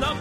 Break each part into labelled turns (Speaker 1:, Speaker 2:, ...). Speaker 1: 반짝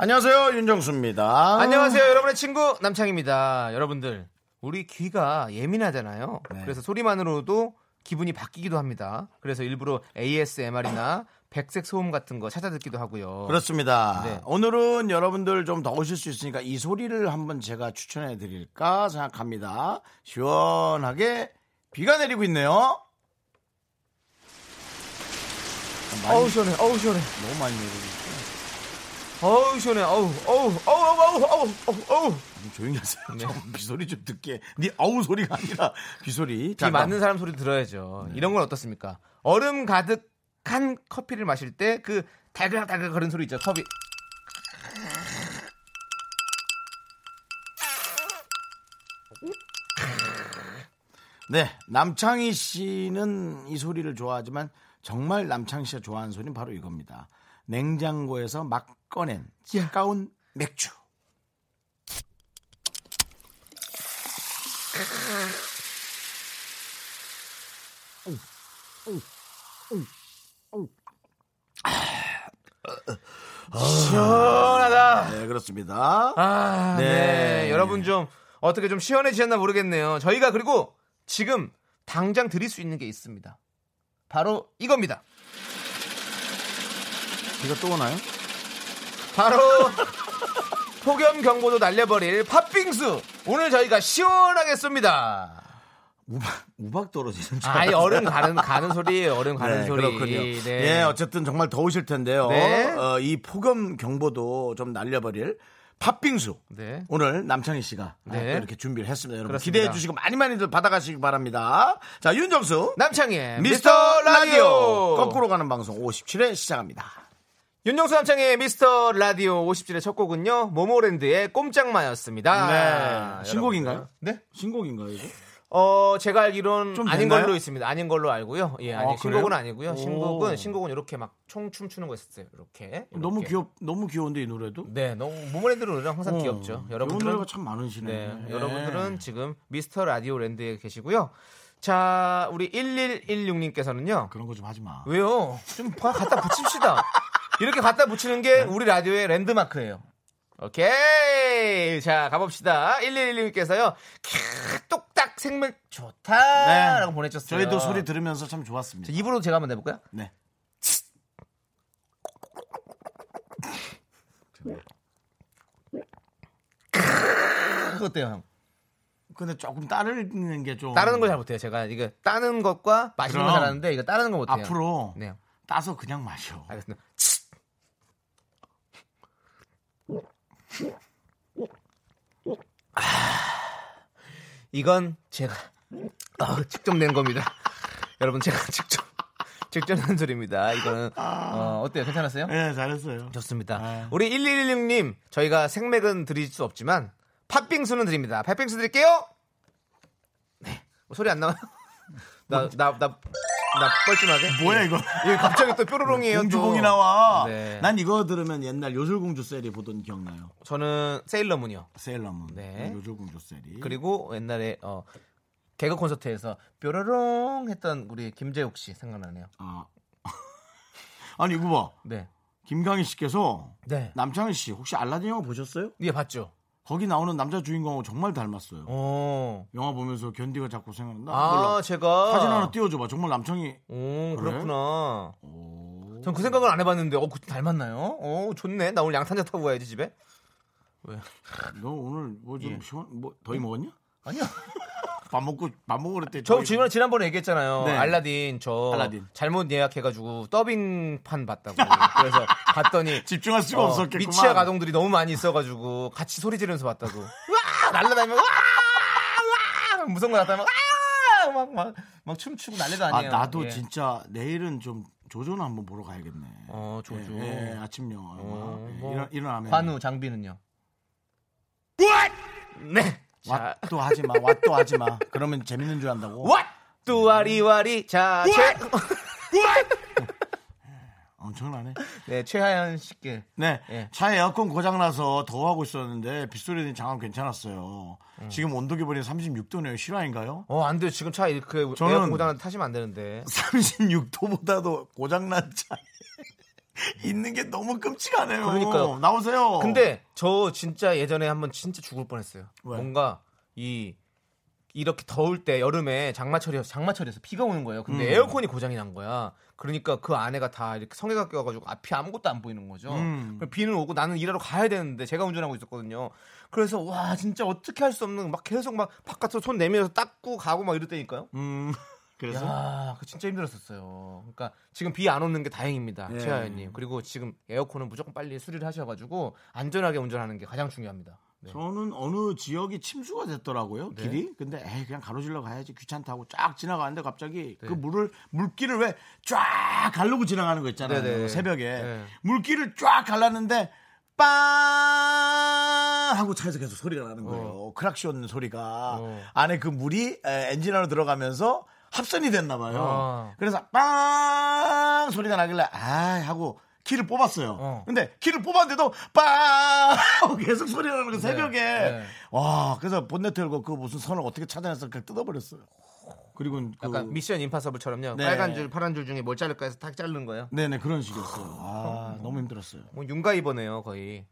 Speaker 2: 안녕하세요 윤정수입니다.
Speaker 3: 안녕하세요, 여러분의 친구 남창입니다. 여러분들, 우리 귀가 예민하잖아요.
Speaker 2: 네.
Speaker 3: 그래서 소리만으로도 기분이 바뀌기도 합니다. 그래서 일부러 ASMR이나 백색 소음 같은 거 찾아 듣기도 하고요.
Speaker 2: 그렇습니다.
Speaker 3: 네.
Speaker 2: 오늘은 여러분들 좀 더우실 수 있으니까 이 소리를 한번 제가 추천해 드릴까 생각합니다. 시원하게 비가 내리고 있네요. 많이,
Speaker 3: 어우 시원해, 어우 시원해,
Speaker 2: 너무 많이 내리고 있어요.
Speaker 3: 어우 시원해, 어우 어우 어우 어우 어우 어우 어우
Speaker 2: 좀 조용히 하세요.
Speaker 3: 네.
Speaker 2: 좀 비소리 좀 듣게. 네 아우 소리가 아니라 비소리.
Speaker 3: 비 맞는 사람 소리 들어야죠.
Speaker 2: 네.
Speaker 3: 이런 건 어떻습니까? 얼음 가득한 커피를 마실 때 그 달그락달그락 거리는 소리 있죠. 컵이
Speaker 2: 네, 남창희 씨는 이 소리를 좋아하지만 정말 남창희 씨가 좋아하는 소리는 바로 이겁니다. 냉장고에서 막 꺼낸 차가운 맥주.
Speaker 3: 시원하다.
Speaker 2: 네, 그렇습니다.
Speaker 3: 아,
Speaker 2: 네.
Speaker 3: 네. 여러분 좀 어떻게 좀 시원해지셨나 모르겠네요. 저희가 그리고 지금 당장 드릴 수 있는 게 있습니다. 바로 이겁니다.
Speaker 2: 비가 또 오나요?
Speaker 3: 바로 폭염 경보도 날려버릴 팥빙수. 오늘 저희가 시원하게 쏩니다.
Speaker 2: 우박, 우박 떨어지는 줄
Speaker 3: 아이
Speaker 2: 알았어요.
Speaker 3: 얼음 가는 가는 소리예요. 얼음 가는
Speaker 2: 네,
Speaker 3: 소리.
Speaker 2: 그렇군요. 예, 어쨌든 정말 더우실 텐데요.
Speaker 3: 네.
Speaker 2: 어, 이 폭염 경보도 좀 날려버릴 팥빙수.
Speaker 3: 네.
Speaker 2: 오늘 남창희 씨가
Speaker 3: 네.
Speaker 2: 또 이렇게 준비를 했습니다. 여러분
Speaker 3: 그렇습니다.
Speaker 2: 기대해 주시고 많이 많이들 받아가시기 바랍니다. 자, 윤정수.
Speaker 3: 남창희의
Speaker 2: 미스터 라디오. 거꾸로 가는 방송 57회 시작합니다.
Speaker 3: 윤정수 남창의 미스터 라디오 57의 첫 곡은요 모모랜드의 꼼짝마였습니다.
Speaker 2: 네. 신곡인가요?
Speaker 3: 아, 네.
Speaker 2: 신곡인가요, 이거?
Speaker 3: 어 제가 알기론
Speaker 2: 좀
Speaker 3: 아닌
Speaker 2: 됐나요?
Speaker 3: 걸로 있습니다. 아닌 걸로 알고요. 예,
Speaker 2: 아,
Speaker 3: 아니 신곡은
Speaker 2: 그래요?
Speaker 3: 아니고요.
Speaker 2: 오.
Speaker 3: 신곡은 신곡은 이렇게 막 총 춤추는 거 있었어요. 이렇게. 이렇게.
Speaker 2: 너무 귀엽, 너무 귀여운데 이 노래도?
Speaker 3: 네, 너무 모모랜드는 노래랑 항상
Speaker 2: 어,
Speaker 3: 귀엽죠.
Speaker 2: 이런
Speaker 3: 여러분들은
Speaker 2: 노래가 참 많으시네.
Speaker 3: 네,
Speaker 2: 예.
Speaker 3: 여러분들은 지금 미스터 라디오 랜드에 계시고요. 자, 우리 1116님께서는요.
Speaker 2: 그런 거 좀 하지 마.
Speaker 3: 왜요? 좀 봐, 갖다 붙입시다. 이렇게 갖다 붙이는
Speaker 2: 네.
Speaker 3: 게 우리 라디오의 랜드마크예요. 오케이. 자, 가봅시다. 1116님께서요. 캬, 똑딱 생물 좋다.
Speaker 2: 네.
Speaker 3: 라고 보내줬어요.
Speaker 2: 저희도 소리 들으면서 참 좋았습니다.
Speaker 3: 자, 입으로 제가 한번 내볼까요?
Speaker 2: 네.
Speaker 3: 그거 어때요, 형?
Speaker 2: 근데 조금 따르는 게 좀.
Speaker 3: 따르는 걸 잘 못해요. 제가 이거 따는 것과 마시는 걸
Speaker 2: 그럼.
Speaker 3: 잘하는데 이거 따르는 걸 못해요.
Speaker 2: 앞으로
Speaker 3: 네.
Speaker 2: 따서 그냥 마셔.
Speaker 3: 알겠습니다. 아, 이건 제가 어, 직접 낸 겁니다. 여러분 제가 직접 직접 낸 소리입니다. 이거는 어, 어때요? 괜찮았어요?
Speaker 2: 네, 잘했어요.
Speaker 3: 좋습니다.
Speaker 2: 아.
Speaker 3: 우리 1116님 저희가 생맥은 드릴 수 없지만 팥빙수는 드립니다. 팥빙수 드릴게요. 네. 소리 안 나와요? 나 나 나 나 뻘쭘하게?
Speaker 2: 뭐야, 이거?
Speaker 3: 예, 갑자기 또 뾰로롱이에요.
Speaker 2: 공주공이
Speaker 3: 또.
Speaker 2: 나와.
Speaker 3: 네.
Speaker 2: 난 이거 들으면 옛날 요술공주 세리 보던 기억나요.
Speaker 3: 저는 세일러문이요.
Speaker 2: 세일러문.
Speaker 3: 네.
Speaker 2: 요술공주 세리.
Speaker 3: 그리고 옛날에 어, 개그 콘서트에서 뾰로롱 했던 우리 김재욱 씨 생각나네요.
Speaker 2: 아. 아니, 이거 봐.
Speaker 3: 네.
Speaker 2: 김강희 씨께서
Speaker 3: 네.
Speaker 2: 남창희 씨 혹시 알라딘 영화 보셨어요?
Speaker 3: 예, 봤죠?
Speaker 2: 거기 나오는 남자 주인공하고 정말 닮았어요.
Speaker 3: 어.
Speaker 2: 영화 보면서 견디가 자꾸 생각난다.
Speaker 3: 아,
Speaker 2: 몰라.
Speaker 3: 제가
Speaker 2: 사진 하나 띄워줘봐. 정말 남창희.
Speaker 3: 오,
Speaker 2: 그래?
Speaker 3: 그렇구나.
Speaker 2: 오.
Speaker 3: 전 그 생각을 안 해봤는데, 어, 그 닮았나요? 어, 좋네. 나 오늘 양탄자 타고 가야지 집에.
Speaker 2: 너 오늘 뭐 좀
Speaker 3: 예.
Speaker 2: 시원 뭐 더위 먹었냐?
Speaker 3: 아니요.
Speaker 2: 밥 먹고 밥 먹으러 그랬대.
Speaker 3: 저
Speaker 2: 더위.
Speaker 3: 지금 지난번에 얘기했잖아요.
Speaker 2: 네.
Speaker 3: 알라딘 저
Speaker 2: 알라딘.
Speaker 3: 잘못 예약해가지고 더빙판 봤다고. 그래서 봤더니
Speaker 2: 집중할 수가
Speaker 3: 어,
Speaker 2: 없었겠구만.
Speaker 3: 미취학 아동들이 너무 많이 있어가지고 같이 소리 지르면서 봤다고. 와 날라다니면 와와 무서운 거 나타나면 와막막막 춤추고 난리도
Speaker 2: 아
Speaker 3: 아니에요.
Speaker 2: 나도
Speaker 3: 예.
Speaker 2: 진짜 내일은 좀 조조는 한번 보러 가야겠네.
Speaker 3: 어, 조조.
Speaker 2: 예, 예, 아침 영화.
Speaker 3: 어,
Speaker 2: 예,
Speaker 3: 뭐,
Speaker 2: 일어, 일어나면.
Speaker 3: 관우 장비는요. 네. 자,
Speaker 2: 왓또 하지 마. 왓또 하지 마. 그러면 재밌는 줄 안다고.
Speaker 3: 왓 뚜와리와리 자, 최,
Speaker 2: 엄청나네.
Speaker 3: 네 최하연 씨께
Speaker 2: 네.
Speaker 3: 예.
Speaker 2: 차에 에어컨 고장나서 더워하고 있었는데 빗소리는 장난 괜찮았어요.
Speaker 3: 음.
Speaker 2: 지금 온도 기온이 36도네요. 실화인가요?
Speaker 3: 어, 안 돼요. 지금 차 이렇게
Speaker 2: 저는-
Speaker 3: 에어컨 고장 타시면 안 되는데.
Speaker 2: 36도보다도 고장난 차에 있는 게 너무 끔찍하네요.
Speaker 3: 그러니까요.
Speaker 2: 나오세요.
Speaker 3: 근데 저 진짜 예전에 한번 진짜 죽을 뻔했어요.
Speaker 2: 왜?
Speaker 3: 뭔가 이 이렇게 더울 때 여름에 장마철이어서 장마철이어서 비가 오는 거예요. 근데
Speaker 2: 음.
Speaker 3: 에어컨이 고장이 난 거야. 그러니까 그 안에가 다 이렇게 성에가 껴가지고 앞이 아무것도 안 보이는 거죠.
Speaker 2: 음.
Speaker 3: 그래서 비는 오고 나는 일하러 가야 되는데 제가 운전하고 있었거든요. 그래서 와 진짜 어떻게 할 수 없는 막 계속 막 바깥으로 손 내밀어서 닦고 가고 막 이랬다니까요.
Speaker 2: 음. 그래서
Speaker 3: 야, 그 진짜 힘들었었어요. 그러니까 지금 비 안 오는 게 다행입니다,
Speaker 2: 예.
Speaker 3: 최하연님. 그리고 지금 에어컨은 무조건 빨리 수리를 하셔가지고 안전하게 운전하는 게 가장 중요합니다. 네.
Speaker 2: 저는 어느 지역이 침수가 됐더라고요
Speaker 3: 네.
Speaker 2: 길이 근데 에이 그냥 가로질러 가야지 귀찮다고 쫙 지나가는데 갑자기
Speaker 3: 네.
Speaker 2: 그 물을 물길을 왜 쫙 갈르고 지나가는 거 있잖아요
Speaker 3: 네, 네.
Speaker 2: 새벽에
Speaker 3: 네.
Speaker 2: 물길을 쫙 갈랐는데 빵 하고 차에서 계속 소리가 나는 거예요 크락시온 소리가
Speaker 3: 어.
Speaker 2: 안에 그 물이 에, 엔진 안으로 들어가면서 합선이 됐나 봐요
Speaker 3: 어.
Speaker 2: 그래서 빵 소리가 나길래 아 하고 키를 뽑았어요
Speaker 3: 어.
Speaker 2: 근데 키를 뽑았는데도 빵 하고 계속 소리가 나는 거 새벽에
Speaker 3: 네.
Speaker 2: 와 그래서 본네트 열고 그 무슨 선을 어떻게 찾아내서 그냥 뜯어버렸어요. 그리고 그
Speaker 3: 약간 미션 임파서블처럼요.
Speaker 2: 네.
Speaker 3: 빨간 줄, 파란 줄 중에 뭘 자를까 해서 탁 자르는 거예요.
Speaker 2: 네네 그런 식이었어요. 아 너무 힘들었어요.
Speaker 3: 뭐 윤가이버네요, 거의.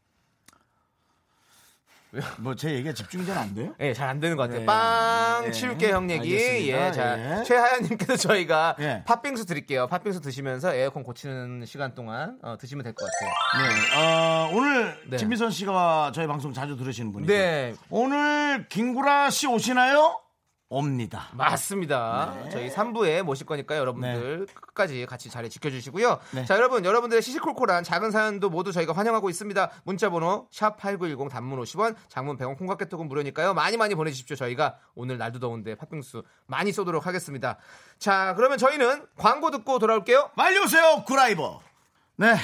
Speaker 2: 뭐 제 얘기가 집중이 잘 안 돼요?
Speaker 3: 예, 잘 안 되는 것 같아요.
Speaker 2: 네.
Speaker 3: 빵
Speaker 2: 네.
Speaker 3: 치울게 형 얘기.
Speaker 2: 알겠습니다.
Speaker 3: 예, 자
Speaker 2: 예.
Speaker 3: 최하연님께서 저희가
Speaker 2: 예.
Speaker 3: 팥빙수 드릴게요. 팥빙수 드시면서 에어컨 고치는 시간 동안 어, 드시면 될 것 같아요.
Speaker 2: 네. 어, 오늘
Speaker 3: 네.
Speaker 2: 진미선 씨가 저희 방송 자주 들으시는 분이죠.
Speaker 3: 네,
Speaker 2: 오늘 김구라 씨 오시나요? 옵니다.
Speaker 3: 맞습니다.
Speaker 2: 네.
Speaker 3: 저희 3부에 모실 거니까요. 여러분들 끝까지 같이 자리 지켜주시고요.
Speaker 2: 네.
Speaker 3: 자, 여러분, 여러분들의 시시콜콜한 작은 사연도 모두 저희가 환영하고 있습니다. 문자번호 샵8910 단문 50원, 장문 100원, 콩깍개톡은 무료니까요. 많이 많이 보내주십시오. 저희가 오늘 날도 더운데 팥빙수 많이 쏘도록 하겠습니다. 자, 그러면 저희는 광고 듣고 돌아올게요.
Speaker 2: 빨리 오세요, 구라이버. 네.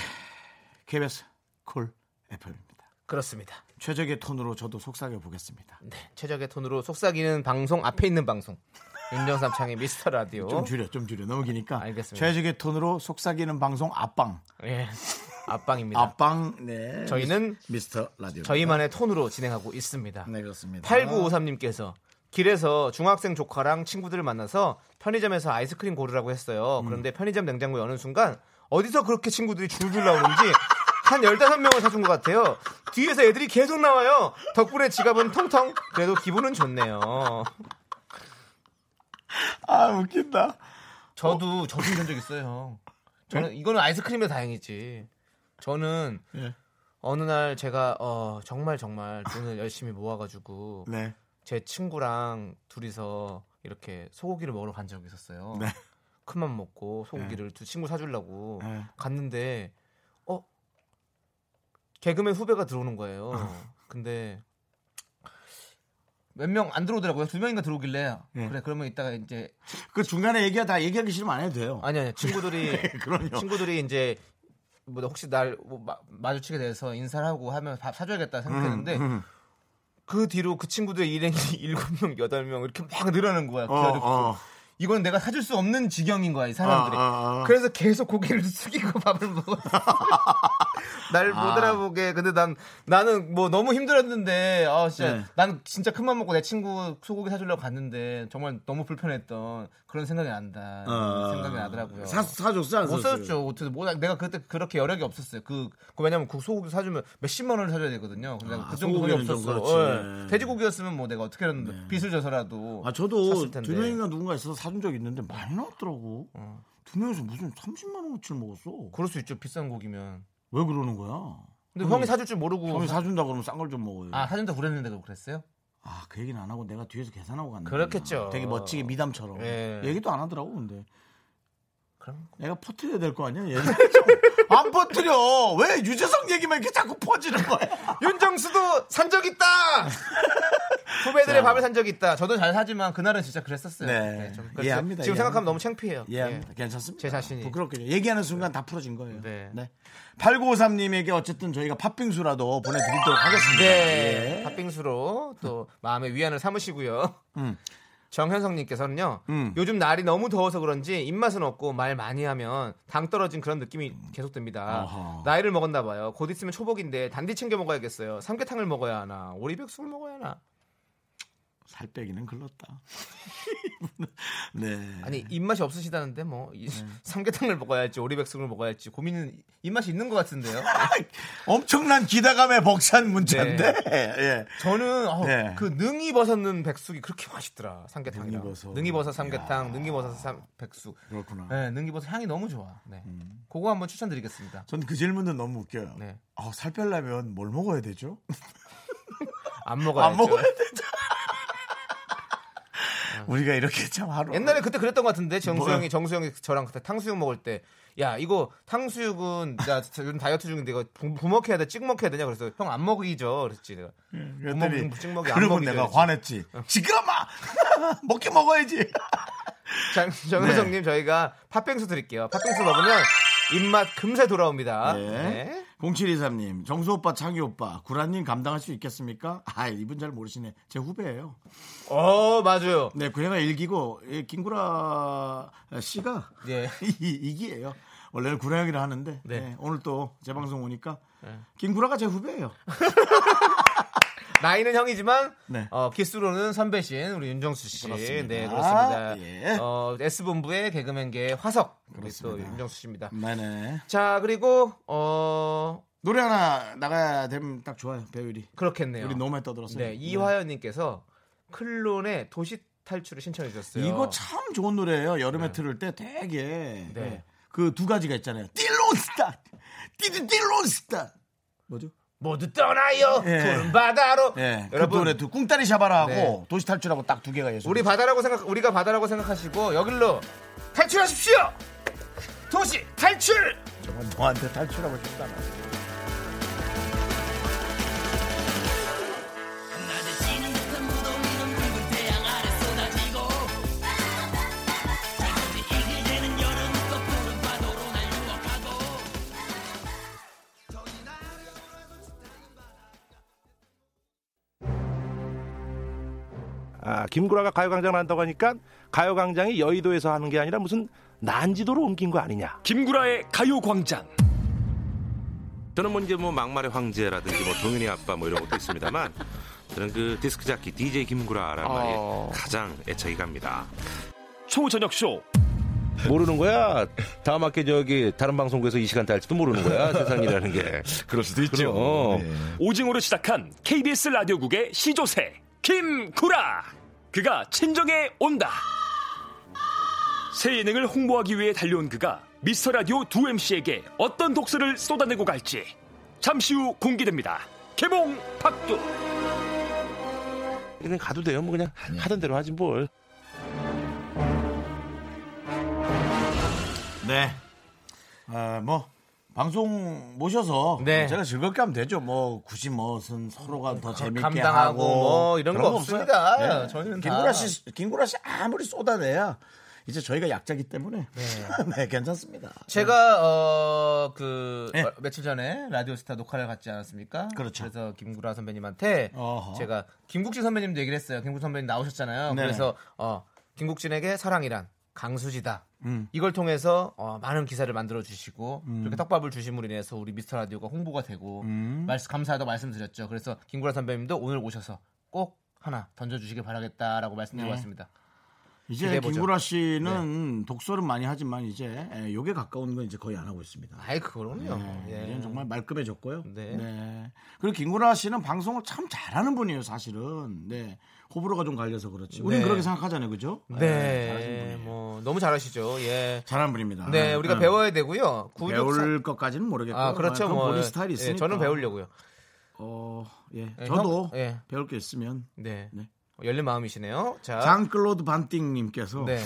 Speaker 2: KBS 콜 FM입니다.
Speaker 3: 그렇습니다.
Speaker 2: 최적의 톤으로 저도 속삭여 보겠습니다.
Speaker 3: 네, 최적의 톤으로 속삭이는 방송 앞에 있는 방송. 윤정삼창의 미스터 라디오.
Speaker 2: 좀 줄여, 좀 줄여. 너무 기니까.
Speaker 3: 알겠습니다.
Speaker 2: 최적의 톤으로 속삭이는 방송 아빵.
Speaker 3: 예. 앞방입니다.
Speaker 2: 아빵, 네.
Speaker 3: 저희는
Speaker 2: 미스터 라디오.
Speaker 3: 저희만의 톤으로 진행하고 있습니다.
Speaker 2: 네, 그렇습니다.
Speaker 3: 8953님께서 길에서 중학생 조카랑 친구들을 만나서 편의점에서 아이스크림 고르라고 했어요. 그런데 편의점 냉장고 여는 순간 어디서 그렇게 친구들이 줄줄 나오는지 한 15명을 사준 것 같아요. 뒤에서 애들이 계속 나와요. 덕분에 지갑은 통통. 그래도 기분은 좋네요.
Speaker 2: 아, 웃긴다.
Speaker 3: 저도 저도 이런 적 있어요. 저는 이거는 아이스크림에 다행이지. 저는
Speaker 2: 예.
Speaker 3: 어느 날 제가 어, 정말 정말 돈을 열심히 모아가지고
Speaker 2: 네.
Speaker 3: 제 친구랑 둘이서 이렇게 소고기를 먹으러 간 적이 있었어요.
Speaker 2: 네.
Speaker 3: 큰맘 먹고 소고기를 두 친구 사주려고
Speaker 2: 네.
Speaker 3: 갔는데 어 개그맨 후배가 들어오는 거예요. 근데 몇 명 안 들어오더라고요. 두 명인가 들어오길래
Speaker 2: 네.
Speaker 3: 그래 그러면 이따가 이제
Speaker 2: 그 중간에 얘기가 다 얘기하기 싫으면 안 해도 돼요.
Speaker 3: 아니 아니 친구들이
Speaker 2: 네, 그럼요.
Speaker 3: 친구들이 이제 뭐 혹시 날 뭐, 마- 마주치게 돼서 인사를 하고 하면 밥 사줘야겠다 생각했는데
Speaker 2: 음.
Speaker 3: 그 뒤로 그 친구들 일행이 일곱 명 여덟 명 이렇게 막 늘어나는 거야.
Speaker 2: 어,
Speaker 3: 그래가지고
Speaker 2: 어.
Speaker 3: 이건 내가 사줄 수 없는 지경인 거야 이 사람들이.
Speaker 2: 아, 아, 아.
Speaker 3: 그래서 계속 고개를 숙이고 밥을 먹었어. 날못
Speaker 2: 아.
Speaker 3: 알아보게. 근데 난 나는 뭐 너무 힘들었는데 아 진짜
Speaker 2: 네.
Speaker 3: 난 진짜 큰맘 먹고 내 친구 소고기 사주려고 갔는데 정말 너무 불편했던 그런 생각이 난다.
Speaker 2: 어.
Speaker 3: 생각이 나더라고요.
Speaker 2: 사, 사줬어, 안
Speaker 3: 못
Speaker 2: 사줬어요?
Speaker 3: 사줬죠. 어떻게 못 사- 내가 그때 그렇게 여력이 없었어요. 그, 그 왜냐면 그 소고기 사주면 몇십만 원을 사줘야 되거든요. 근데
Speaker 2: 아,
Speaker 3: 그 정도 돈이
Speaker 2: 소고기는 좀
Speaker 3: 없었어.
Speaker 2: 그렇지. 네.
Speaker 3: 예. 돼지고기였으면 뭐 내가 어떻게 하든 빚을 져서라도.
Speaker 2: 아, 저도
Speaker 3: 샀을 텐데.
Speaker 2: 두 명인가 누군가 있어서 사준 적 있는데 많이 나왔더라고.
Speaker 3: 어.
Speaker 2: 두 명에서 무슨 30만원어치를 먹었어.
Speaker 3: 그럴 수 있죠. 비싼 고기면.
Speaker 2: 왜 그러는 거야?
Speaker 3: 근데 형이 뭐 사줄 줄 모르고.
Speaker 2: 형이 사준다 그러면 싼 걸 좀 먹어요.
Speaker 3: 아 사준다 그랬는데 그거 그랬어요?
Speaker 2: 아, 그 얘기는 안 하고 내가 뒤에서 계산하고 갔는데.
Speaker 3: 그렇겠죠.
Speaker 2: 되게 멋지게 미담처럼.
Speaker 3: 예.
Speaker 2: 얘기도 안 하더라고, 근데.
Speaker 3: 그럼 뭐.
Speaker 2: 내가 퍼뜨려야 될 거 아니야? 얘는 안 퍼뜨려. 왜 유재석 얘기만 이렇게 자꾸 퍼지는 거야?
Speaker 3: 윤정수도 산 적 있다. 후배들의 밥을 산 적이 있다. 저도 잘 사지만 그날은 진짜 그랬었어요.
Speaker 2: 네.
Speaker 3: 그래서
Speaker 2: 이해합니다, 이해합니다.
Speaker 3: 지금 생각하면 너무 창피해요.
Speaker 2: 예,
Speaker 3: 예.
Speaker 2: 괜찮습니다.
Speaker 3: 제 자신이.
Speaker 2: 부끄럽게 얘기하는 순간 다 풀어진 거예요.
Speaker 3: 네.
Speaker 2: 네. 8953님에게 어쨌든 저희가 팥빙수라도 보내드리도록 하겠습니다.
Speaker 3: 네.
Speaker 2: 예.
Speaker 3: 팥빙수로 또 마음의 위안을 삼으시고요.
Speaker 2: 음.
Speaker 3: 정현성님께서는요.
Speaker 2: 음.
Speaker 3: 요즘 날이 너무 더워서 그런지 입맛은 없고 말 많이 하면 당 떨어진 그런 느낌이 계속 듭니다.
Speaker 2: 어허.
Speaker 3: 나이를 먹었나 봐요. 곧 있으면 초복인데 단디 챙겨 먹어야겠어요. 삼계탕을 먹어야 하나, 오리백숙을 먹어야 하나.
Speaker 2: 살 빼기는 글렀다. 네.
Speaker 3: 아니 입맛이 없으시다는데 뭐 이- 삼계탕을 먹어야 할지 오리백숙을 먹어야 할지 고민은 입맛이 있는 것 같은데요.
Speaker 2: 엄청난 기다감에 벅찬 문자인데.
Speaker 3: 네.
Speaker 2: 예.
Speaker 3: 저는 어,
Speaker 2: 네.
Speaker 3: 그 능이 버섯 넣은 백숙이 그렇게 맛있더라. 삼계탕이랑.
Speaker 2: 능이버섯.
Speaker 3: 능이 버섯
Speaker 2: 야.
Speaker 3: 삼계탕, 능이 버섯 삼 백숙.
Speaker 2: 그렇구나.
Speaker 3: 네, 능이버섯 향이 너무 좋아. 네.
Speaker 2: 음.
Speaker 3: 그거 한번 추천드리겠습니다.
Speaker 2: 전 그 질문도 너무 웃겨요.
Speaker 3: 네.
Speaker 2: 아, 살 빼려면 뭘 먹어야 되죠?
Speaker 3: 안 먹어야죠.
Speaker 2: 안 먹어야 되죠. 우리가 이렇게 참 하루
Speaker 3: 옛날에 그때 그랬던 것 같은데
Speaker 2: 뭐야?
Speaker 3: 정수영이 정수영이 저랑 그때 탕수육 먹을 때 야 이거 탕수육은 나 진짜 요즘 다이어트 중인데 이거 부- 부먹해야 돼 찍먹해야 되냐 그래서 형 안 먹이죠 그랬지 내가
Speaker 2: 네, 그랬더니
Speaker 3: 부먹- 찍먹이 안
Speaker 2: 그러고
Speaker 3: 먹이죠,
Speaker 2: 내가
Speaker 3: 그랬지.
Speaker 2: 화냈지. 시끄러 마. 먹게 먹어야지.
Speaker 3: 장- 정우성님
Speaker 2: 네.
Speaker 3: 저희가 팥빙수 드릴게요 팥빙수 먹으면 입맛 금세 돌아옵니다
Speaker 2: 네.
Speaker 3: 네.
Speaker 2: 0723님, 정수 오빠, 창희 오빠, 구라님 감당할 수 있겠습니까? 아, 이분 잘 모르시네. 제 후배예요.
Speaker 3: 어 맞아요
Speaker 2: 네, 그 애가 일기고 이 김구라 씨가
Speaker 3: 예.
Speaker 2: 이- 이기예요. 원래는 구라 형이라 하는데
Speaker 3: 네.
Speaker 2: 네, 오늘 또 재방송 오니까 김구라가 제 후배예요.
Speaker 3: 나이는 형이지만
Speaker 2: 네.
Speaker 3: 어, 기수로는 선배신 우리 윤정수 씨.
Speaker 2: 그렇습니다.
Speaker 3: 네, 그렇습니다.
Speaker 2: 예.
Speaker 3: 어, S본부의 개그맨계의 화석. 우리 또
Speaker 2: 그렇습니다.
Speaker 3: 윤정수 씨입니다.
Speaker 2: 네네.
Speaker 3: 자, 그리고 어,
Speaker 2: 노래 하나 나가야 되면 딱 좋아요. 배우리.
Speaker 3: 그렇겠네요.
Speaker 2: 우리 너무 많이 떠들었어요.
Speaker 3: 네, 이화연 님께서 클론의 도시 탈출을 신청해 주셨어요.
Speaker 2: 이거 참 좋은 노래예요. 여름에 들을 때 되게
Speaker 3: 네.
Speaker 2: 그 두 가지가 있잖아요. 딜론스타, 디디 딜론스타. 뭐죠?
Speaker 3: 모두 떠나요.
Speaker 2: 예.
Speaker 3: 푸른 바다로.
Speaker 2: 예, 그
Speaker 3: 여러분
Speaker 2: 노래 두 꿍따리 샤바라하고
Speaker 3: 네.
Speaker 2: 도시 탈출하고 딱 두 개가 예술.
Speaker 3: 우리 바다라고 생각 우리가 바다라고 생각하시고 여길로 탈출하십시오. 도시 탈출!
Speaker 2: 저건 너한테 탈출하고 싶다. 나.
Speaker 4: 아, 김구라가 가요광장을 한다고 하니까 가요광장이 여의도에서 하는 게 아니라 무슨 난지도로 옮긴 거 아니냐.
Speaker 1: 김구라의 가요광장
Speaker 5: 저는 뭐 이제 뭐 막말의 황제라든지 뭐 동현이 아빠 뭐 이런 것도 있습니다만 저는 그 디스크 잡기 DJ 김구라라는
Speaker 2: 아.
Speaker 5: 말이 가장 애착이 갑니다.
Speaker 1: 초저녁쇼
Speaker 5: 모르는 거야. 다음 학기 저기 다른 방송국에서 이 시간대 할지도 모르는 거야. 세상이라는 게.
Speaker 1: 그럴 수도
Speaker 6: 어.
Speaker 5: 그럼.
Speaker 1: 오징어로 시작한 KBS 라디오국의 시조새 김구라 그가 친정에 온다 새 예능을 홍보하기 위해 달려온 그가 미스터 라디오 두 MC에게 어떤 독서를 쏟아내고 갈지 잠시 후 공개됩니다 개봉 박두
Speaker 5: 그냥 가도 돼요. 뭐 그냥 하던 대로 하지 뭘.
Speaker 2: 네. 아, 뭐 방송 모셔서
Speaker 3: 네.
Speaker 2: 제가 즐겁게 하면 되죠. 뭐 굳이 무슨 서로가 더 재밌게
Speaker 3: 감당하고
Speaker 2: 하고
Speaker 3: 뭐 이런
Speaker 2: 그런
Speaker 3: 거 없습니다.
Speaker 2: 없어요. 네.
Speaker 3: 저희는 다-
Speaker 2: 김구라 씨 김구라 씨 아무리 쏟아내야 이제 저희가 약자기 때문에 네, 괜찮습니다.
Speaker 3: 제가 어, 어그
Speaker 2: 음. 예.
Speaker 3: 며칠 전에 라디오스타 녹화를 갔지 않았습니까?
Speaker 2: 그렇죠.
Speaker 3: 래서 김구라 선배님한테
Speaker 2: 어허.
Speaker 3: 제가 김국진 선배님도 얘기를 했어요. 김국진 선배님 나오셨잖아요.
Speaker 2: 네네.
Speaker 3: 그래서 어 김국진에게 사랑이란 강수지다.
Speaker 2: 음.
Speaker 3: 이걸 통해서 어, 많은 기사를 만들어 주시고 이렇게 떡밥을 주심으로 인해서 우리 미스터 라디오가 홍보가 되고
Speaker 2: 음.
Speaker 3: 말씀 감사하다 말씀드렸죠. 그래서 김구라 선배님도 오늘 오셔서 꼭 하나 던져주시길
Speaker 2: 네.
Speaker 3: 바라겠다라고 말씀드려봤습니다.
Speaker 2: 이제
Speaker 3: 기대해보죠. 네.
Speaker 2: 김구라 씨는 독서를 많이 하지만 이제 예, 욕에 가까운 건 이제 거의 안 하고 있습니다.
Speaker 3: 아이 그럼요.
Speaker 2: 네,
Speaker 3: 예.
Speaker 2: 이건 정말 말끔해졌고요.
Speaker 3: 네.
Speaker 2: 네. 그리고 김구라 씨는 방송을 참 잘하는 분이에요, 사실은. 네. 호불호가 좀 갈려서 그렇지. 우린
Speaker 3: 네.
Speaker 2: 그렇게 생각하잖아요, 그죠? 잘하시는
Speaker 3: 네,
Speaker 2: 분이에요.
Speaker 3: 뭐 너무 잘하시죠. 예.
Speaker 2: 잘하는 분입니다.
Speaker 3: 네, 우리가
Speaker 2: 음.
Speaker 3: 배워야 되고요. 구육
Speaker 2: 배울 것까지는 모르겠고.
Speaker 3: 아, 그렇죠.
Speaker 2: 그건
Speaker 3: 뭐
Speaker 2: 본인 스타일이
Speaker 3: 예,
Speaker 2: 있으니까.
Speaker 3: 저는 배우려고요.
Speaker 2: 어, 예.
Speaker 3: 예,
Speaker 2: 저도
Speaker 3: 형, 예.
Speaker 2: 배울 게 있으면
Speaker 3: 네.
Speaker 2: 네.
Speaker 3: 열린 마음이시네요. 자,
Speaker 2: 장클로드 반띵님께서
Speaker 3: 아? 네.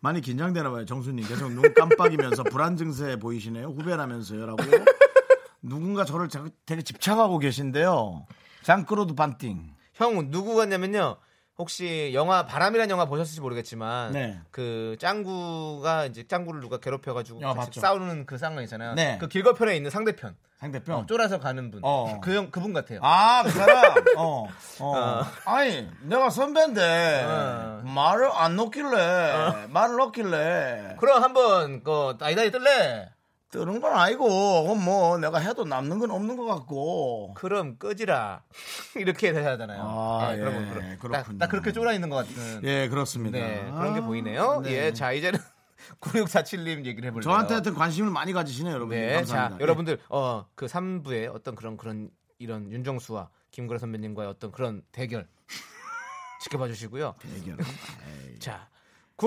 Speaker 2: 많이 긴장되나 봐요. 정수님 계속 눈 깜빡이면서 불안 증세 보이시네요. 후배라면서요라고 누군가 저를 자꾸 되게 집착하고 계신데요. 장클로드 반띵.
Speaker 3: 형 누구 같냐면요. 혹시 영화 바람이란 영화 보셨을지 모르겠지만
Speaker 2: 네.
Speaker 3: 그 짱구가 이제 짱구를 누가 괴롭혀가지고
Speaker 2: 영화
Speaker 3: 같이
Speaker 2: 봤죠.
Speaker 3: 싸우는 그 상황 있잖아요.
Speaker 2: 아, 네.
Speaker 3: 그 길거편에 있는 상대편
Speaker 2: 상대편.
Speaker 3: 쫄아서 가는 분.
Speaker 2: 어.
Speaker 3: 그 형 그분 같아요.
Speaker 2: 아, 그 사람? 어, 어.
Speaker 3: 어.
Speaker 2: 아니, 내가 선배인데,
Speaker 3: 어.
Speaker 2: 말을 안 놓길래, 말을 놓길래,
Speaker 3: 아. 그럼 한번 그 나이다이 뜰래?
Speaker 2: 뜨는 건 아니고, 그건 뭐, 내가 해도 남는 건 없는 것 같고.
Speaker 3: 그럼 꺼지라 이렇게 돼야 하잖아요.
Speaker 2: 아,
Speaker 3: 예, 그런
Speaker 2: 예,
Speaker 3: 거, 그런 거.
Speaker 2: 그렇군요.
Speaker 3: 딱, 딱 그렇게 쫄아 있는 것 같은.
Speaker 2: 예, 그렇습니다.
Speaker 3: 네 그런 게 보이네요.
Speaker 2: 네.
Speaker 3: 예, 자 이제는 9647님 얘기를 해볼게요.
Speaker 2: 저한테 하여튼 관심을 많이 가지시네요, 여러분.
Speaker 3: 네,
Speaker 2: 감사합니다. 예,
Speaker 3: 자 여러분들 어 그 3부의 어떤 그런 그런 이런 윤정수와 김구라 선배님과의 어떤 그런 대결 지켜봐 주시고요.
Speaker 2: 대결.
Speaker 3: 자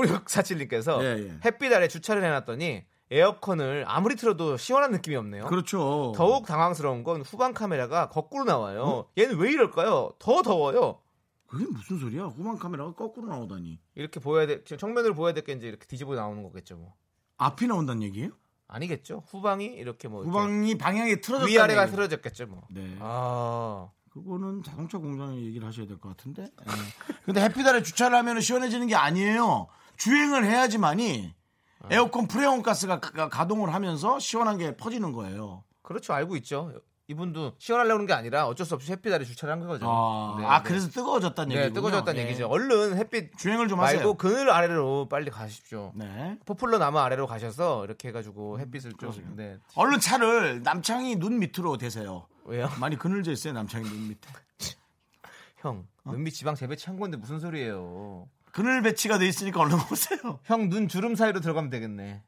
Speaker 3: 9647님께서
Speaker 2: 예, 예.
Speaker 3: 햇빛 아래 주차를 해놨더니 에어컨을 아무리 틀어도 시원한 느낌이 없네요.
Speaker 2: 그렇죠.
Speaker 3: 더욱 당황스러운 건 후방 카메라가 거꾸로 나와요. 얘는 왜 이럴까요? 더 더워요.
Speaker 2: 그게 무슨 소리야? 후방 카메라가 거꾸로 나오다니. 이렇게
Speaker 3: 보여야 돼. 지금 정면으로 보여야 될 게 이제 이렇게 뒤집어 나오는 거겠죠. 뭐.
Speaker 2: 앞이 나온다는 얘기예요?
Speaker 3: 아니겠죠. 후방이 이렇게 뭐 이렇게
Speaker 2: 후방이 방향이 틀어졌다.
Speaker 3: 위아래가 틀어졌겠죠. 뭐.
Speaker 2: 네.
Speaker 3: 아.
Speaker 2: 그거는 자동차 공장에 얘기를 하셔야 될 것 같은데. 예. 근데 햇빛 아래 주차를 하면 시원해지는 게 아니에요. 주행을 해야지만이
Speaker 3: 아.
Speaker 2: 에어컨 프레온 가스가 가- 가동을 하면서 시원한 게 퍼지는 거예요.
Speaker 3: 그렇죠 알고 있죠 이분도 시원하려고 하는 게 아니라 어쩔 수 없이 햇빛 아래 주차를 한 거죠
Speaker 2: 아,
Speaker 3: 네,
Speaker 2: 아,
Speaker 3: 네.
Speaker 2: 그래서 뜨거워졌다는
Speaker 3: 네,
Speaker 2: 얘기죠.
Speaker 3: 뜨거워졌다는 얘기죠 얼른 햇빛
Speaker 2: 주행을 좀
Speaker 3: 말고
Speaker 2: 하세요.
Speaker 3: 그늘 아래로 빨리 가십시오
Speaker 2: 네.
Speaker 3: 포플러 나무 아래로 가셔서 이렇게 해가지고 햇빛을
Speaker 2: 음, 그러세요.
Speaker 3: 좀 네.
Speaker 2: 얼른 차를 남창이 눈 밑으로 대세요.
Speaker 3: 왜요
Speaker 2: 많이 그늘져 있어요, 남창이 눈 밑에.
Speaker 3: 형
Speaker 2: 어?
Speaker 3: 눈밑 지방 재배치 한 건데 무슨 소리예요
Speaker 2: 그늘 배치가 돼 있으니까 얼른 오세요.
Speaker 3: 형 눈 주름 사이로 들어가면 되겠네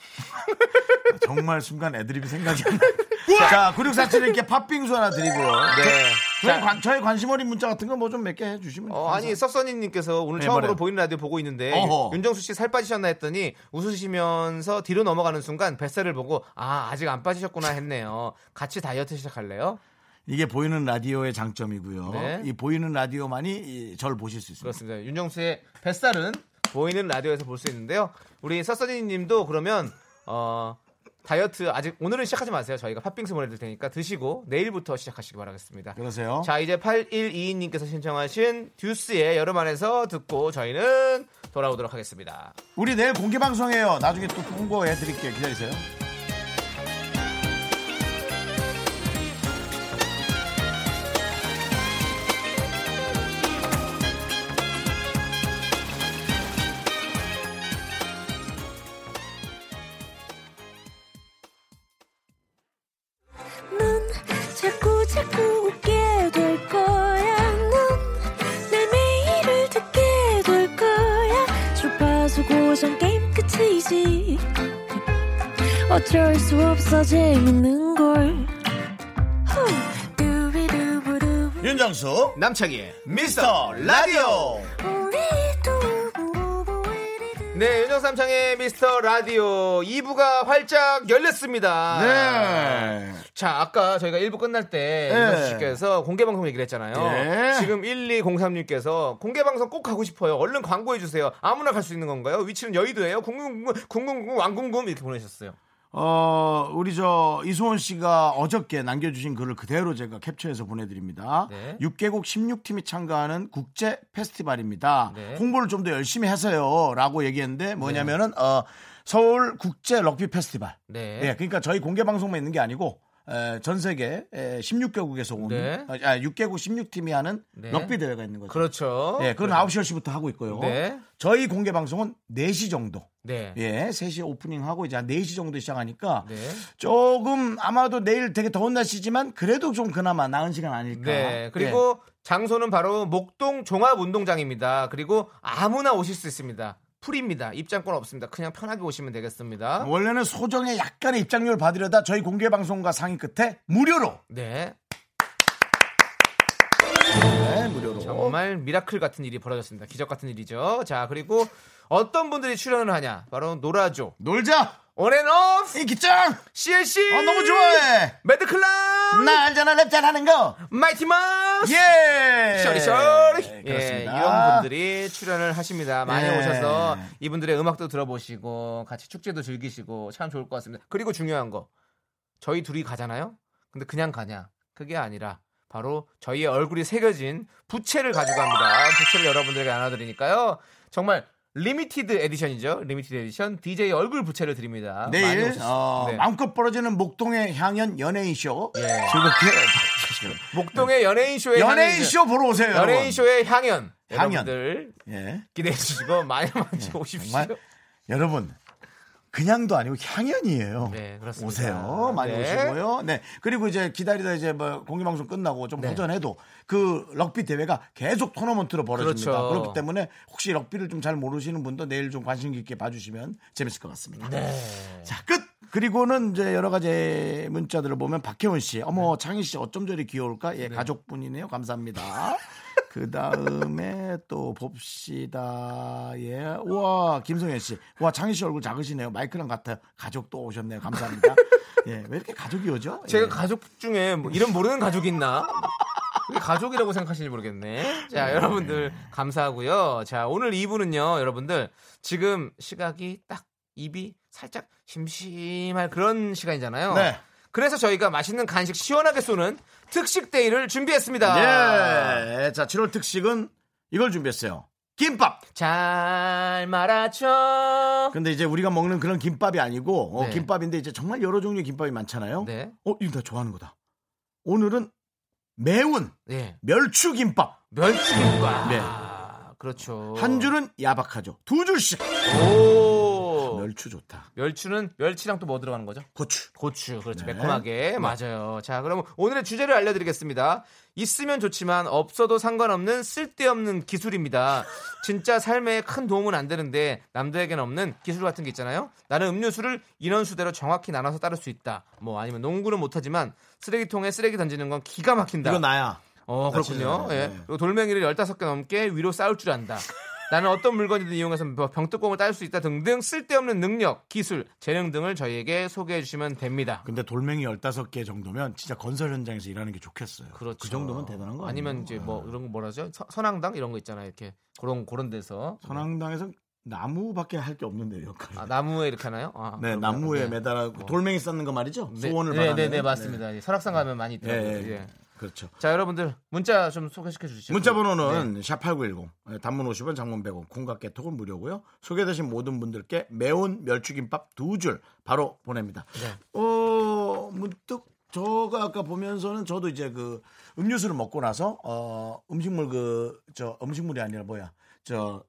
Speaker 2: 아, 정말 순간 애드립이 생각이 안 나. 자, 9647님께 팥빙수 하나 드리고요.
Speaker 3: 네
Speaker 2: 저희, 관, 저희 관심 어린 문자 같은 거 뭐 좀 몇 개 해주시면
Speaker 3: 어, 아니 썩선이님께서 오늘
Speaker 2: 네,
Speaker 3: 처음으로
Speaker 2: 뭐래요?
Speaker 3: 보이는 라디오 보고 있는데
Speaker 2: 어허.
Speaker 3: 윤정수 씨 살 빠지셨나 했더니 웃으시면서 뒤로 넘어가는 순간 뱃살을 보고 아 아직 안 빠지셨구나 했네요. 같이 다이어트 시작할래요?
Speaker 2: 이게 보이는 라디오의 장점이고요.
Speaker 3: 네.
Speaker 2: 이 보이는 라디오만이 이, 절 보실 수 있습니다.
Speaker 3: 그렇습니다. 윤정수의 뱃살은 보이는 라디오에서 볼 수 있는데요. 우리 썩선이님도 그러면 어, 다이어트 아직 오늘은 시작하지 마세요. 저희가 팥빙수 보내드릴 테니까 드시고 내일부터 시작하시기 바라겠습니다.
Speaker 2: 그러세요.
Speaker 3: 자 이제 8122님께서 신청하신 듀스의 여름 안에서 듣고 저희는 돌아오도록 하겠습니다.
Speaker 2: 우리 내일 공개 방송해요. 나중에 또 홍보해 드릴게요. 기다리세요.
Speaker 7: 넌 자꾸 자꾸 웃게 될 거야. 넌내 매일을 듣게 될 거야. 주파수 고정 게임 끝이지. 어쩔 수 없어 재밌는 걸. 후. 두비두부두.
Speaker 2: 윤정수
Speaker 3: 남창희의
Speaker 2: 미스터 라디오.
Speaker 7: 우리 두부부부 우리 두부부.
Speaker 3: 네, 윤정삼창의 미스터 라디오 2부가 활짝 열렸습니다.
Speaker 2: 네.
Speaker 3: 자, 아까 저희가 1부 끝날 때
Speaker 2: 네.
Speaker 3: 윤정수 씨께서 공개방송 얘기를 했잖아요.
Speaker 2: 네.
Speaker 3: 지금 1203님께서 공개방송 꼭 가고 싶어요. 얼른 광고해주세요. 아무나 갈 수 있는 건가요? 위치는 여의도예요? 궁금궁금, 궁금궁금, 왕궁금 이렇게 보내셨어요.
Speaker 2: 어, 우리 저 이소원 씨가 어저께 남겨주신 글을 그대로 제가 캡처해서 보내드립니다.
Speaker 3: 네.
Speaker 2: 6개국 16팀이 참가하는 국제 페스티벌입니다.
Speaker 3: 네.
Speaker 2: 홍보를 좀 더 열심히 하세요. 라고 얘기했는데 뭐냐면은, 어, 서울 국제 럭비 페스티벌.
Speaker 3: 네.
Speaker 2: 예, 그러니까 저희 공개 방송만 있는 게 아니고 에, 전 세계 16개국에서 온
Speaker 3: 네.
Speaker 2: 아, 6개국 16팀이 하는
Speaker 3: 네.
Speaker 2: 럭비 대회가 있는 거죠.
Speaker 3: 그렇죠.
Speaker 2: 예, 그건 9시 10시부터 하고 있고요.
Speaker 3: 네.
Speaker 2: 저희 공개 방송은 4시 정도.
Speaker 3: 네.
Speaker 2: 예, 3시 오프닝 하고 이제 한 4시 정도 시작하니까
Speaker 3: 네.
Speaker 2: 조금 아마도 내일 되게 더운 날씨지만 그래도 좀 그나마 나은 시간 아닐까. 예.
Speaker 3: 네. 그리고 장소는 바로 목동 종합운동장입니다. 그리고 아무나 오실 수 있습니다. 풀입니다. 입장권 없습니다. 그냥 편하게 오시면
Speaker 2: 예.
Speaker 3: 되겠습니다.
Speaker 2: 원래는 소정의 약간의 입장료를 받으려다 저희 공개 방송과 상의 끝에 무료로.
Speaker 3: 네.
Speaker 2: 어? 네, 무료로.
Speaker 3: 정말 미라클 같은 일이 벌어졌습니다. 기적 같은 일이죠. 자, 그리고 어떤 분들이 출연을 하냐? 바로 노라조,
Speaker 2: 놀자.
Speaker 3: 온앤오프
Speaker 2: 인기짱!
Speaker 3: CLC
Speaker 2: 어, 너무 좋아해!
Speaker 3: 매드클럽
Speaker 2: 나 알잖아, 랩잘 하는 거!
Speaker 3: 마이티마스
Speaker 2: 예!
Speaker 3: 쇼리쇼리
Speaker 2: 예,
Speaker 3: 예,
Speaker 2: 그렇습니다.
Speaker 3: 이런 분들이 출연을 하십니다. 많이
Speaker 2: 예.
Speaker 3: 오셔서 이분들의 음악도 들어보시고 같이 축제도 즐기시고 참 좋을 것 같습니다. 그리고 중요한 거 저희 둘이 가잖아요. 근데 그냥 가냐? 그게 아니라 바로 저희의 얼굴이 새겨진 부채를 가지고 갑니다. 부채를 여러분들에게 나눠드리니까요. 정말 리미티드 에디션이죠. 리미티드 에디션 DJ 얼굴 부채를 드립니다. 많이
Speaker 2: 내일,
Speaker 3: 오셨-
Speaker 2: 어,
Speaker 3: 네.
Speaker 2: 마음껏 벌어지는 목동의 향연 연예인쇼.
Speaker 3: 예.
Speaker 2: 즐겁게 봐주시고요.
Speaker 3: 목동의 연예인 쇼에
Speaker 2: 연예인쇼 보러 오세요, 여러분.
Speaker 3: 연예인 쇼의 향연.
Speaker 2: 향연.
Speaker 3: 여러분들
Speaker 2: 예.
Speaker 3: 기대해 주시고 많이 많이 오십시오.
Speaker 2: 네, 정말 여러분 그냥도 아니고 향연이에요.
Speaker 3: 네, 그렇습니다.
Speaker 2: 오세요. 많이
Speaker 3: 네.
Speaker 2: 오시고요. 네. 그리고 이제 기다리다 이제 뭐 공개방송 끝나고 좀
Speaker 3: 네.
Speaker 2: 호전해도 그 럭비 대회가 계속 토너먼트로 벌어집니다.
Speaker 3: 그렇죠.
Speaker 2: 그렇기 때문에 혹시 럭비를 좀 잘 모르시는 분도 내일 좀 관심 깊게 봐주시면 재밌을 것 같습니다.
Speaker 3: 네.
Speaker 2: 자, 끝! 그리고는 이제 여러 가지 문자들을 보면 박혜원 씨,
Speaker 3: 네.
Speaker 2: 어머, 창희 씨 어쩜 저리 귀여울까? 예, 가족분이네요. 감사합니다. 그 다음에 또 봅시다. 예. 우와, 김성현 씨. 우와, 창희 씨 얼굴 작으시네요. 마이크랑 같아요. 가족 또 오셨네요. 감사합니다. 예. 왜 이렇게 가족이 오죠?
Speaker 3: 제가
Speaker 2: 예.
Speaker 3: 가족 중에 뭐 이름 모르는 가족이 있나? 왜 가족이라고 생각하시는지 모르겠네. 자, 여러분들 감사하고요. 자, 오늘 2부는요, 여러분들 지금 시각이 딱 입이 살짝 심심할 그런 시간이잖아요.
Speaker 2: 네.
Speaker 3: 그래서 저희가 맛있는 간식 시원하게 쏘는 특식 데이를 준비했습니다.
Speaker 2: 예. 자, 7월 특식은 이걸 준비했어요. 김밥.
Speaker 3: 잘 말아줘.
Speaker 2: 근데 이제 우리가 먹는 그런 김밥이 아니고 어,
Speaker 3: 네.
Speaker 2: 김밥인데 이제 정말 여러 종류의 김밥이 많잖아요.
Speaker 3: 네.
Speaker 2: 어, 이거 나 좋아하는 거다. 오늘은 매운
Speaker 3: 네.
Speaker 2: 멸추 김밥.
Speaker 3: 멸치김과.
Speaker 2: 네.
Speaker 3: 그렇죠.
Speaker 2: 한 줄은 야박하죠. 두 줄씩.
Speaker 3: 오.
Speaker 2: 멸추 좋다.
Speaker 3: 멸치는 멸치랑 또 뭐 들어가는 거죠?
Speaker 2: 고추.
Speaker 3: 고추 그렇죠
Speaker 2: 네.
Speaker 3: 매콤하게 맞아요 자 그럼 오늘의 주제를 알려드리겠습니다 있으면 좋지만 없어도 상관없는 쓸데없는 기술입니다 진짜 삶에 큰 도움은 안 되는데 남들에게는 없는 기술 같은 게 있잖아요 나는 음료수를 인원수대로 정확히 나눠서 따를 수 있다 뭐 아니면 농구는 못하지만 쓰레기통에 쓰레기 던지는 건 기가 막힌다
Speaker 2: 이거 나야.
Speaker 3: 어 그렇군요.
Speaker 2: 맞아요.
Speaker 3: 예.
Speaker 2: 네.
Speaker 3: 그리고 돌멩이를 15개 넘게 위로 쌓을 줄 안다. 나는 어떤 물건이든 이용해서 뭐 병뚜껑을 딸 수 있다 등등 쓸데없는 능력, 기술, 재능 등을 저희에게 소개해 주시면 됩니다.
Speaker 2: 근데 돌멩이 15개 정도면 진짜 건설 현장에서 일하는 게 좋겠어요.
Speaker 3: 그렇죠.
Speaker 2: 그 정도면 대단한 거 아니에요? 어. 네.
Speaker 3: 아니면 이제 뭐 이런 거 뭐라죠? 서- 선앙당 이런 거 있잖아요. 이렇게 그런 그런 데서
Speaker 2: 선앙당에서 나무밖에 할 게 없는데 역할.
Speaker 3: 아, 나무에 이렇게 하나요? 아,
Speaker 2: 네,
Speaker 3: 그렇구나.
Speaker 2: 나무에
Speaker 3: 네.
Speaker 2: 매달아 돌멩이 쌓는 거 말이죠.
Speaker 3: 네,
Speaker 2: 소원을
Speaker 3: 네,
Speaker 2: 바라는.
Speaker 3: 네, 네, 맞습니다. 예, 설악산 가면 많이
Speaker 2: 네.
Speaker 3: 있더라고요.
Speaker 2: 예, 예.
Speaker 3: 예.
Speaker 2: 그렇죠.
Speaker 3: 자, 여러분들 문자 네. 좀 소개시켜 주시죠.
Speaker 2: 문자 번호는 샵8910 단문 50원 장문 100원 콩과 깨톡은 무료고요. 소개되신 모든 분들께 매운 멸치김밥 두 줄 바로 보냅니다.
Speaker 3: 네.
Speaker 2: 어, 문득 저가 아까 보면서는 저도 이제 그 음료수를 먹고 나서 어, 음식물 그 저 음식물이 아니라 뭐야? 저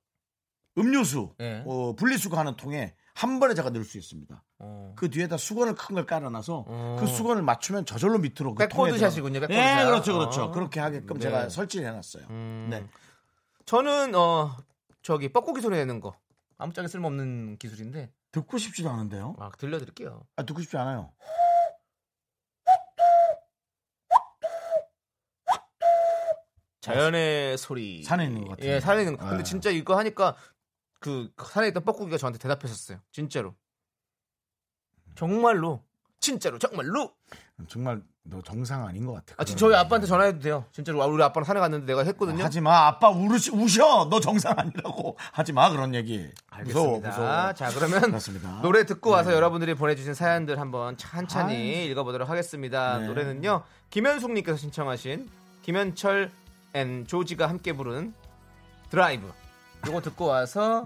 Speaker 2: 음료수
Speaker 3: 네.
Speaker 2: 어, 분리수거하는 통에 한 번에 제가 넣을 수 있습니다.
Speaker 3: 어.
Speaker 2: 그 뒤에다 수건을 큰 걸 깔아놔서
Speaker 3: 어.
Speaker 2: 그 수건을 맞추면 저절로 밑으로 그 통에
Speaker 3: 백보드샷이군요,
Speaker 2: 들어가-
Speaker 3: 백보드샷.
Speaker 2: 예, 그렇죠, 그렇죠.
Speaker 3: 어.
Speaker 2: 그렇게 하게끔
Speaker 3: 네.
Speaker 2: 제가 설치해 놨어요.
Speaker 3: 음.
Speaker 2: 네.
Speaker 3: 저는 어 저기 뻐꾸기 소리 내는 거 아무짝에 쓸모없는 기술인데
Speaker 2: 듣고 싶지도 않은데요.
Speaker 3: 막 들려드릴게요.
Speaker 2: 아, 듣고 싶지 않아요.
Speaker 3: 자연의 소리.
Speaker 2: 산에 있는 것 같아요.
Speaker 3: 예, 산에 있는 거.
Speaker 2: 예.
Speaker 3: 근데 진짜 이거 하니까 그 산에 있던 뻐꾸기가 저한테 대답했었어요. 진짜로. 정말로. 진짜로 정말로.
Speaker 2: 음, 정말 너 정상 아닌 것 같아.
Speaker 3: 아, 지금 저희 아빠한테 전화해도 돼요. 진짜로 아, 우리 아빠랑 산에 갔는데 내가 했거든요.
Speaker 2: 음. 하지 마, 아빠 우르시, 우셔. 너 정상 아니라고 하지 마 그런 얘기. 무서워,
Speaker 3: 알겠습니다.
Speaker 2: 무서워.
Speaker 3: 자, 그러면
Speaker 2: 그렇습니다.
Speaker 3: 아, 노래 듣고 와서
Speaker 2: 네.
Speaker 3: 여러분들이 보내주신 사연들 한번 천천히 읽어보도록 하겠습니다.
Speaker 2: 아, 네.
Speaker 3: 노래는요 김현숙님께서 신청하신 김현철 앤 조지가 함께 부른 드라이브. 이거 듣고 와서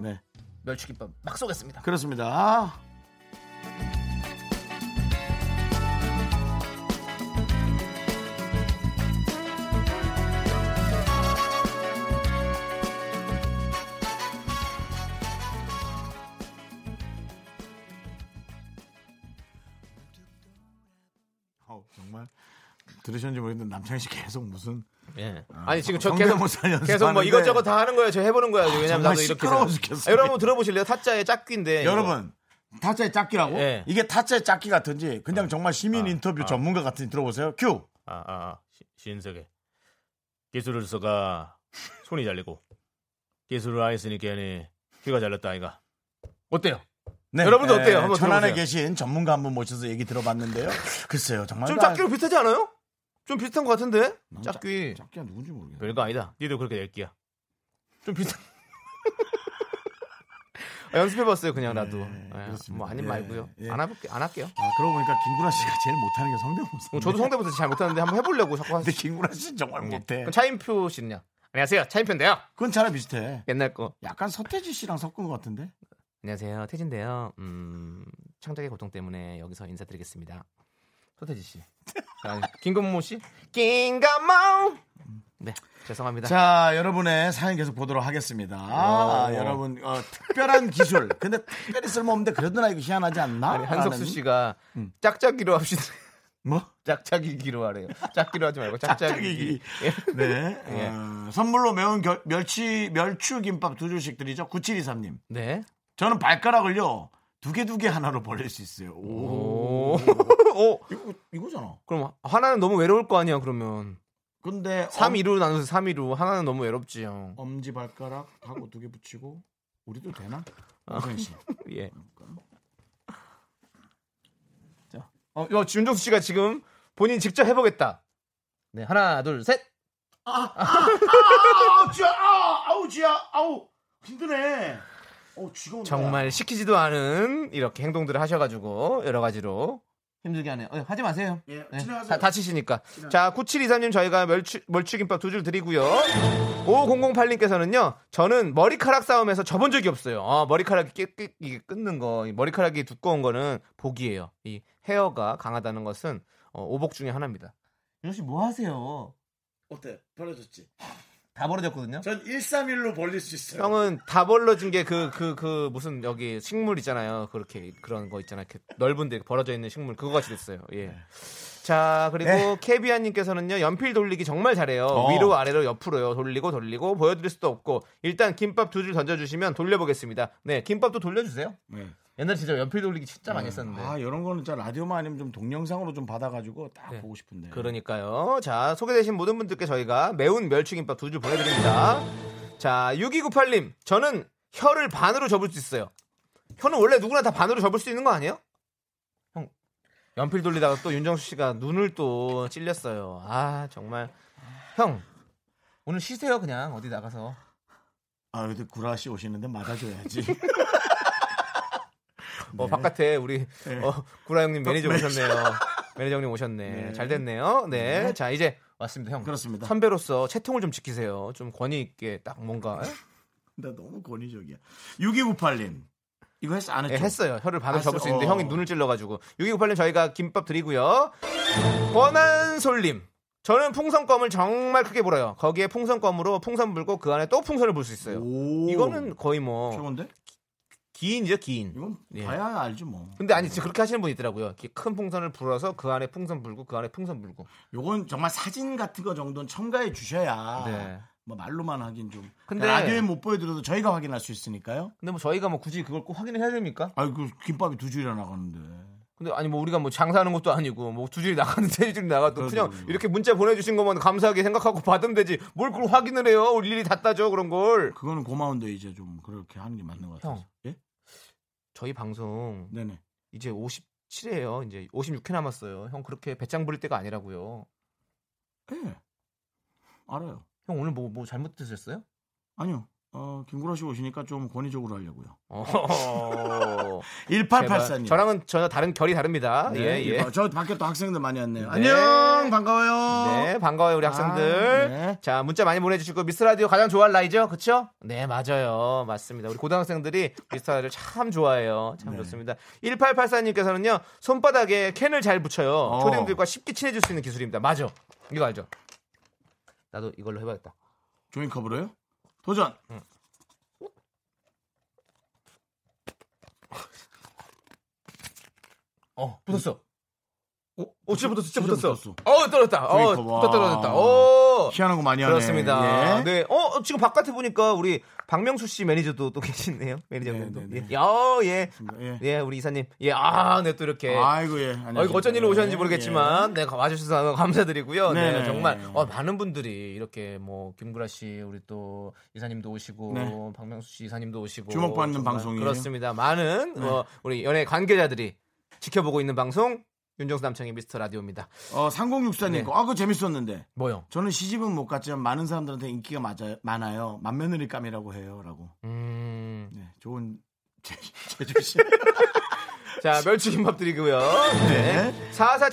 Speaker 2: 네,
Speaker 3: 멸치김밥 막 쏘겠습니다.
Speaker 2: 그렇습니다. 어, 정말 들으셨는지 모르겠는데 남창희 씨 계속 무슨
Speaker 3: 예. 아니 지금 저 계속
Speaker 2: 그, 성대모사
Speaker 3: 계속 뭐
Speaker 2: 연습하는데 아,
Speaker 3: 이것저것 다 하는 거예요. 저 해보는 거예요. 왜냐면
Speaker 2: 정말
Speaker 3: 나도 이렇게
Speaker 2: 시끄러워
Speaker 3: 해서.
Speaker 2: 죽겠어요.
Speaker 3: 아, 여러분 들어보실래요? 타짜의 짝귀인데 이거. 아,
Speaker 2: 여러분 타짜의 짝기라고?
Speaker 3: 예. 어. 아.
Speaker 2: 이게 타짜의 짝기 같은지 그냥 정말 시민 인터뷰 전문가 같은지 들어보세요. 큐.
Speaker 8: 아, 아, 시- 신세계. 기술을 써가 손이 잘리고 기술을 안 했으니 괜히 귀가 잘렸다 아이가.
Speaker 3: 어때요? 여러분들 어때요? 한번
Speaker 2: 네. 예. 천안에
Speaker 3: 들어보세요.
Speaker 2: 계신 전문가 한 분 모셔서 얘기 들어봤는데요. 글쎄요, 정말
Speaker 3: 좀
Speaker 2: 나-
Speaker 3: 짝귀로 비슷하지 않아요? 좀 비슷한 것 같은데?
Speaker 2: 난 짝-
Speaker 3: 짝귀.
Speaker 2: 짝귀가 누군지 모르겠네.
Speaker 8: 별거 아니다. 니도 그렇게 낼기야.
Speaker 3: 좀 비슷한. 아, 연습해봤어요, 그냥 나도. 예,
Speaker 2: 그렇습니다.
Speaker 3: 뭐, 아님
Speaker 2: 예,
Speaker 3: 말고요.
Speaker 2: 예.
Speaker 3: 안, 해볼게, 안 할게요.
Speaker 2: 아, 그러고 보니까 김구라 씨가 제일 못하는 게 성대모사.
Speaker 3: 어, 저도 성대부터 잘 못하는데 한번 해보려고 자꾸
Speaker 2: 근데
Speaker 3: 하시죠.
Speaker 2: 김구라 씨는 정말 못해.
Speaker 3: 그럼 차인표 씨는요? 안녕하세요, 차인표인데요.
Speaker 2: 그건 차라리 비슷해.
Speaker 3: 옛날 거.
Speaker 2: 약간 서태지 씨랑 섞은 것 같은데.
Speaker 3: 안녕하세요, 태진데요. 음, 창작의 고통 때문에 여기서 인사드리겠습니다. 서태지 씨. 아니, 김건모 씨? 김건모! 네, 죄송합니다.
Speaker 2: 자, 여러분의 사연 계속 보도록 하겠습니다. 아,
Speaker 3: 어.
Speaker 2: 여러분, 어, 특별한 기술. 근데 특별히 쓸모없는데 그래도 나 이거 희한하지 않나?
Speaker 3: 아니, 한석수
Speaker 2: 라는-
Speaker 3: 씨가 짝짝이로 합시다.
Speaker 2: 뭐?
Speaker 3: 짝짝이기로 하래요. 짝기로 하지 말고
Speaker 2: 짝짝이기.
Speaker 3: 짝짝이기. 예.
Speaker 2: 네.
Speaker 3: 예.
Speaker 2: 어, 선물로 매운 결- 멸치, 멸추김밥 두 줄씩 드리죠. 9723님.
Speaker 3: 네.
Speaker 2: 저는 발가락을요, 두 개 두 개 하나로 벌릴 수 있어요.
Speaker 3: 오.
Speaker 2: 오.
Speaker 3: 오.
Speaker 2: 이거, 이거잖아.
Speaker 3: 그럼 하나는 너무 외로울 거 아니야, 그러면.
Speaker 2: 근데.
Speaker 3: 3, 2로 나눠서 3, 2로. 하나는 너무 외롭지, 형.
Speaker 2: 엄지 발가락 하고 두 개 붙이고 우리도 되나? 우선 씨.
Speaker 3: 예. 자. 어, 이거 윤정수 씨가 지금 본인 직접 해보겠다. 네, 하나, 둘, 셋.
Speaker 2: 아우 쥐야 아, 아우 쥐야 아우 힘드네. 어 쥐가 온다.
Speaker 3: 정말 시키지도 않은 이렇게 행동들을 하셔가지고 여러 가지로 힘들게 하네요. 어, 하지 마세요.
Speaker 2: 예,
Speaker 3: 네,
Speaker 2: 지나가세요.
Speaker 3: 다, 다치시니까. 자, 9723님 저희가 멸치, 멸치김밥 두 줄 드리고요. 5008님께서는요, 저는 머리카락 싸움에서 져본 적이 없어요. 아, 머리카락이 깨, 깨, 이게 끊는 거, 이 머리카락이 두꺼운 거는 복이에요. 이 헤어가 강하다는 것은 어, 오복 중에 하나입니다.
Speaker 2: 역시 뭐 하세요? 어때? 벌어졌지.
Speaker 3: 다 벌어졌거든요.
Speaker 2: 전 131로 벌릴 수 있어요.
Speaker 3: 형은 다 벌러진 게 그 그 그 무슨 여기 식물 있잖아요. 그렇게 그런 거 있잖아요. 이렇게 넓은데 벌어져 있는 식물 그거 같이 됐어요. 예. 자 그리고 케비아님께서는요 연필 돌리기 정말 잘해요.
Speaker 2: 어.
Speaker 3: 위로 아래로 옆으로요 돌리고 돌리고 보여드릴 수도 없고 일단 김밥 두 줄 던져주시면 돌려보겠습니다. 네 김밥도 돌려주세요.
Speaker 2: 네.
Speaker 3: 옛날 진짜 연필 돌리기 진짜 많이 했었는데.
Speaker 2: 아 이런 거는 진짜 라디오만 아니면 좀 동영상으로 좀 받아가지고 딱
Speaker 3: 네.
Speaker 2: 보고 싶은데.
Speaker 3: 그러니까요. 자, 소개되신 모든 분들께 저희가 매운 멸치김밥 두 줄 보내드립니다. 자, 6298님. 저는 혀를 반으로 접을 수 있어요. 혀는 원래 누구나 다 반으로 접을 수 있는 거 아니에요? 형, 연필 돌리다가 또 윤정수 씨가 눈을 또 찔렸어요. 아, 정말. 형, 오늘 쉬세요, 그냥. 어디 나가서.
Speaker 2: 아 근데 구라 씨 오시는데 맞아줘야지.
Speaker 3: 어, 바깥에 우리 어, 구라 형님 매니저
Speaker 2: 네.
Speaker 3: 오셨네요. 매니저 형님 오셨네.
Speaker 2: 네.
Speaker 3: 잘 됐네요. 네. 자, 이제 왔습니다, 형.
Speaker 2: 그렇습니다.
Speaker 3: 선배로서 채통을 좀 지키세요. 좀 권위 있게 딱 뭔가 예?
Speaker 2: 나 너무 권위적이야. 6298님 이거 했어 안
Speaker 3: 예,
Speaker 2: 했죠?
Speaker 3: 했어요. 혀를 반으로
Speaker 2: 네, 알았어.
Speaker 3: 접을 수 있는데
Speaker 2: 어.
Speaker 3: 형이 눈을 찔러가지고 6298님 저희가 김밥 드리고요. 권한솔님 저는 풍선껌을 정말 크게 불어요. 거기에 풍선껌으로 풍선 불고 그 안에 또 풍선을 불 수 있어요.
Speaker 2: 오.
Speaker 3: 이거는 거의 뭐
Speaker 2: 최고인데?
Speaker 3: 기인이죠 기인.
Speaker 2: 이건
Speaker 3: 예.
Speaker 2: 봐야 알지 뭐.
Speaker 3: 근데 아니 진짜 그렇게 하시는 분이 있더라고요. 이렇게 큰 풍선을 불어서 그 안에 풍선 불고 그 안에 풍선 불고.
Speaker 2: 요건 정말 사진 같은 거 정도는 첨가해 주셔야
Speaker 3: 네.
Speaker 2: 뭐 말로만 하긴 좀
Speaker 3: 근데-
Speaker 2: 라디오에 못 보여드려도 저희가 확인할 수 있으니까요.
Speaker 3: 근데 뭐 저희가 뭐 굳이 그걸 꼭 확인을 해야 됩니까?
Speaker 2: 아이 그 김밥이 두 줄이나 나가는데
Speaker 3: 근데 아니 뭐 우리가 뭐 장사하는 것도 아니고 뭐 두 줄이 나가는 세 줄이 나가도
Speaker 2: 그러죠,
Speaker 3: 그냥
Speaker 2: 그러죠.
Speaker 3: 이렇게 문자 보내주신 것만 감사하게 생각하고 받으면 되지 뭘 그걸 확인을 해요 일일이 다 따져 그런 걸
Speaker 2: 그거는 고마운데 이제 좀 그렇게 하는 게 맞는 것 같아요.
Speaker 3: 형.
Speaker 2: 예?
Speaker 3: 저희 방송
Speaker 2: 네네.
Speaker 3: 이제 57회예요 이제 56회 남았어요 형 그렇게 배짱 부릴 때가 아니라고요
Speaker 2: 예. 알아요.
Speaker 3: 형 오늘 뭐, 뭐 잘못 드셨어요?
Speaker 2: 아니요. 어, 김구라 씨 오시니까 좀 권위적으로 하려고요.
Speaker 3: 어.
Speaker 2: 1884님.
Speaker 3: 저랑은 전혀 다른 결이 다릅니다
Speaker 2: 네,
Speaker 3: 예예
Speaker 2: 이봐. 저 밖에 또 학생들 많이 왔네요.
Speaker 3: 네.
Speaker 2: 안녕, 반가워요.
Speaker 3: 네 반가워요 우리 학생들
Speaker 2: 아, 네.
Speaker 3: 자 문자 많이 보내주시고 미스라디오 가장 좋아할 나이죠 그쵸? 네 맞아요 맞습니다 우리 고등학생들이 미스라디오 참 좋아해요 참
Speaker 2: 네.
Speaker 3: 좋습니다 1884님께서는요 손바닥에 캔을 잘 붙여요
Speaker 2: 어.
Speaker 3: 초딩들과 쉽게 친해질 수 있는 기술입니다 맞아 이거 알죠? 나도 이걸로 해봐야겠다
Speaker 2: 조인컵으로요? 도전.
Speaker 3: 어 붙었어
Speaker 2: 어,
Speaker 3: 오, 진짜 붙었어, 진짜 붙었어.
Speaker 2: 붙었어.
Speaker 3: 어, 떨어졌다. 어,
Speaker 2: 그러니까, 와.
Speaker 3: 붙다 떨어졌다. 오.
Speaker 2: 희한한 거 많이 하네.
Speaker 3: 그렇습니다.
Speaker 2: 예.
Speaker 3: 네. 어, 지금 바깥에 보니까 우리 박명수 씨 매니저도 또 계시네요. 매니저분도.
Speaker 2: 네, 네,
Speaker 3: 예. 어, 예.
Speaker 2: 예.
Speaker 3: 예, 우리 이사님. 예, 아, 네, 또 이렇게.
Speaker 2: 아이고 예.
Speaker 3: 어, 이거 어쩐 일로 오셨는지
Speaker 2: 예,
Speaker 3: 모르겠지만, 네, 와주셔서 감사드리고요. 네,
Speaker 2: 네.
Speaker 3: 정말, 어, 많은 분들이 이렇게 뭐, 김구라 씨, 우리 또, 이사님도 오시고,
Speaker 2: 네.
Speaker 3: 박명수 씨 이사님도 오시고.
Speaker 2: 주목받는
Speaker 3: 정말
Speaker 2: 방송이에요. 네.
Speaker 3: 그렇습니다. 많은, 어, 우리 연예 관계자들이 지켜보고 있는 방송, 윤정수 남창의 미스터 라디오입니다.
Speaker 2: 예. 어 3064님
Speaker 3: 네.
Speaker 2: 거. 아 그거 재밌었는데.
Speaker 3: 뭐요?
Speaker 2: 저는 시집은 못 갔지만 많은 사람들한테 인기가 맞아, 많아요. 만며느리감이라고 해요라고.
Speaker 3: 음,
Speaker 2: 네. 좋은 제- 제주시.
Speaker 3: 자, 멸치김밥 드리고요. 네.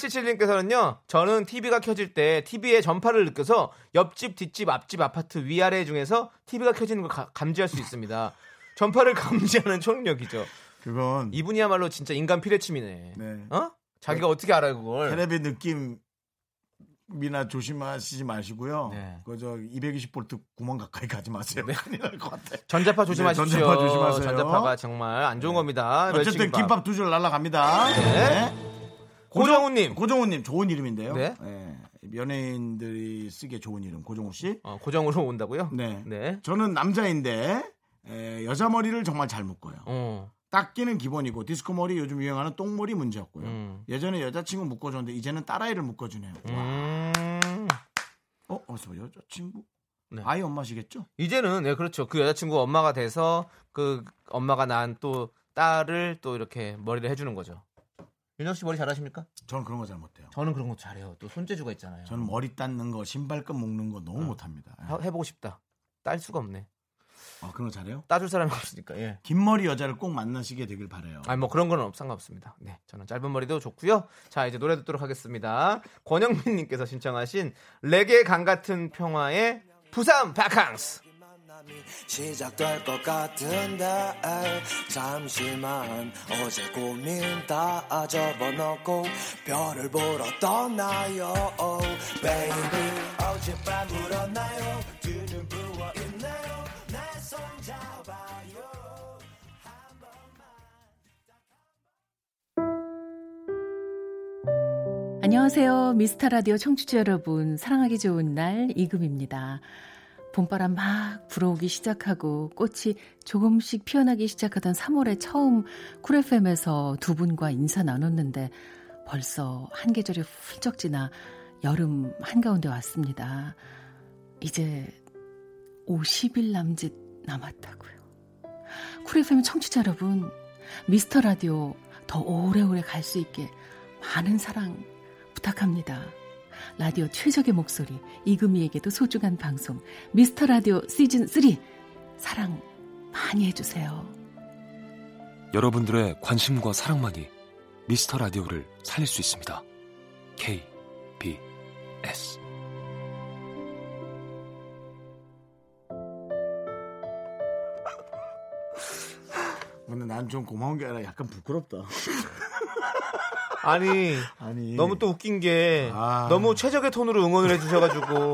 Speaker 3: 4477님께서는요, 저는 TV가 켜질 때 TV의 전파를 느껴서 옆집, 뒷집, 앞집, 아파트 위아래 중에서 TV가 켜지는 걸 가- 감지할 수 있습니다. 전파를 감지하는 초능력이죠.
Speaker 2: 그건
Speaker 3: 이분이야말로 진짜 인간 피레침이네.
Speaker 2: 네.
Speaker 3: 어? 자기가 어떻게 알아요, 그걸?
Speaker 2: 테레비 느낌. 이나 조심하시지 마시고요.
Speaker 3: 네.
Speaker 2: 그저 220볼트 구멍 가까이 가지 마세요. 큰일 날 것 같아.
Speaker 3: 전자파 조심하십시오.
Speaker 2: 네, 전자파 조심하세요. 네.
Speaker 3: 가 정말 안 좋은 겁니다.
Speaker 2: 어쨌든
Speaker 3: 멸치김밥.
Speaker 2: 김밥 두 줄 날라갑니다.
Speaker 3: 네. 고정우님.
Speaker 2: 고정우님 좋은 이름인데요.
Speaker 3: 네.
Speaker 2: 예, 연예인들이 쓰기에 좋은 이름 고정우 씨.
Speaker 3: 어, 고정으로 온다고요?
Speaker 2: 네.
Speaker 3: 네.
Speaker 2: 저는 남자인데 예, 여자 머리를 정말 잘 묶어요.
Speaker 3: 어.
Speaker 2: 닦기는 기본이고 디스코 머리 요즘 유행하는 똥머리 문제였고요.
Speaker 3: 음.
Speaker 2: 예전에 여자친구 묶어줬는데 이제는 딸아이를 묶어주네요. 와.
Speaker 3: 음.
Speaker 2: 어, 어서 여자친구?
Speaker 3: 네.
Speaker 2: 아이 엄마시겠죠?
Speaker 3: 이제는 예 그렇죠 그 여자친구 엄마가 돼서 그 엄마가 난 또 딸을 또 이렇게 머리를 해주는 거죠 윤정 씨 머리 잘하십니까?
Speaker 2: 저는 그런 거 잘 못해요.
Speaker 3: 저는 그런 거 잘해요 또 손재주가 있잖아요
Speaker 2: 저는 머리 닦는 거, 신발끈 묶는 거
Speaker 3: 어.
Speaker 2: 너무 못합니다. 예.
Speaker 3: 하- 해보고 싶다 딸 수가 없네
Speaker 2: 아, 그런 거 잘해요?
Speaker 3: 따줄 사람이 없으니까 예.
Speaker 2: 긴 머리 여자를 꼭 만나시게 되길 바래요.
Speaker 3: 아니 뭐 그런 거는 없- 상관없습니다 네 저는 짧은 머리도 좋고요 자 이제 노래 듣도록 하겠습니다 권영민 님께서 신청하신 레게 강 같은 평화의 부산 바캉스
Speaker 9: 시작될 것 같은데 잠시만 어제 고민 다 접어넣고 별을 보러 떠나요 baby 어젯밤 울었나요 두 눈 부어 있나요 내 손 잡아요
Speaker 10: 안녕하세요. 미스터 라디오 청취자 여러분. 사랑하기 좋은 날 이금입니다. 봄바람 막 불어오기 시작하고 꽃이 조금씩 피어나기 시작하던 3월에 처음 쿨FM에서 두 분과 인사 나눴는데 벌써 한 계절이 훌쩍 지나 여름 한가운데 왔습니다. 이제 50일 남짓 남았다고요. 쿨FM 청취자 여러분, 미스터 라디오 더 오래오래 갈 수 있게 많은 사랑 부탁합니다. 라디오 최적의 목소리 이금희에게도 소중한 방송 미스터 라디오 시즌 3 사랑 많이 해주세요.
Speaker 11: 여러분들의 관심과 사랑만이 미스터 라디오를 살릴 수 있습니다. K, B, S.
Speaker 2: 근데 난 좀 고마운 게 아니라 약간 부끄럽다.
Speaker 3: 아니
Speaker 2: 아니
Speaker 3: 너무 또 웃긴 게
Speaker 2: 예. 아.
Speaker 3: 너무 최적의 톤으로 응원을 해주셔가지고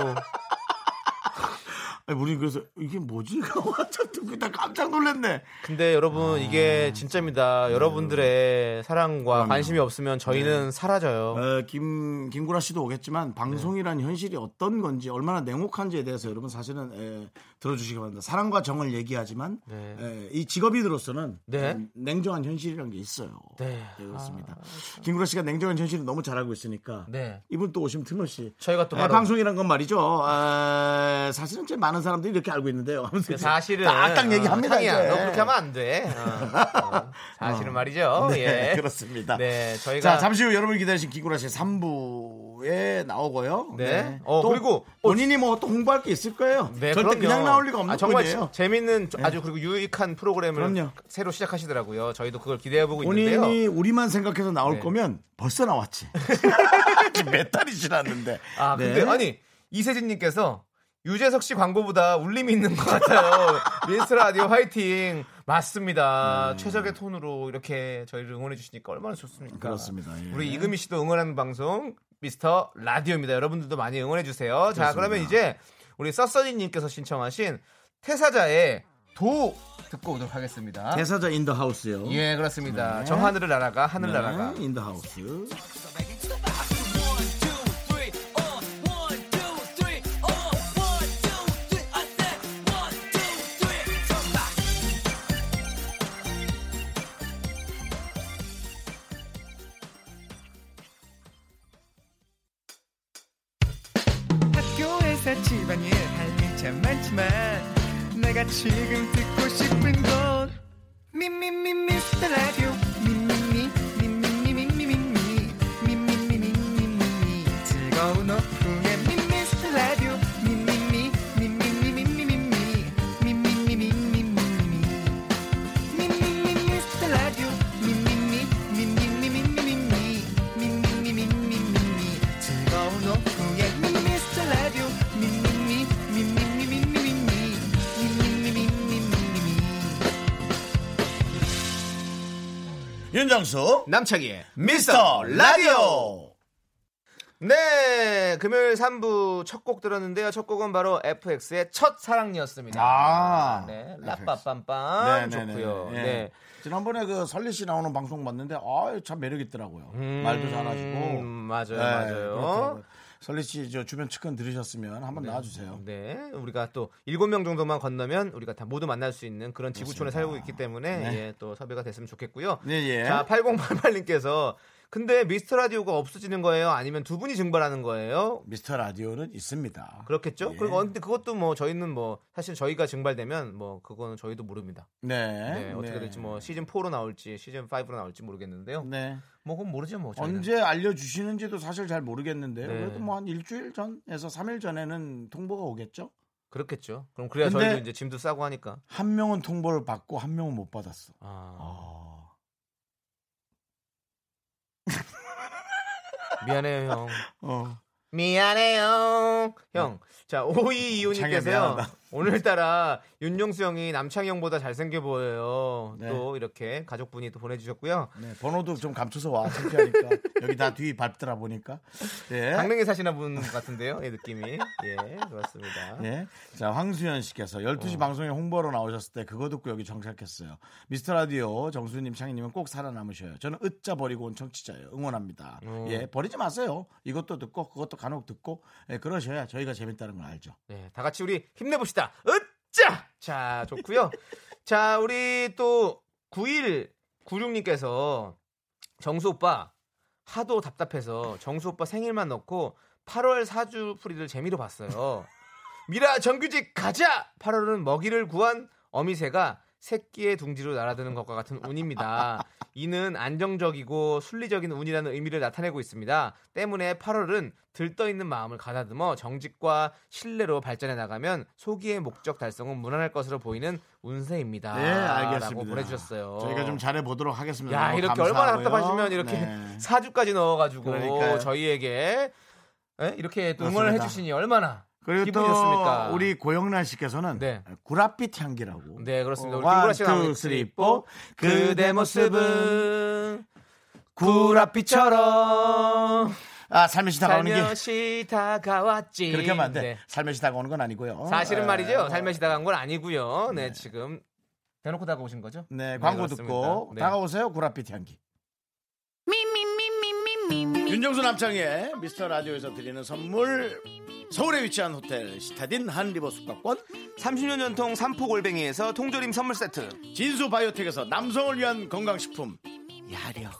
Speaker 2: 아니, 우리 그래서 이게 뭐지? 완전 듣고 나 깜짝 놀랐네.
Speaker 3: 근데 여러분
Speaker 2: 아.
Speaker 3: 이게 진짜입니다. 여러분들의 사랑과 관심이 없으면 저희는 사라져요.
Speaker 2: 어, 김 김구라 씨도 오겠지만 방송이란
Speaker 3: 네.
Speaker 2: 현실이 어떤 건지 얼마나 냉혹한지에 대해서 여러분 사실은 에, 들어주시기 바랍니다. 사랑과 정을 얘기하지만
Speaker 3: 네.
Speaker 2: 에, 이 직업인으로서는
Speaker 3: 네.
Speaker 2: 좀 냉정한 현실이라는 게 있어요.
Speaker 3: 네. 그렇죠.
Speaker 2: 그렇습니다. 김구라 씨가 냉정한 현실을 너무 잘하고 있으니까
Speaker 3: 네.
Speaker 2: 이분 또 오시면 틀면 씨.
Speaker 3: 저희가 또
Speaker 2: 에,
Speaker 3: 바로-
Speaker 2: 방송이란 건 말이죠. 에, 사실은 제 많은 사람들이 이렇게 알고 있는데요. 하면서
Speaker 3: 그 사실은
Speaker 2: 딱딱 얘기합니다.
Speaker 3: 야
Speaker 2: 이제.
Speaker 3: 너 그렇게 하면 안 돼. 어, 어, 사실은 말이죠.
Speaker 2: 네,
Speaker 3: 예.
Speaker 2: 그렇습니다.
Speaker 3: 네, 저희가
Speaker 2: 자, 잠시 후 여러분 기다리신 김구라 씨 3부에 나오고요.
Speaker 3: 네. 어, 그리고-
Speaker 2: 본인이 뭐 또 홍보할 게 있을 거예요.
Speaker 3: 네,
Speaker 2: 절대
Speaker 3: 그럼요.
Speaker 2: 그냥 나올 리가 없는
Speaker 3: 아, 정말
Speaker 2: 분이에요. 네.
Speaker 3: 지- 재밌는 아주 그리고 유익한 프로그램을
Speaker 2: 그럼요.
Speaker 3: 새로 시작하시더라고요. 저희도 그걸 기대해 보고 있는데요.
Speaker 2: 본인이 우리만 생각해서 나올
Speaker 3: 네.
Speaker 2: 거면 벌써 나왔지. 지금 몇 달이 지났는데.
Speaker 3: 아 근데
Speaker 2: 네.
Speaker 3: 아니 이세진님께서 유재석 씨 광고보다 울림이 있는 것 같아요. 미스터 라디오 화이팅 맞습니다. 최적의 톤으로 이렇게 저희를 응원해 주시니까 얼마나 좋습니까?
Speaker 2: 그렇습니다. 예.
Speaker 3: 우리 이금희 씨도 응원하는 방송 미스터 라디오입니다. 여러분들도 많이 응원해 주세요. 자 그러면 이제 우리 써써니님께서 신청하신 태사자의 도 듣고 오도록 하겠습니다.
Speaker 2: 대사자 인더 하우스요.
Speaker 3: 네.
Speaker 2: 네,
Speaker 3: 예 그렇습니다. 저 하늘을 날아가 하늘 날아가.
Speaker 2: 인더 하우스.
Speaker 9: 내
Speaker 12: 혼자 집안일 할 일 참 많지만 내가 지금 듣고 싶은 건 미미미 미스터 라디오 미미미 미미미 미미미 미미미 미미미 미미미 즐거운 오후에 미미스터 라디오 미미미 미미미 미미미 미미미 미미미 미미미 미스터 라디오 미미미 미미미 미미미 미미미 미미미 즐거운 오후에 미스터 라디오 미미미 미미미 미미미 미미미
Speaker 3: 윤정수 남창희의 미스터 라디오 네 금요일 3부 첫 곡 들었는데요 첫 곡은 바로 FX의 첫 사랑이었습니다
Speaker 2: 아,
Speaker 3: 네
Speaker 2: FX.
Speaker 3: 라빠빰빰
Speaker 2: 네네네.
Speaker 3: 좋고요
Speaker 2: 예.
Speaker 3: 네.
Speaker 2: 지난번에 그 설리 씨 나오는 방송 봤는데 아참 매력 있더라고요.
Speaker 3: 음,
Speaker 2: 예. 말도 잘하시고
Speaker 3: 맞아요
Speaker 2: 네,
Speaker 3: 맞아요
Speaker 2: 그렇더라고요. 설리 씨 저 주변 측근 들으셨으면 한번 나와주세요.
Speaker 3: 네, 우리가 또 일곱 명 정도만 건너면 우리가 다 모두 만날 수 있는 그런 지구촌에 살고 있기 때문에
Speaker 2: 네.
Speaker 3: 예, 또 섭외가 됐으면 좋겠고요.
Speaker 2: 예, 예.
Speaker 3: 자, 8088님께서 근데 미스터 라디오가 없어지는 거예요? 아니면 두 분이 증발하는 거예요?
Speaker 2: 미스터 라디오는 있습니다.
Speaker 3: 그렇겠죠?
Speaker 2: 예.
Speaker 3: 그리고 어, 근데 그것도 뭐 저희는 뭐 사실 저희가 증발되면 뭐 그거는 저희도 모릅니다.
Speaker 2: 네.
Speaker 3: 네, 어떻게
Speaker 2: 네.
Speaker 3: 될지 뭐 시즌 4로 나올지 시즌 5로 나올지 모르겠는데요.
Speaker 2: 네.
Speaker 3: 뭐 그건 모르죠 뭐. 저희는.
Speaker 2: 언제 알려주시는지도 사실 잘 모르겠는데요.
Speaker 3: 네.
Speaker 2: 그래도 뭐 한 일주일 전에서 3일 전에는 통보가 오겠죠?
Speaker 3: 그렇겠죠. 그럼 그래야
Speaker 2: 근데-
Speaker 3: 저희도 이제 짐도 싸고 하니까.
Speaker 2: 한 명은 통보를 받고 한 명은 못 받았어.
Speaker 3: 아,
Speaker 2: 아. 아.
Speaker 3: 미안해요 형.
Speaker 2: 어.
Speaker 3: 미안해요. 형. 자,
Speaker 2: 창이야,
Speaker 3: 5225님께서요.
Speaker 2: 미안하다.
Speaker 3: 오늘따라 윤용수 형이 남창희 형보다 잘생겨 보여요.
Speaker 2: 네.
Speaker 3: 또 이렇게 가족분이 또 보내주셨고요.
Speaker 2: 네, 번호도 좀 감춰서 와. 창피하니까. 여기 다 뒤 밟더라 보니까. 예.
Speaker 3: 강릉에 사시나 분 같은데요. 이 느낌이. 예, 그렇습니다.
Speaker 2: 예. 자, 황수현 씨께서 12시 방송에 홍보하러 나오셨을 때 그거 듣고 여기 정착했어요. 미스터 라디오 정수님, 창희님은 꼭 살아남으셔요. 저는 으짜 버리고 온 청취자예요. 응원합니다.
Speaker 3: 어.
Speaker 2: 예. 버리지 마세요. 이것도 듣고 그것도 간혹 듣고 예, 그러셔야 저희가 재밌다는 걸 알죠.
Speaker 3: 네, 다 같이 우리 힘내봅시다. 으짜! 자, 좋고요. 자, 우리 또 9196님께서 정수 오빠 하도 답답해서 정수 오빠 생일만 넣고 8월 사주 풀이를 재미로 봤어요. 미라 정규직 가자! 8월은 먹이를 구한 어미새가 새끼의 둥지로 날아드는 것과 같은 운입니다. 이는 안정적이고 순리적인 운이라는 의미를 나타내고 있습니다. 때문에 8월은 들떠있는 마음을 가다듬어 정직과 신뢰로 발전해 나가면 소기의 목적 달성은 무난할 것으로 보이는 운세입니다.
Speaker 2: 네,
Speaker 3: 라고
Speaker 2: 알겠습니다.
Speaker 3: 보내주셨어요.
Speaker 2: 저희가 좀 잘해 보도록 하겠습니다.
Speaker 3: 야,
Speaker 2: 너무
Speaker 3: 이렇게 얼마나
Speaker 2: 음. 뭐 감사하고요.
Speaker 3: 답답하시면 이렇게
Speaker 2: 네.
Speaker 3: 사주까지 넣어가지고
Speaker 2: 그러니까요.
Speaker 3: 저희에게 예? 이렇게 또 응원을
Speaker 2: 맞습니다.
Speaker 3: 해주시니 얼마나
Speaker 2: 그리고
Speaker 3: 기분이
Speaker 2: 또
Speaker 3: 좋습니까?
Speaker 2: 우리 고영란 씨께서는
Speaker 3: 네.
Speaker 2: 구랏빛 향기라고.
Speaker 3: 네 그렇습니다. 우리
Speaker 2: 어,
Speaker 3: 김구라
Speaker 2: 원,
Speaker 3: 씨가 나오는
Speaker 2: 투, 쓰리, 포.
Speaker 3: 그대 모습은 구라빛처럼
Speaker 2: 아, 삶의시 다가오는 게
Speaker 3: 살며시 다가왔지.
Speaker 2: 그렇게 하면 안 돼.
Speaker 3: 네.
Speaker 2: 삶의시 다가오는 건 아니고요.
Speaker 3: 사실은
Speaker 2: 어,
Speaker 3: 말이죠.
Speaker 2: 어,
Speaker 3: 살며시 다가온 건 아니고요. 네, 지금 대놓고 다가오신 거죠?
Speaker 2: 네, 광고
Speaker 3: 그렇습니다.
Speaker 2: 듣고
Speaker 3: 네.
Speaker 2: 다가오세요. 구랏빛 향기. 윤정수 남창의 미스터 라디오에서 드리는 선물 서울에 위치한 호텔 시타딘 한 리버 숙박권
Speaker 3: 30년 전통 삼포골뱅이에서 통조림 선물 세트.
Speaker 2: 진수 바이오텍에서 남성을 위한 건강식품
Speaker 3: 야력.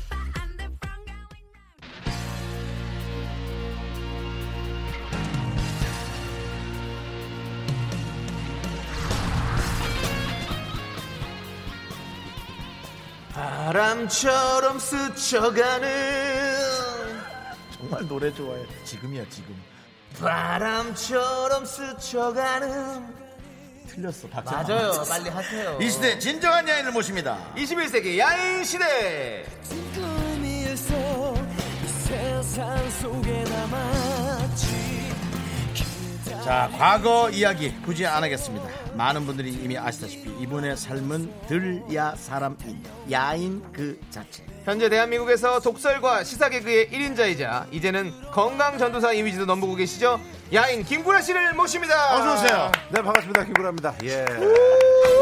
Speaker 3: 바람처럼 스쳐가는
Speaker 2: 정말 노래 좋아해 지금이야 지금
Speaker 3: 바람처럼 스쳐가는
Speaker 2: 틀렸어 박자
Speaker 3: 맞아요 빨리 하세요
Speaker 2: 이 시대 진정한 야인을 모십니다
Speaker 3: 21세기 야인 시대
Speaker 12: 지금이에서 이 세상 속에 남았지 기다려
Speaker 2: 자, 과거 이야기 굳이 안 하겠습니다. 많은 분들이 이미 아시다시피 이분의 삶은 들야 사람인 야인 그 자체.
Speaker 3: 현재 대한민국에서 독설과 시사개그의 1인자이자 이제는 건강 전도사 이미지도 넘보고 계시죠? 야인 김구라 씨를 모십니다.
Speaker 2: 어서 오세요.
Speaker 6: 네, 반갑습니다. 김구라입니다. 예.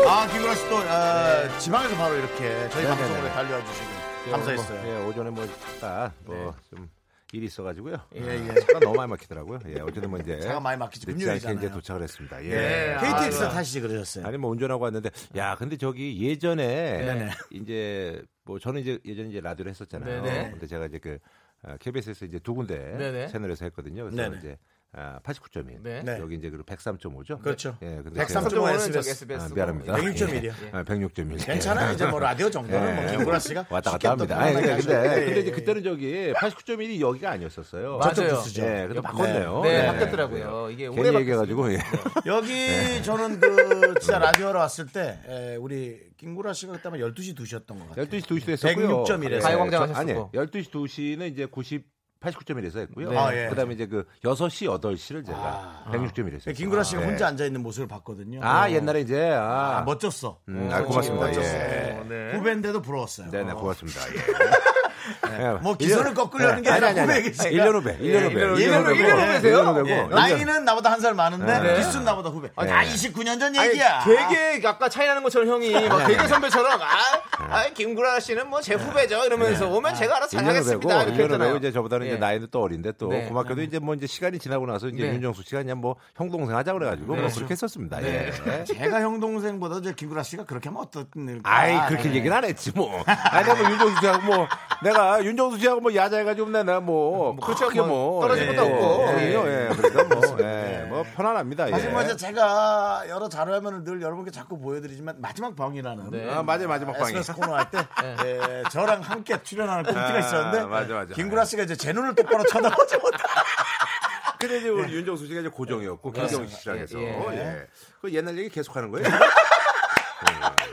Speaker 2: 아, 김구라 씨도 아, 지방에서 바로 이렇게 저희
Speaker 6: 네네네.
Speaker 2: 방송으로 달려와 주시고 감사했어요. 네.
Speaker 6: 뭐, 예, 오전에 뭐 잠깐 뭐좀 일이 있어가지고요.
Speaker 2: 예, 예.
Speaker 6: 잠깐 너무 많이 막히더라고요. 예, 어제는 뭐 이제
Speaker 2: 차가 많이 막히죠.
Speaker 6: 늦지 않게
Speaker 2: 네, 금요일이잖아요.
Speaker 6: 이제 도착을 했습니다. 예.
Speaker 3: 네,
Speaker 2: 예,
Speaker 3: 아.
Speaker 2: KTX 를 타시지 그러셨어요. 네.
Speaker 6: 아니 뭐 운전하고 왔는데 야 근데 저기 예전에
Speaker 2: 네네.
Speaker 6: 이제 뭐 저는 이제 예전에 이제 라디오를 했었잖아요.
Speaker 3: 네네.
Speaker 6: 근데 제가 이제 그 어, KBS에서 이제 두 군데
Speaker 3: 네네.
Speaker 6: 채널에서 했거든요. 그래서
Speaker 2: 네네.
Speaker 6: 이제 아, 89.1.
Speaker 3: 네.
Speaker 2: 네.
Speaker 6: 여기 이제 그 103.5죠.
Speaker 2: 그렇죠.
Speaker 6: 예, 근데
Speaker 2: 103.5
Speaker 6: 제가-
Speaker 2: SBS.
Speaker 6: 아, 미안합니다.
Speaker 2: 106.1 이요.
Speaker 6: 예. 아, 106.1.
Speaker 2: 괜찮아요. 이제 뭐 라디오 정도는 뭐 김구라 씨가
Speaker 6: 왔다
Speaker 2: 쉽게
Speaker 6: 갔다 합니다.
Speaker 2: 또
Speaker 6: 아니,
Speaker 2: 편안하게
Speaker 6: 근데, 근데,
Speaker 2: 하셔도- 예,
Speaker 6: 근데 이제
Speaker 2: 예,
Speaker 6: 그때는 저기 89.1이 여기가 아니었었어요.
Speaker 3: 저쪽 맞아요. 부스죠.
Speaker 2: 그렇죠.
Speaker 6: 예, 근데 바꿨네요.
Speaker 3: 네,
Speaker 6: 예.
Speaker 3: 바뀌었더라고요. 네. 이게
Speaker 6: 괜히
Speaker 3: 오래
Speaker 6: 얘기해가지고, 예.
Speaker 2: 여기
Speaker 6: 네.
Speaker 2: 저는 그 진짜 라디오하러 왔을 때 에, 우리 김구라 씨가 그때 아마 12시 2시였던 것 같아요.
Speaker 6: 12시 2시 됐었고요. 네.
Speaker 2: 106.1 에서.
Speaker 3: 가요광장
Speaker 6: 저-
Speaker 3: 하셨었고.
Speaker 6: 아니, 12시 2시는 이제 90 89.1에서 했고요.
Speaker 2: 네. 아, 예. 아.
Speaker 6: 그다음에 이제 그 6시 8시를 제가 106.1에서.
Speaker 2: 김구라 씨가 혼자 앉아 있는 모습을 봤거든요.
Speaker 6: 아,
Speaker 2: 어.
Speaker 6: 옛날에 이제 아,
Speaker 2: 아, 멋졌어. 네,
Speaker 6: 음, 아, 고맙습니다.
Speaker 2: 멋졌어.
Speaker 6: 예.
Speaker 2: 후배인데도 부러웠어요.
Speaker 6: 네, 네, 고맙습니다. 예. 예.
Speaker 2: 뭐 기선을
Speaker 6: 일년-
Speaker 2: 꺾으려는 게
Speaker 6: 예. 아니,
Speaker 2: 아니라
Speaker 6: 아니, 아니.
Speaker 2: 후배에게 제가-
Speaker 6: 1년 후배. 1년 후배.
Speaker 2: 예, 일년 후배. 일년 후배세요?
Speaker 6: 일년 후배고.
Speaker 2: 예,
Speaker 6: 일년-
Speaker 2: 나이는 나보다 한 살 많은데
Speaker 6: 네.
Speaker 2: 기수는 나보다 후배.
Speaker 6: 네.
Speaker 2: 아 29년 전
Speaker 3: 아니,
Speaker 2: 얘기야.
Speaker 3: 되게 아까 차이 나는 것처럼 형이 막 되게 선배처럼 아, 아 김구라 씨는 뭐 제 후배죠 이러면서
Speaker 6: 네.
Speaker 3: 오면 제가 알아서 잘
Speaker 6: 일년을 배고
Speaker 3: 하겠습니다 이렇게
Speaker 6: 일년을
Speaker 3: 했잖아요.
Speaker 6: 배고 이제 저보다는
Speaker 3: 예.
Speaker 6: 이제 나이는 또 어린데 또
Speaker 3: 네.
Speaker 6: 고맙게도 이제 뭐 이제 시간이 지나고 나서 이제
Speaker 3: 네.
Speaker 6: 윤정수 씨가 그냥 뭐 형 동생 하자 그래가지고
Speaker 2: 네.
Speaker 6: 뭐 그렇게 했었습니다. 예.
Speaker 2: 제가 형 동생보다 저 김구라 씨가 그렇게 하면 네. 어떻는?
Speaker 6: 아이 그렇게 얘기는 안 했지 뭐. 아니 뭐 윤정수 씨하고 뭐 내가 윤정수 씨하고 뭐 야자해가지고 내가 뭐,
Speaker 3: 그렇죠.
Speaker 6: 크게
Speaker 3: 뭐 떨어질 것도 없고.
Speaker 6: 예, 예. 그러니까 뭐, 예. 뭐 편안합니다.
Speaker 2: 사실 뭐
Speaker 6: 예.
Speaker 2: 이제 제가 여러 자료화면을 늘 여러분께 자꾸 보여드리지만 마지막 방이라는
Speaker 6: 아, 맞아요, 마지막 방이. 네.
Speaker 2: SBS 코너 할 때 예, 저랑 함께 출연하는 꿈티가 있었는데 예,
Speaker 6: 아, 맞아, 맞아.
Speaker 2: 김구라 씨가 이제 제 눈을 똑바로 쳐다보지 못하.
Speaker 6: 근데 이제 우리 윤정수 씨가 이제 고정이었고 김경식 씨랑 해서
Speaker 3: 예, 예.
Speaker 6: 예. 그 옛날 얘기 계속하는 거예요.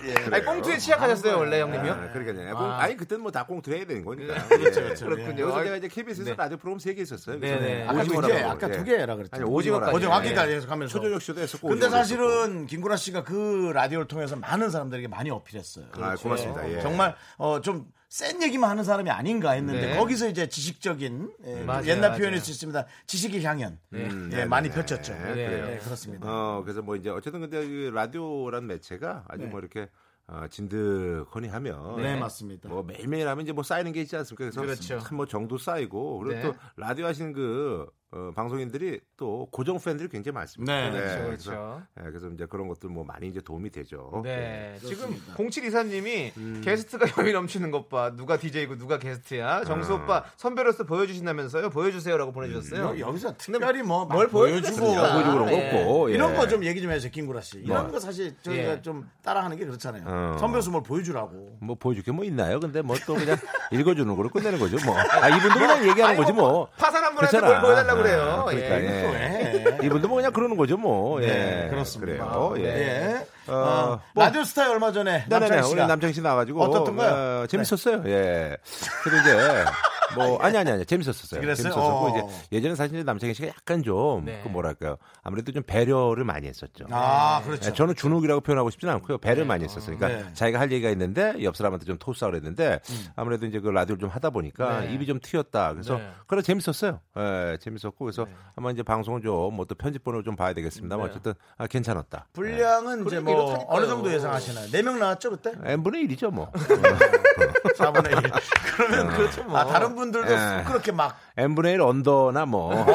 Speaker 6: 예,
Speaker 3: 아니,
Speaker 6: 그래요.
Speaker 3: 꽁투에 취약하셨어요 원래 형님이요?
Speaker 6: 아, 그러니까요. 뭐, 아니 그때는 뭐 다 꽁투 해야 되는 거니까.
Speaker 2: 그렇죠, 그렇죠.
Speaker 6: 그렇군요.
Speaker 2: 예.
Speaker 6: 여기서 내가 이제 KBS에서 라디오 프로그램 세개 있었어요.
Speaker 3: 네, 네.
Speaker 2: 아까 두 개,
Speaker 6: 오징어라고.
Speaker 2: 아까
Speaker 6: 예.
Speaker 2: 두 개라 그랬죠.
Speaker 6: 아니, 오징어까지.
Speaker 2: 오징어 아까
Speaker 6: 예.
Speaker 2: 계속 하면서.
Speaker 6: 초저녁 쇼도 했었고.
Speaker 2: 근데
Speaker 6: 오징어도 했었고.
Speaker 2: 사실은 김구라 씨가 그 라디오를 통해서 많은 사람들에게 많이 어필했어요.
Speaker 6: 아, 고맙습니다. 예.
Speaker 2: 정말 어, 좀 센 얘기만 하는 사람이 아닌가 했는데
Speaker 3: 네.
Speaker 2: 거기서 이제 지식적인 예, 좀
Speaker 3: 맞아요,
Speaker 2: 옛날
Speaker 3: 맞아요.
Speaker 2: 표현일 수 있습니다. 지식의 향연
Speaker 6: 음,
Speaker 2: 예,
Speaker 6: 네네네.
Speaker 2: 많이 펼쳤죠.
Speaker 6: 네,
Speaker 2: 네,
Speaker 6: 그래요.
Speaker 2: 그렇습니다.
Speaker 6: 어, 그래서 뭐 이제 어쨌든 근데 이 라디오란 매체가 아주 뭐 이렇게 어, 진득하니 하면
Speaker 2: 네, 맞습니다.
Speaker 6: 뭐 매일매일 하면 이제 뭐 쌓이는 게 있지 않습니까? 그래서
Speaker 3: 그렇죠.
Speaker 6: 참뭐 정도 쌓이고 그리고
Speaker 3: 네.
Speaker 6: 또 라디오 하시는 그 어, 방송인들이 또 고정 팬들이 굉장히 많습니다.
Speaker 2: 네,
Speaker 3: 그렇죠,
Speaker 6: 그래서,
Speaker 3: 그렇죠.
Speaker 6: 예, 그래서 이제 그런 것들 뭐 많이 이제 도움이 되죠. 예.
Speaker 3: 네. 지금 07 이사님이
Speaker 6: 음.
Speaker 3: 게스트가 여유 넘치는 것 봐. 누가 DJ고 누가 게스트야. 정수 오빠
Speaker 6: 아.
Speaker 3: 선배로서 보여주신다면서요. 보여주세요라고 보내주셨어요.
Speaker 6: 음,
Speaker 2: 여- 여기서 특별히 네. 뭐뭘
Speaker 3: 뭘
Speaker 2: 보여주고
Speaker 3: 보여주겠습니까?
Speaker 6: 보여주고 그런 거
Speaker 3: 예.
Speaker 6: 없고 예.
Speaker 2: 네. 이런 거 좀 얘기 좀 해주세요, 김구라 씨. 이런
Speaker 6: 뭐.
Speaker 2: 거 사실 저희가
Speaker 3: 예.
Speaker 2: 좀 따라하는 게 그렇잖아요.
Speaker 6: 어.
Speaker 2: 선배로서 뭘 보여주라고.
Speaker 6: 뭐 보여줄 게 뭐 있나요? 근데 뭐 또 그냥 읽어주는 거로 끝내는 거죠. 뭐 아, 이분도 그냥 얘기하는 거지 뭐.
Speaker 3: 파산 한 분한테
Speaker 6: 괜찮아.
Speaker 3: 뭘 보여달라고
Speaker 6: 아,
Speaker 3: 그래요.
Speaker 6: 그러니까,
Speaker 3: 예.
Speaker 6: 예.
Speaker 2: 또 해.
Speaker 6: 이분도 뭐 그냥 그러는 거죠 뭐. 예.
Speaker 2: 네, 그렇습니다.
Speaker 6: 그래요. 예.
Speaker 2: 예.
Speaker 6: 어,
Speaker 2: 어,
Speaker 6: 뭐-
Speaker 2: 라디오 스타에 얼마 전에
Speaker 6: 네네네.
Speaker 2: 남창희
Speaker 6: 오늘
Speaker 2: 씨가
Speaker 6: 남창 씨 나와가지고
Speaker 2: 어떻던가요? 네.
Speaker 6: 어, 재밌었어요. 예. 그리고 이제 뭐 아니 아니 아니 재밌었었어요.
Speaker 2: 그랬어요?
Speaker 6: 재밌었었고
Speaker 2: 어.
Speaker 6: 이제 예전에 사실 이제 남창희 씨가 약간 좀
Speaker 3: 네.
Speaker 6: 그 뭐랄까요 아무래도 좀 배려를 많이 했었죠.
Speaker 2: 아,
Speaker 6: 예,
Speaker 2: 그렇죠.
Speaker 6: 저는 준욱이라고 표현하고 싶지는 않고요. 배를 많이 했었어요. 그러니까
Speaker 2: 네. 음.
Speaker 6: 자기가 할 얘기가 있는데 옆 사람한테 좀 토스하고 그랬는데 아무래도 이제 그 라디오를 좀 하다 보니까
Speaker 3: 네.
Speaker 6: 입이 좀 튀었다. 그래서
Speaker 3: 네.
Speaker 6: 그래 재밌었어요. 예, 재밌었고 그래서
Speaker 2: 네.
Speaker 6: 아마 이제 방송을 좀 뭐 또 편집본을 좀 봐야 되겠습니다만
Speaker 3: 네.
Speaker 6: 어쨌든 아, 괜찮았다.
Speaker 2: 분량은 이제 뭐
Speaker 3: 이렇다니까요.
Speaker 2: 어느 정도 예상하시나요? 네 명 나왔죠 그때?
Speaker 6: n 분의 1이죠 뭐.
Speaker 2: 네. 4분의 1. 그러면 그렇죠 뭐. 아 다른 분들도
Speaker 6: 예.
Speaker 2: 그렇게 막
Speaker 6: n 분의 1 언더나 뭐.
Speaker 2: 어,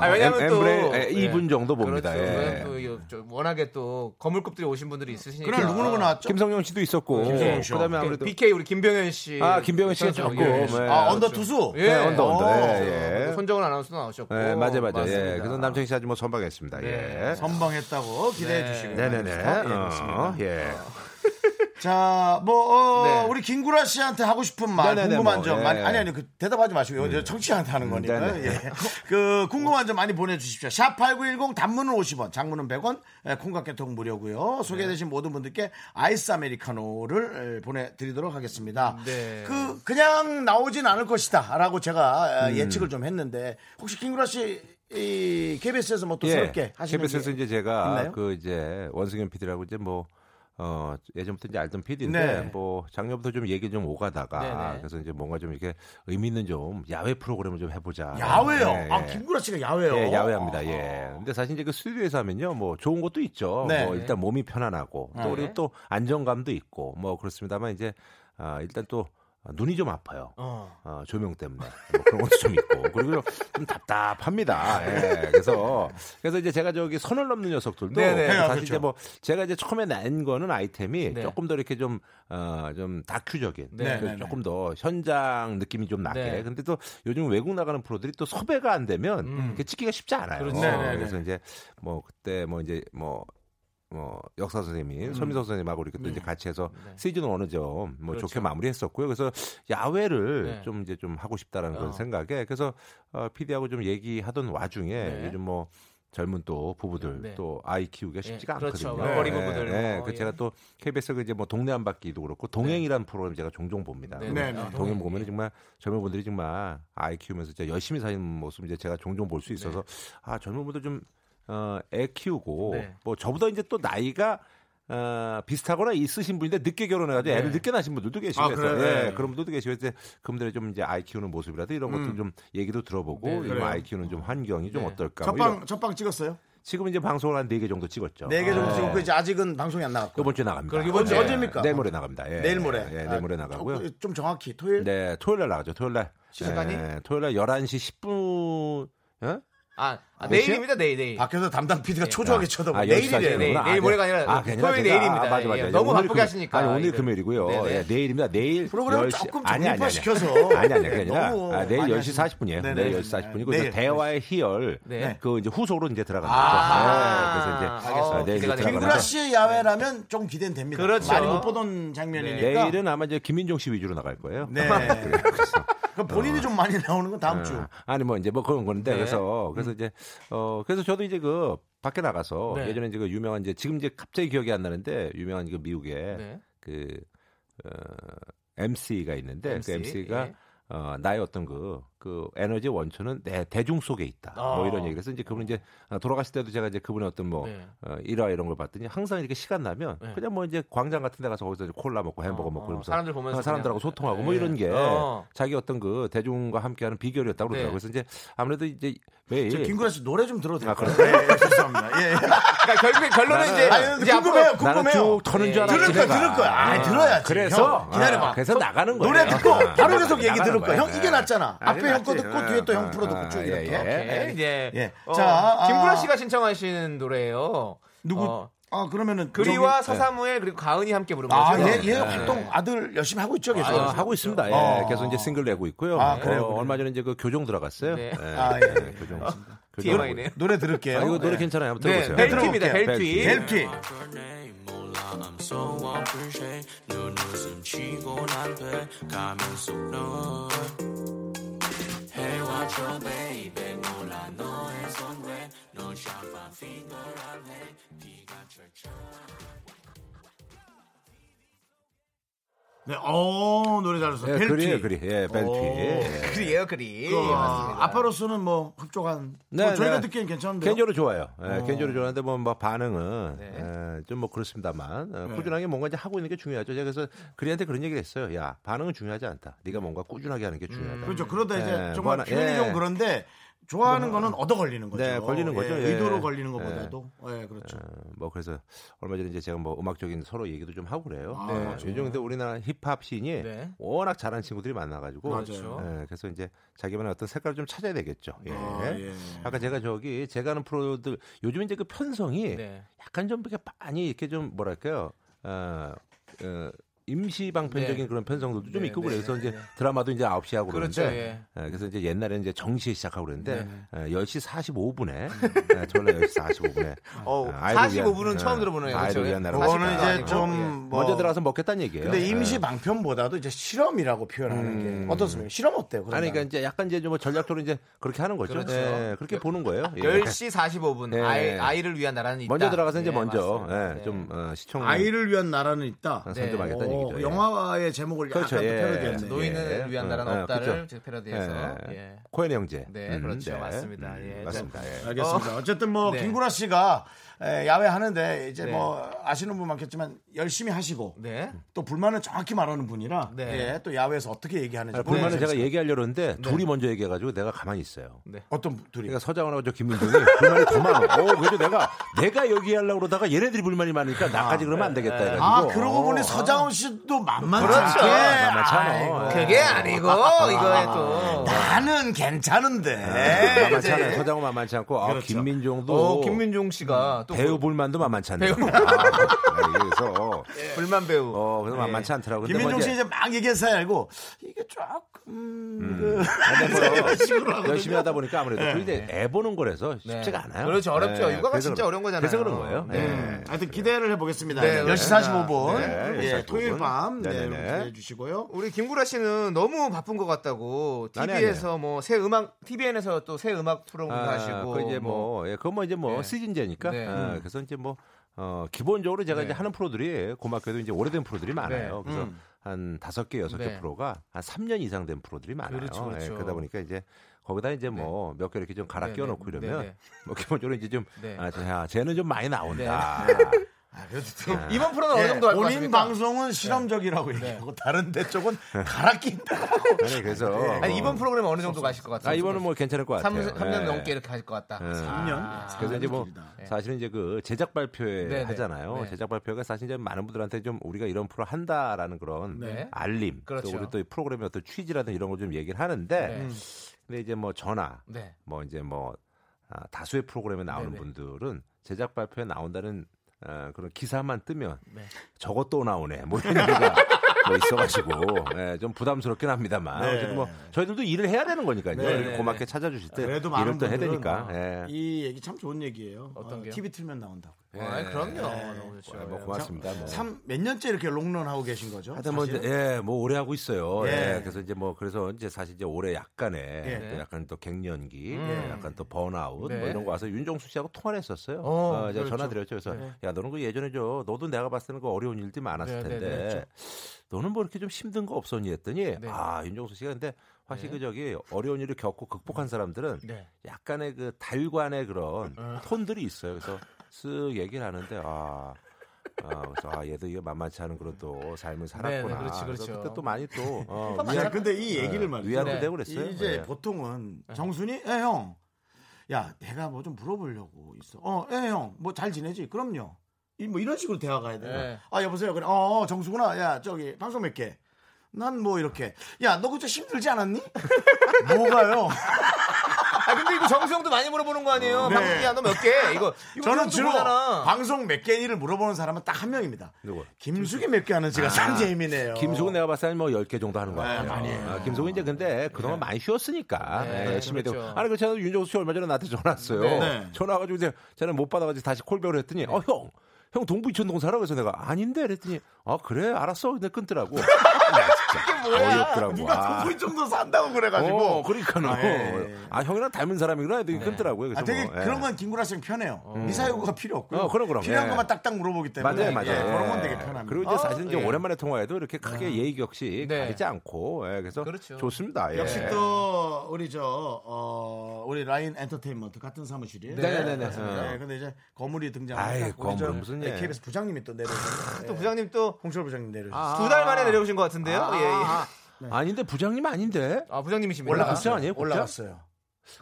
Speaker 3: 아, 왜냐면 또 예.
Speaker 2: 네.
Speaker 6: 2분 정도 봅니다.
Speaker 3: 그렇죠.
Speaker 6: 예.
Speaker 3: 왜냐면 또 이거 좀 워낙에 또 거물급들이 오신 분들이 있으시니까. 아,
Speaker 2: 그날 누구 누구 나왔죠?
Speaker 6: 김성용 씨도 있었고. 예.
Speaker 2: 김성용 씨요.
Speaker 6: 그다음에 아무래도
Speaker 3: BK 우리 김병현 씨.
Speaker 6: 아, 김병현 씨가 조금, 예.
Speaker 2: 아 언더 투수.
Speaker 3: 예.
Speaker 6: 언더 언더. 예,
Speaker 3: 어,
Speaker 6: 예.
Speaker 3: 손정은 아나운서도 나오셨고.
Speaker 6: 예, 맞아요, 맞아요. 예.
Speaker 3: 맞습니다.
Speaker 6: 그래서 남창희 씨 아주 뭐 선방했습니다. 예.
Speaker 2: 네, 선방했다고 기대해 주시고.
Speaker 6: 네네네.
Speaker 2: 예,
Speaker 6: 어,
Speaker 2: 그렇습니다.
Speaker 6: 예.
Speaker 2: 자, 뭐, 어,
Speaker 3: 네.
Speaker 2: 우리 김구라 씨한테 하고 싶은 말,
Speaker 6: 네네네,
Speaker 2: 궁금한
Speaker 6: 뭐,
Speaker 2: 점.
Speaker 6: 예. 음.
Speaker 2: 많이, 아니, 아니, 그 대답하지 마시고, 요 청취자한테 하는 거니까.
Speaker 6: 네네.
Speaker 2: 예. 그, 궁금한 점 많이 보내주십시오. 샵8910 단문은 50원, 장문은 100원, 예, 콩각개통 무료고요
Speaker 6: 네.
Speaker 2: 소개되신 모든 분들께 아이스 아메리카노를 예, 보내드리도록 하겠습니다.
Speaker 3: 네.
Speaker 2: 그,
Speaker 6: 음.
Speaker 2: 그냥 나오진 않을 것이다. 라고 제가 예, 예측을 좀 했는데, 혹시 김구라 씨 이 KBS에서 뭐 또
Speaker 6: 예.
Speaker 2: 새롭게 하시는
Speaker 6: KBS에서
Speaker 2: 게
Speaker 6: 이제 제가
Speaker 2: 있나요?
Speaker 6: 그 이제 원승현 PD라고 이제 뭐 어, 예전부터 이제 알던 PD인데
Speaker 2: 네.
Speaker 6: 뭐 작년부터 좀 얘기 좀 오가다가
Speaker 2: 네네.
Speaker 6: 그래서 이제 뭔가 좀 이렇게 의미 있는 좀 야외 프로그램을 좀 해보자.
Speaker 2: 야외요.
Speaker 6: 예,
Speaker 2: 아
Speaker 6: 예.
Speaker 2: 김구라 씨가 야외요.
Speaker 6: 예, 야외합니다. 예. 근데 사실 이제 그 스튜디오에서 하면요, 뭐 좋은 것도 있죠.
Speaker 2: 네.
Speaker 6: 뭐 일단 몸이 편안하고 또
Speaker 2: 네.
Speaker 6: 그리고 또 안정감도 있고 뭐 그렇습니다만 이제 아, 일단 또 눈이 좀 아파요.
Speaker 8: 어.
Speaker 6: 어, 조명 때문에 뭐 그런 것도 좀 있고 그리고 좀, 좀 답답합니다. 예. 그래서 그래서 이제 제가 저기 선을 넘는 녀석들도
Speaker 3: 네네.
Speaker 6: 사실
Speaker 3: 그렇죠.
Speaker 6: 이제 뭐 제가 이제 처음에 낸 거는 아이템이
Speaker 3: 네.
Speaker 6: 조금 더 이렇게 좀어좀 다큐적인
Speaker 3: 네.
Speaker 6: 그
Speaker 3: 네네네.
Speaker 6: 조금 더 현장 느낌이 좀 나게.
Speaker 3: 네.
Speaker 6: 근데 또 요즘 외국 나가는 프로들이 또 섭외가 안 되면 그 찍기가 쉽지 않아요.
Speaker 3: 음. 그렇죠.
Speaker 2: 네네네.
Speaker 6: 그래서 이제 뭐 그때 뭐 이제 뭐 뭐 역사 선생님이
Speaker 3: 음.
Speaker 6: 서민석 선생님하고
Speaker 3: 네.
Speaker 6: 이렇게 또 이제 같이 해서 시즌 어느 점뭐 좋게 마무리했었고요. 그래서 야외를
Speaker 3: 그렇죠. 네.
Speaker 6: 좀 이제 좀 하고 싶다라는
Speaker 3: 어.
Speaker 6: 그런 생각에 그래서 어, PD하고 좀 얘기하던 와중에
Speaker 3: 네.
Speaker 6: 요즘 뭐 젊은 또 부부들
Speaker 3: 네.
Speaker 6: 또 아이 키우기가 쉽지가
Speaker 3: 예, 그렇죠.
Speaker 6: 않거든요.
Speaker 3: 어린 부부들
Speaker 6: 예, 예.
Speaker 3: 뭐,
Speaker 6: 그
Speaker 3: 예.
Speaker 6: 제가 또 KBS 그 이제 뭐 동네 한 바퀴도 그렇고 동행이라는 프로그램 제가 종종 봅니다.
Speaker 3: 네, 네, 네.
Speaker 6: 음. 동행 보면 정말 젊은 분들이 정말 아이 키우면서 진짜 열심히 사는 모습 이제 제가 종종 볼 수 있어서
Speaker 2: 네.
Speaker 6: 아 젊은 분들 좀 어, 애 키우고
Speaker 3: 네.
Speaker 6: 뭐 저보다 이제 또 나이가 어, 비슷하거나 있으신 분인데 늦게 결혼해가지고
Speaker 3: 네.
Speaker 6: 애를 늦게 낳으신 분들도 계시고
Speaker 3: 아,
Speaker 6: 해서
Speaker 3: 그래요?
Speaker 6: 예, 그런 분들도 계시고 이제 그분들의 좀 이제 아이 키우는 모습이라든 이런 것들
Speaker 2: 네. 음.
Speaker 6: 좀 얘기도 들어보고
Speaker 2: 네,
Speaker 6: 요즘
Speaker 2: 그래요. 네.
Speaker 6: 아이 키우는 좀 환경이 좀 어떨까 뭐
Speaker 2: 첫방
Speaker 6: 이런-
Speaker 2: 첫방 찍었어요?
Speaker 6: 지금 이제 방송을 한 네 개 정도 찍었죠.
Speaker 2: 네 개 정도
Speaker 6: 예.
Speaker 2: 찍었고 이제 아직은 방송이 안 나갔고.
Speaker 6: 이번 주에 나갑니다.
Speaker 2: 그럼 이번 주
Speaker 6: 예.
Speaker 2: 언제입니까?
Speaker 6: 내일 모레 나갑니다. 예.
Speaker 2: 내일 모레.
Speaker 6: 예,
Speaker 2: 아,
Speaker 6: 내일 모레 나가고요.
Speaker 2: 좀- 좀 정확히 토요일.
Speaker 6: 네, 토요일 날 나가죠. 토요일 날.
Speaker 2: 시간이?
Speaker 6: 예, 토요일 날 11시 10분. 예?
Speaker 3: 아, 아,
Speaker 6: 몇 시요?
Speaker 3: 내일입니다, 내일, 내일.
Speaker 2: 밖에서 담당 PD가
Speaker 6: 아,
Speaker 2: 초조하게 쳐다보고
Speaker 6: 아,
Speaker 2: 내일이래.
Speaker 6: 12시
Speaker 3: 내일,
Speaker 6: 하는구나.
Speaker 3: 내일 모레가 아니라
Speaker 6: 아, 그게 아니라
Speaker 3: 토요일
Speaker 6: 제가-
Speaker 3: 내일입니다.
Speaker 6: 아, 맞아, 맞아.
Speaker 3: 예,
Speaker 6: 이제
Speaker 3: 너무
Speaker 6: 오늘
Speaker 3: 바쁘게
Speaker 6: 금요-
Speaker 3: 하시니까.
Speaker 6: 아니, 오늘
Speaker 3: 예, 네.
Speaker 6: 금요일이고요.
Speaker 3: 네네.
Speaker 6: 예, 내일입니다. 내일.
Speaker 2: 프로그램을
Speaker 6: 10시
Speaker 2: 조금
Speaker 6: 아니, 아니, 아니.
Speaker 2: 정립화시켜서.
Speaker 6: 아니, 아니, 그게
Speaker 2: 네,
Speaker 6: 아니라.
Speaker 2: 너무
Speaker 6: 아, 내일
Speaker 2: 많이
Speaker 6: 10시 40분이에요.
Speaker 2: 하시네.
Speaker 6: 내일
Speaker 2: 네네.
Speaker 6: 10시 40분이고,
Speaker 2: 네.
Speaker 6: 대화의 희열.
Speaker 2: 네.
Speaker 6: 그 이제 후속으로 이제 들어가는 거죠.
Speaker 2: 아.
Speaker 6: 예, 그래서 이제.
Speaker 2: 알겠습니다.
Speaker 6: 아, 내일 이제
Speaker 2: 기대가 됩니다.
Speaker 6: 들어가는
Speaker 2: 김구라
Speaker 6: 거죠.
Speaker 2: 씨의 야외라면 좀 기대됩니다.
Speaker 3: 그렇죠.
Speaker 2: 많이 못 보던 장면이니까.
Speaker 6: 내일은 아마 이제 김민종 씨 위주로 나갈 거예요.
Speaker 2: 네. 그럼 본인이 좀 많이 나오는 건 다음 주.
Speaker 6: 어. 아니 뭐 이제 뭐 그런 건데
Speaker 2: 네.
Speaker 6: 그래서 그래서 이제 어 그래서 저도 이제 그 밖에 나가서
Speaker 3: 음. 네.
Speaker 6: 예전에 이제 그 유명한 이제 지금 이제 갑자기 기억이 안 나는데 유명한 그 미국의
Speaker 3: 네.
Speaker 6: 그 어, MC가 있는데
Speaker 3: MC,
Speaker 6: 그 MC가
Speaker 3: 예.
Speaker 6: 어, 나의 어떤 그, 그 에너지 원천은 내 대중 속에 있다. 뭐
Speaker 3: 아.
Speaker 6: 이런 얘기를 해서 이제 그분 이제 아, 돌아가실 때도 제가 이제 그분의 어떤 뭐
Speaker 3: 네.
Speaker 6: 어, 일화 이런 걸 봤더니 항상 이렇게 시간 나면
Speaker 3: 네.
Speaker 6: 그냥 뭐 이제 광장 같은 데 가서 거기서 이제 콜라 먹고 햄버거 먹고 이러면서
Speaker 3: 사람들 보면서
Speaker 6: 어, 사람들하고
Speaker 3: 그냥.
Speaker 6: 소통하고 뭐
Speaker 3: 예.
Speaker 6: 이런 게
Speaker 3: 어.
Speaker 6: 자기 어떤 그 대중과 함께하는 비결이었다고
Speaker 3: 네.
Speaker 6: 그러더라고요. 그래서 이제 아무래도 이제 매일
Speaker 2: 저 김구라 씨 노래 좀 들어도
Speaker 6: 아,
Speaker 2: 될까요?
Speaker 6: 그래요?
Speaker 2: 예, 예, 죄송합니다. 예, 예.
Speaker 3: 그러니까 결국에 결론은
Speaker 6: 나는-
Speaker 3: 이제,
Speaker 6: 아니,
Speaker 3: 이제
Speaker 2: 궁금해요,
Speaker 3: 앞으로
Speaker 6: 나는
Speaker 2: 궁금해요.
Speaker 6: 쭉 터는 줄
Speaker 3: 네.
Speaker 6: 알았지.
Speaker 2: 들을 거야,
Speaker 6: 내가.
Speaker 2: 들을 거야. 아,
Speaker 6: 어.
Speaker 2: 들어야지.
Speaker 6: 그래서
Speaker 2: 형, 기다려봐.
Speaker 6: 아, 그래서 나가는 거예요.
Speaker 2: 노래 듣고
Speaker 6: 아,
Speaker 2: 바로
Speaker 6: 나가는
Speaker 2: 계속 얘기
Speaker 6: 거야.
Speaker 2: 들을 거야. 형 이게 낫잖아.
Speaker 6: 아,
Speaker 2: 앞에 형 거
Speaker 6: 낫지.
Speaker 2: 듣고 뒤에 또
Speaker 6: 아,
Speaker 2: 형 풀어 듣고 쭉
Speaker 6: 아,
Speaker 2: 이렇게.
Speaker 6: 예, 예.
Speaker 3: 네, 이제
Speaker 2: 예.
Speaker 3: 어,
Speaker 2: 자, 아.
Speaker 3: 김구라 씨가 신청하신 노래예요.
Speaker 2: 누구?
Speaker 3: 어,
Speaker 2: 아 그러면은
Speaker 3: 그리와
Speaker 2: 저기-
Speaker 3: 서사무엘 그리고 가은이 함께 부른
Speaker 2: 아,
Speaker 3: 거죠.
Speaker 6: 예,
Speaker 2: 얘, 얘
Speaker 3: 네.
Speaker 2: 활동 아들 열심히 하고 있죠, 계속.
Speaker 6: 아, 하고 있습니다. 예.
Speaker 2: 어.
Speaker 6: 계속 이제 싱글 내고 있고요.
Speaker 2: 아, 그래요,
Speaker 6: 어,
Speaker 2: 그래요.
Speaker 6: 얼마 전에 이제 그 교정 들어갔어요.
Speaker 3: 네.
Speaker 6: 예,
Speaker 2: 아, 예.
Speaker 6: 예, 교정. 교정.
Speaker 3: TMI네요.
Speaker 2: 노래 들을게요.
Speaker 6: 아, 이거 노래
Speaker 2: 네.
Speaker 6: 괜찮아요. 한번
Speaker 3: 네,
Speaker 6: 들어보세요.
Speaker 3: 벨트입니다,
Speaker 6: 네,
Speaker 3: 벨트.
Speaker 2: 벨트.
Speaker 13: I'm so appreciate 눈웃음 치고 난돼 가면 속널 해와줘 baby 몰라 너의 손왜넌 샤파 finger한 해 비가 철철
Speaker 2: 네, 어 노래 잘했어.
Speaker 6: 예,
Speaker 2: 벨트.
Speaker 6: 그래요, 그래. 예, 벨트.
Speaker 2: 어.
Speaker 6: 예.
Speaker 3: 그리에요, 그리.
Speaker 2: 그,
Speaker 3: 맞습니다.
Speaker 2: 아파로스는 뭐 흡족한.
Speaker 6: 네,
Speaker 2: 뭐 저희가
Speaker 6: 네.
Speaker 2: 듣기엔 괜찮은데.
Speaker 6: 개인적으로 좋아요. 예,
Speaker 2: 어.
Speaker 6: 개인적으로 좋아하는데 뭐, 뭐 반응은 좀 뭐 그렇습니다만 어,
Speaker 2: 네.
Speaker 6: 꾸준하게 뭔가 이제 하고 있는 게 중요하죠. 제가 그래서 그리한테 그런 얘기를 했어요. 야 반응은 중요하지 않다. 네가 뭔가 꾸준하게 하는 게 중요하다.
Speaker 2: 그렇죠. 그러다 이제
Speaker 6: 예,
Speaker 2: 정말
Speaker 6: 뭐 하나-
Speaker 2: 표현이
Speaker 6: 예. 뭐-
Speaker 2: 좀 그런데 좋아하는 거는 얻어 걸리는 거죠.
Speaker 6: 네, 걸리는 거죠.
Speaker 2: 예,
Speaker 6: 예.
Speaker 2: 의도로 걸리는
Speaker 6: 예.
Speaker 2: 것보다도. 예, 그렇죠.
Speaker 6: 어, 뭐 그래서 얼마 전에 이제 제가 뭐 음악적인 서로 얘기도 좀 하고 그래요.
Speaker 2: 아,
Speaker 6: 네.
Speaker 2: 맞아요.
Speaker 6: 요즘 근데 우리나라 힙합 씬이
Speaker 3: 네.
Speaker 6: 워낙 잘하는 친구들이 많아가지고
Speaker 3: 맞아요.
Speaker 6: 예, 그래서 이제 자기만의 어떤 색깔을 좀 찾아야 되겠죠. 예.
Speaker 2: 그렇죠. 아, 예.
Speaker 6: 까 제가 저기 제가 하는 프로들 요즘 이제 그 편성이
Speaker 3: 네.
Speaker 6: 약간 좀 이렇게 많이 이렇게 좀 뭐랄까요. 어, 어, 임시 방편적인
Speaker 3: 네.
Speaker 6: 그런 편성들도 좀
Speaker 3: 네,
Speaker 6: 있고
Speaker 3: 네,
Speaker 6: 그래서
Speaker 3: 네,
Speaker 6: 이제
Speaker 3: 네.
Speaker 6: 드라마도 이제 9시 하고
Speaker 3: 그렇죠, 네,
Speaker 6: 그러는데 예, 그래서 이제 옛날에는 이제 정시에 시작하고 그랬는데 예, 10시 45분에 예, 저녁 10시 45분에
Speaker 3: 음.
Speaker 6: 예,
Speaker 3: 어우, 45분 은 처음 들어보는 거죠,
Speaker 6: 아이돌
Speaker 3: 예?
Speaker 6: 위한 나라.
Speaker 3: 그거는
Speaker 6: 사실
Speaker 3: 이제
Speaker 6: 아니고,
Speaker 2: 좀
Speaker 6: 예.
Speaker 2: 뭐-
Speaker 6: 먼저 들어가서 먹겠다는 얘기예요.
Speaker 2: 근데
Speaker 6: 예. 음.
Speaker 2: 임시 방편보다도 이제 실험이라고 표현하는 게 어떻습니까? 실험 어때요? 그런
Speaker 6: 아니 그러니까
Speaker 2: 거는?
Speaker 6: 이제 약간 이제 좀 전략적으로 이제 그렇게 하는 거죠.
Speaker 3: 그렇죠.
Speaker 6: 예, 그렇게 보는 거예요. 예.
Speaker 3: 10시 45분
Speaker 6: 예.
Speaker 3: 아이, 아이를 위한 나라는 있다.
Speaker 6: 먼저 들어가서 이제
Speaker 3: 예,
Speaker 6: 먼저
Speaker 3: 맞습니다.
Speaker 6: 예, 좀 어, 시청
Speaker 2: 아이를 위한 나라는 있다. 네. 어,
Speaker 6: 선점하겠다는 그런 얘기죠. 예.
Speaker 2: 영화의 제목을
Speaker 6: 그렇죠.
Speaker 2: 약간 또
Speaker 6: 예.
Speaker 2: 패러디했네.
Speaker 3: 노인을 위한 나라는
Speaker 6: 어,
Speaker 3: 없다를
Speaker 6: 그렇죠.
Speaker 3: 이제 패러디해서, 예.
Speaker 6: 코엔 형제. 음,
Speaker 3: 네, 그렇죠. 맞습니다. 예, 자,
Speaker 6: 맞습니다. 예.
Speaker 2: 알겠습니다. 어. 쨌든뭐
Speaker 6: 네.
Speaker 2: 김구라 씨가 에, 야외 하는데 이제
Speaker 6: 네.
Speaker 2: 뭐 아시는 분 많겠지만 열심히 하시고
Speaker 3: 네.
Speaker 2: 또 불만을 정확히 말하는 분이라
Speaker 6: 네.
Speaker 2: 예, 또 야외에서 어떻게 얘기하는지
Speaker 6: 아, 불만은
Speaker 2: 모르겠어요.
Speaker 6: 제가 얘기하려고 했는데
Speaker 3: 네.
Speaker 6: 둘이 먼저 얘기해가지고 내가 가만히 있어요.
Speaker 3: 음,
Speaker 2: 어떤
Speaker 3: 예.
Speaker 2: 둘이?
Speaker 6: 그러니까 서장훈하고 저 김민종이 불만이 더 많아. 어, 그래서 내가 내가 얘기하려고 그러다가 얘네들이 불만이 많으니까 나까지 그러면 안
Speaker 3: 네.
Speaker 6: 되겠다. 해가지고.
Speaker 2: 아 그러고
Speaker 6: 어.
Speaker 2: 보니 서장훈 씨도 만만치
Speaker 6: 그렇죠.
Speaker 2: 않게
Speaker 6: 만만찮아.
Speaker 3: 뭐
Speaker 6: 어.
Speaker 2: 아이고.
Speaker 6: 그게 아니고, 이거에
Speaker 2: 아, 나는 괜찮은데
Speaker 6: 아, 만만치 않아요. 서장훈 만만치 않고 아, 김민종도
Speaker 3: 네, 어, 김민종 씨가 또
Speaker 6: 음. 배우 불만도 만만치 않네.
Speaker 3: 배우. 예.
Speaker 6: 아, 네, 그래서
Speaker 3: 불만 배우.
Speaker 6: 어, 그래서 만만치 않더라고요. 근데
Speaker 2: 김민종
Speaker 6: 뭐
Speaker 2: 씨 이제 막 얘기해서 알고 이게 조금
Speaker 6: 음.
Speaker 2: 그
Speaker 6: 근데 뭐
Speaker 2: 이런 식으로 하거든요.
Speaker 6: 열심히 하다 보니까 아무래도
Speaker 2: 네.
Speaker 6: 그 이제 애 보는 거라서 쉽지가 않아요. 네. 예.
Speaker 3: 그렇죠. 어렵죠. 육아가
Speaker 6: 그래서
Speaker 3: 진짜
Speaker 6: 그런-
Speaker 3: 어려운 거잖아요.
Speaker 6: 그래서 그런 거예요.
Speaker 2: 네.
Speaker 6: 예.
Speaker 2: 하여튼 기대를 해보겠습니다.
Speaker 3: 네,
Speaker 2: 10시
Speaker 3: 그렇습니다.
Speaker 2: 45분.
Speaker 3: 네,
Speaker 2: 예,
Speaker 6: 10시
Speaker 2: 토요일
Speaker 6: 45분.
Speaker 2: 밤. 네,
Speaker 6: 네네네.
Speaker 2: 여러분 기대해 주시고요.
Speaker 3: 우리 김구라 씨는 너무 바쁜 것 같다고
Speaker 6: 아니,
Speaker 3: TV에서 뭐 새 음악 TVN에서 또 새 음악 프로그램
Speaker 6: 아,
Speaker 3: 하시고
Speaker 6: 그 이제 뭐, 예, 그건 뭐 이제 뭐
Speaker 3: 예.
Speaker 6: 시즌제니까.
Speaker 3: 네.
Speaker 6: 아, 그래서 이제 뭐, 어, 기본적으로 제가
Speaker 3: 네.
Speaker 6: 이제 하는 프로들이 고맙게도 이제 오래된 프로들이 많아요.
Speaker 3: 네.
Speaker 6: 그래서
Speaker 3: 음.
Speaker 6: 한 다섯 개, 여섯 개
Speaker 3: 네.
Speaker 6: 프로가 한 3년 이상 된 프로들이 많아요.
Speaker 3: 그렇죠,
Speaker 6: 예,
Speaker 3: 그렇죠.
Speaker 6: 그러다 보니까 이제 거기다 이제 뭐 몇 개 이렇게 좀 갈아
Speaker 3: 네,
Speaker 6: 끼워 놓고
Speaker 3: 네,
Speaker 6: 이러면
Speaker 3: 네, 네.
Speaker 6: 뭐 기본적으로 이제 좀,
Speaker 3: 네.
Speaker 6: 아, 쟤, 아, 쟤는 좀 많이 나온다. 아.
Speaker 3: 뭐. 이번 프로는 어느
Speaker 2: 예,
Speaker 3: 정도 할것
Speaker 2: 본인
Speaker 3: 같습니까?
Speaker 6: 네.
Speaker 2: 방송은 실험적이라고 얘기하고 다른 데 쪽은 갈아 낀다고.
Speaker 6: 아니, 그래서.
Speaker 3: 아니, 이번
Speaker 6: 뭐-
Speaker 3: 프로그램 어느 정도 가실 것 같아요?
Speaker 6: 아, 이번은 뭐 괜찮을 것 같아요.
Speaker 3: 3, 년
Speaker 6: 예.
Speaker 3: 넘게 이렇게 가실 것 같다.
Speaker 6: 예.
Speaker 3: 아,
Speaker 6: 그래서 이제 뭐 사실은 이제 그 제작 발표회
Speaker 3: 네네.
Speaker 6: 하잖아요.
Speaker 3: 네.
Speaker 6: 제작 발표가 사실 이제 많은 분들한테 좀 우리가 이런 프로 한다라는 그런
Speaker 3: 네.
Speaker 6: 알림
Speaker 3: 그렇죠.
Speaker 6: 또 우리 또이 프로그램의 어떤 취지라든 이런 걸 좀 얘기를 하는데
Speaker 3: 네.
Speaker 6: 근데 이제 뭐 전화
Speaker 3: 네.
Speaker 6: 뭐 이제 뭐 아, 다수의 프로그램에 나오는
Speaker 3: 네네.
Speaker 6: 분들은 제작 발표에 나온다는 어, 그런 기사만 뜨면
Speaker 3: 네.
Speaker 6: 저거 또 나오네 뭐 이런 얘기가 뭐 있어가지고 예, 좀 부담스럽긴 합니다만
Speaker 2: 네.
Speaker 6: 어쨌든 뭐 저희들도 일을 해야 되는 거니까요
Speaker 2: 네,
Speaker 6: 이렇게
Speaker 2: 네,
Speaker 6: 고맙게 찾아주실 때
Speaker 2: 그래도
Speaker 6: 일을
Speaker 2: 많은
Speaker 6: 또 해야
Speaker 2: 분들은
Speaker 6: 되니까
Speaker 2: 어,
Speaker 6: 예.
Speaker 2: 이 얘기 참 좋은 얘기예요.
Speaker 3: 어떤
Speaker 2: 어,
Speaker 3: 게요?
Speaker 2: TV 틀면 나온다고.
Speaker 6: 예.
Speaker 3: 아이, 그럼요.
Speaker 2: 예.
Speaker 3: 너무 좋죠.
Speaker 6: 뭐 고맙습니다. 뭐.
Speaker 2: 참몇 년째 이렇게 롱런하고 계신 거죠?
Speaker 6: 하여튼 뭐 이제
Speaker 2: 사실은?
Speaker 6: 예, 뭐 오래 하고 있어요.
Speaker 2: 예.
Speaker 6: 예. 그래서 이제 뭐 그래서 이제 사실 이제 올해 약간의
Speaker 2: 예.
Speaker 6: 또 약간 또 갱년기,
Speaker 3: 음.
Speaker 6: 약간 또 번아웃
Speaker 3: 네.
Speaker 6: 뭐 이런 거 와서 윤종수 씨하고 통화를 했었어요.
Speaker 3: 어,
Speaker 6: 어, 제가
Speaker 3: 그렇죠.
Speaker 6: 전화 드렸죠. 그래서
Speaker 3: 네.
Speaker 6: 야 너는 그 예전에 저 너도 내가 봤을 때는 그 어려운 일들이 많았을
Speaker 3: 네, 네,
Speaker 6: 텐데
Speaker 3: 네, 그렇죠.
Speaker 6: 너는 뭐 이렇게 좀 힘든 거 없었니 했더니
Speaker 3: 네.
Speaker 6: 아 윤종수 씨가 근데 확실히
Speaker 3: 네.
Speaker 6: 그 저기 어려운 일을 겪고 극복한 사람들은
Speaker 3: 네.
Speaker 6: 약간의 그 달관의 그런
Speaker 3: 어.
Speaker 6: 톤들이 있어요. 그래서 쓱 얘기를 하는데 아. 아, 그래서 아 얘도 이게 만만치 않은 그런 또 삶을 살았구나.
Speaker 3: 네, 그렇지,
Speaker 6: 그래서
Speaker 3: 그렇죠.
Speaker 6: 그때 또 많이 또 어,
Speaker 2: 아,
Speaker 6: 위안-
Speaker 2: 근데 이 얘기를
Speaker 6: 예,
Speaker 2: 말이죠.
Speaker 6: 위안도
Speaker 3: 네.
Speaker 6: 되고 그랬어요.
Speaker 2: 이제
Speaker 6: 예.
Speaker 2: 보통은 정순이 예 형. 야, 내가 뭐 좀 물어보려고 있어. 어, 예 형. 뭐 잘 지내지? 그럼요. 이 뭐 이런 식으로 대화 가야 돼요.
Speaker 3: 네.
Speaker 2: 아, 여보세요. 그래. 어, 어, 정수구나. 야, 저기 방송 몇 개. 난 뭐 이렇게. 야, 너 그저 힘들지 않았니? 뭐가요?
Speaker 3: 아 근데 이거 정수영도 많이 물어보는 거 아니에요?
Speaker 2: 네.
Speaker 3: 방송이야 너 몇 개? 이거, 이거
Speaker 2: 저는
Speaker 3: 정수
Speaker 2: 주로
Speaker 3: 보잖아.
Speaker 2: 방송 몇 개를 물어보는 사람은 딱 한 명입니다.
Speaker 6: 누구?
Speaker 2: 김숙이 몇 개 하는지가 참 재미네요.
Speaker 6: 김숙은 내가 봤을 때는 뭐 10개 정도 하는 거
Speaker 2: 어. 네,
Speaker 6: 같아요.
Speaker 2: 많이 해요. 네.
Speaker 6: 아, 김숙은 이제 근데 그동안 많이 쉬었으니까
Speaker 3: 네,
Speaker 6: 예, 열심히 해도.
Speaker 3: 그렇죠.
Speaker 6: 아니 그렇잖아요. 윤정수 씨 얼마 전에 나한테 전화 왔어요.
Speaker 3: 네.
Speaker 2: 네.
Speaker 6: 전화 와가지고 이제 저는 못 받아가지고 다시 콜백을 했더니 어 형. 형 동부 이천동 살아 그래서 내가 아닌데 그랬더니 아 그래 알았어 근데 끊더라고 나 진짜 어이없더라고
Speaker 2: 누가
Speaker 6: 아.
Speaker 2: 동부 정도 산다고 그래가지고.
Speaker 6: 어, 그러니까는
Speaker 2: 아,
Speaker 6: 아,
Speaker 2: 예, 예.
Speaker 6: 형이랑 닮은 사람이구나 했더니 끊더라고요
Speaker 2: 아,
Speaker 6: 그래서
Speaker 2: 되게
Speaker 6: 뭐, 예.
Speaker 2: 그런 건 김구라 씨는 편해요. 미사여구가 필요 없고요.
Speaker 6: 어, 그럼, 그럼.
Speaker 2: 필요한
Speaker 6: 예.
Speaker 2: 것만 딱딱 물어보기 때문에.
Speaker 6: 맞아요, 맞아요.
Speaker 2: 예, 그런 건
Speaker 6: 예.
Speaker 2: 되게 편합니다. 어, 아.
Speaker 6: 그리고 이제 사실 이제
Speaker 3: 예.
Speaker 6: 오랜만에 통화해도 이렇게 크게 예의 격시
Speaker 3: 네.
Speaker 6: 가리지 않고 예, 그래서
Speaker 3: 그렇죠.
Speaker 6: 좋습니다. 예.
Speaker 2: 역시 또 우리 저 어, 우리 라인 엔터테인먼트 같은 사무실이에요.
Speaker 6: 네, 네, 네, 네.
Speaker 2: 맞습니다.
Speaker 6: 어.
Speaker 2: 예, 근데 이제 거물이
Speaker 6: 아이,
Speaker 2: 등장하니까
Speaker 6: 거물은 무슨 아, 예.
Speaker 2: 네, KBS 부장님이 또 내려오셨어요.
Speaker 3: 또 부장님 또
Speaker 2: 홍철 부장님 내려오셨어요.
Speaker 3: 두 달 만에 내려오신 것 같은데요.
Speaker 6: 아,
Speaker 3: 예, 예.
Speaker 6: 아닌데 부장님 아닌데
Speaker 3: 아 부장님이십니다.
Speaker 6: 올라갔어요 아니에요? 국장?
Speaker 2: 올라갔어요.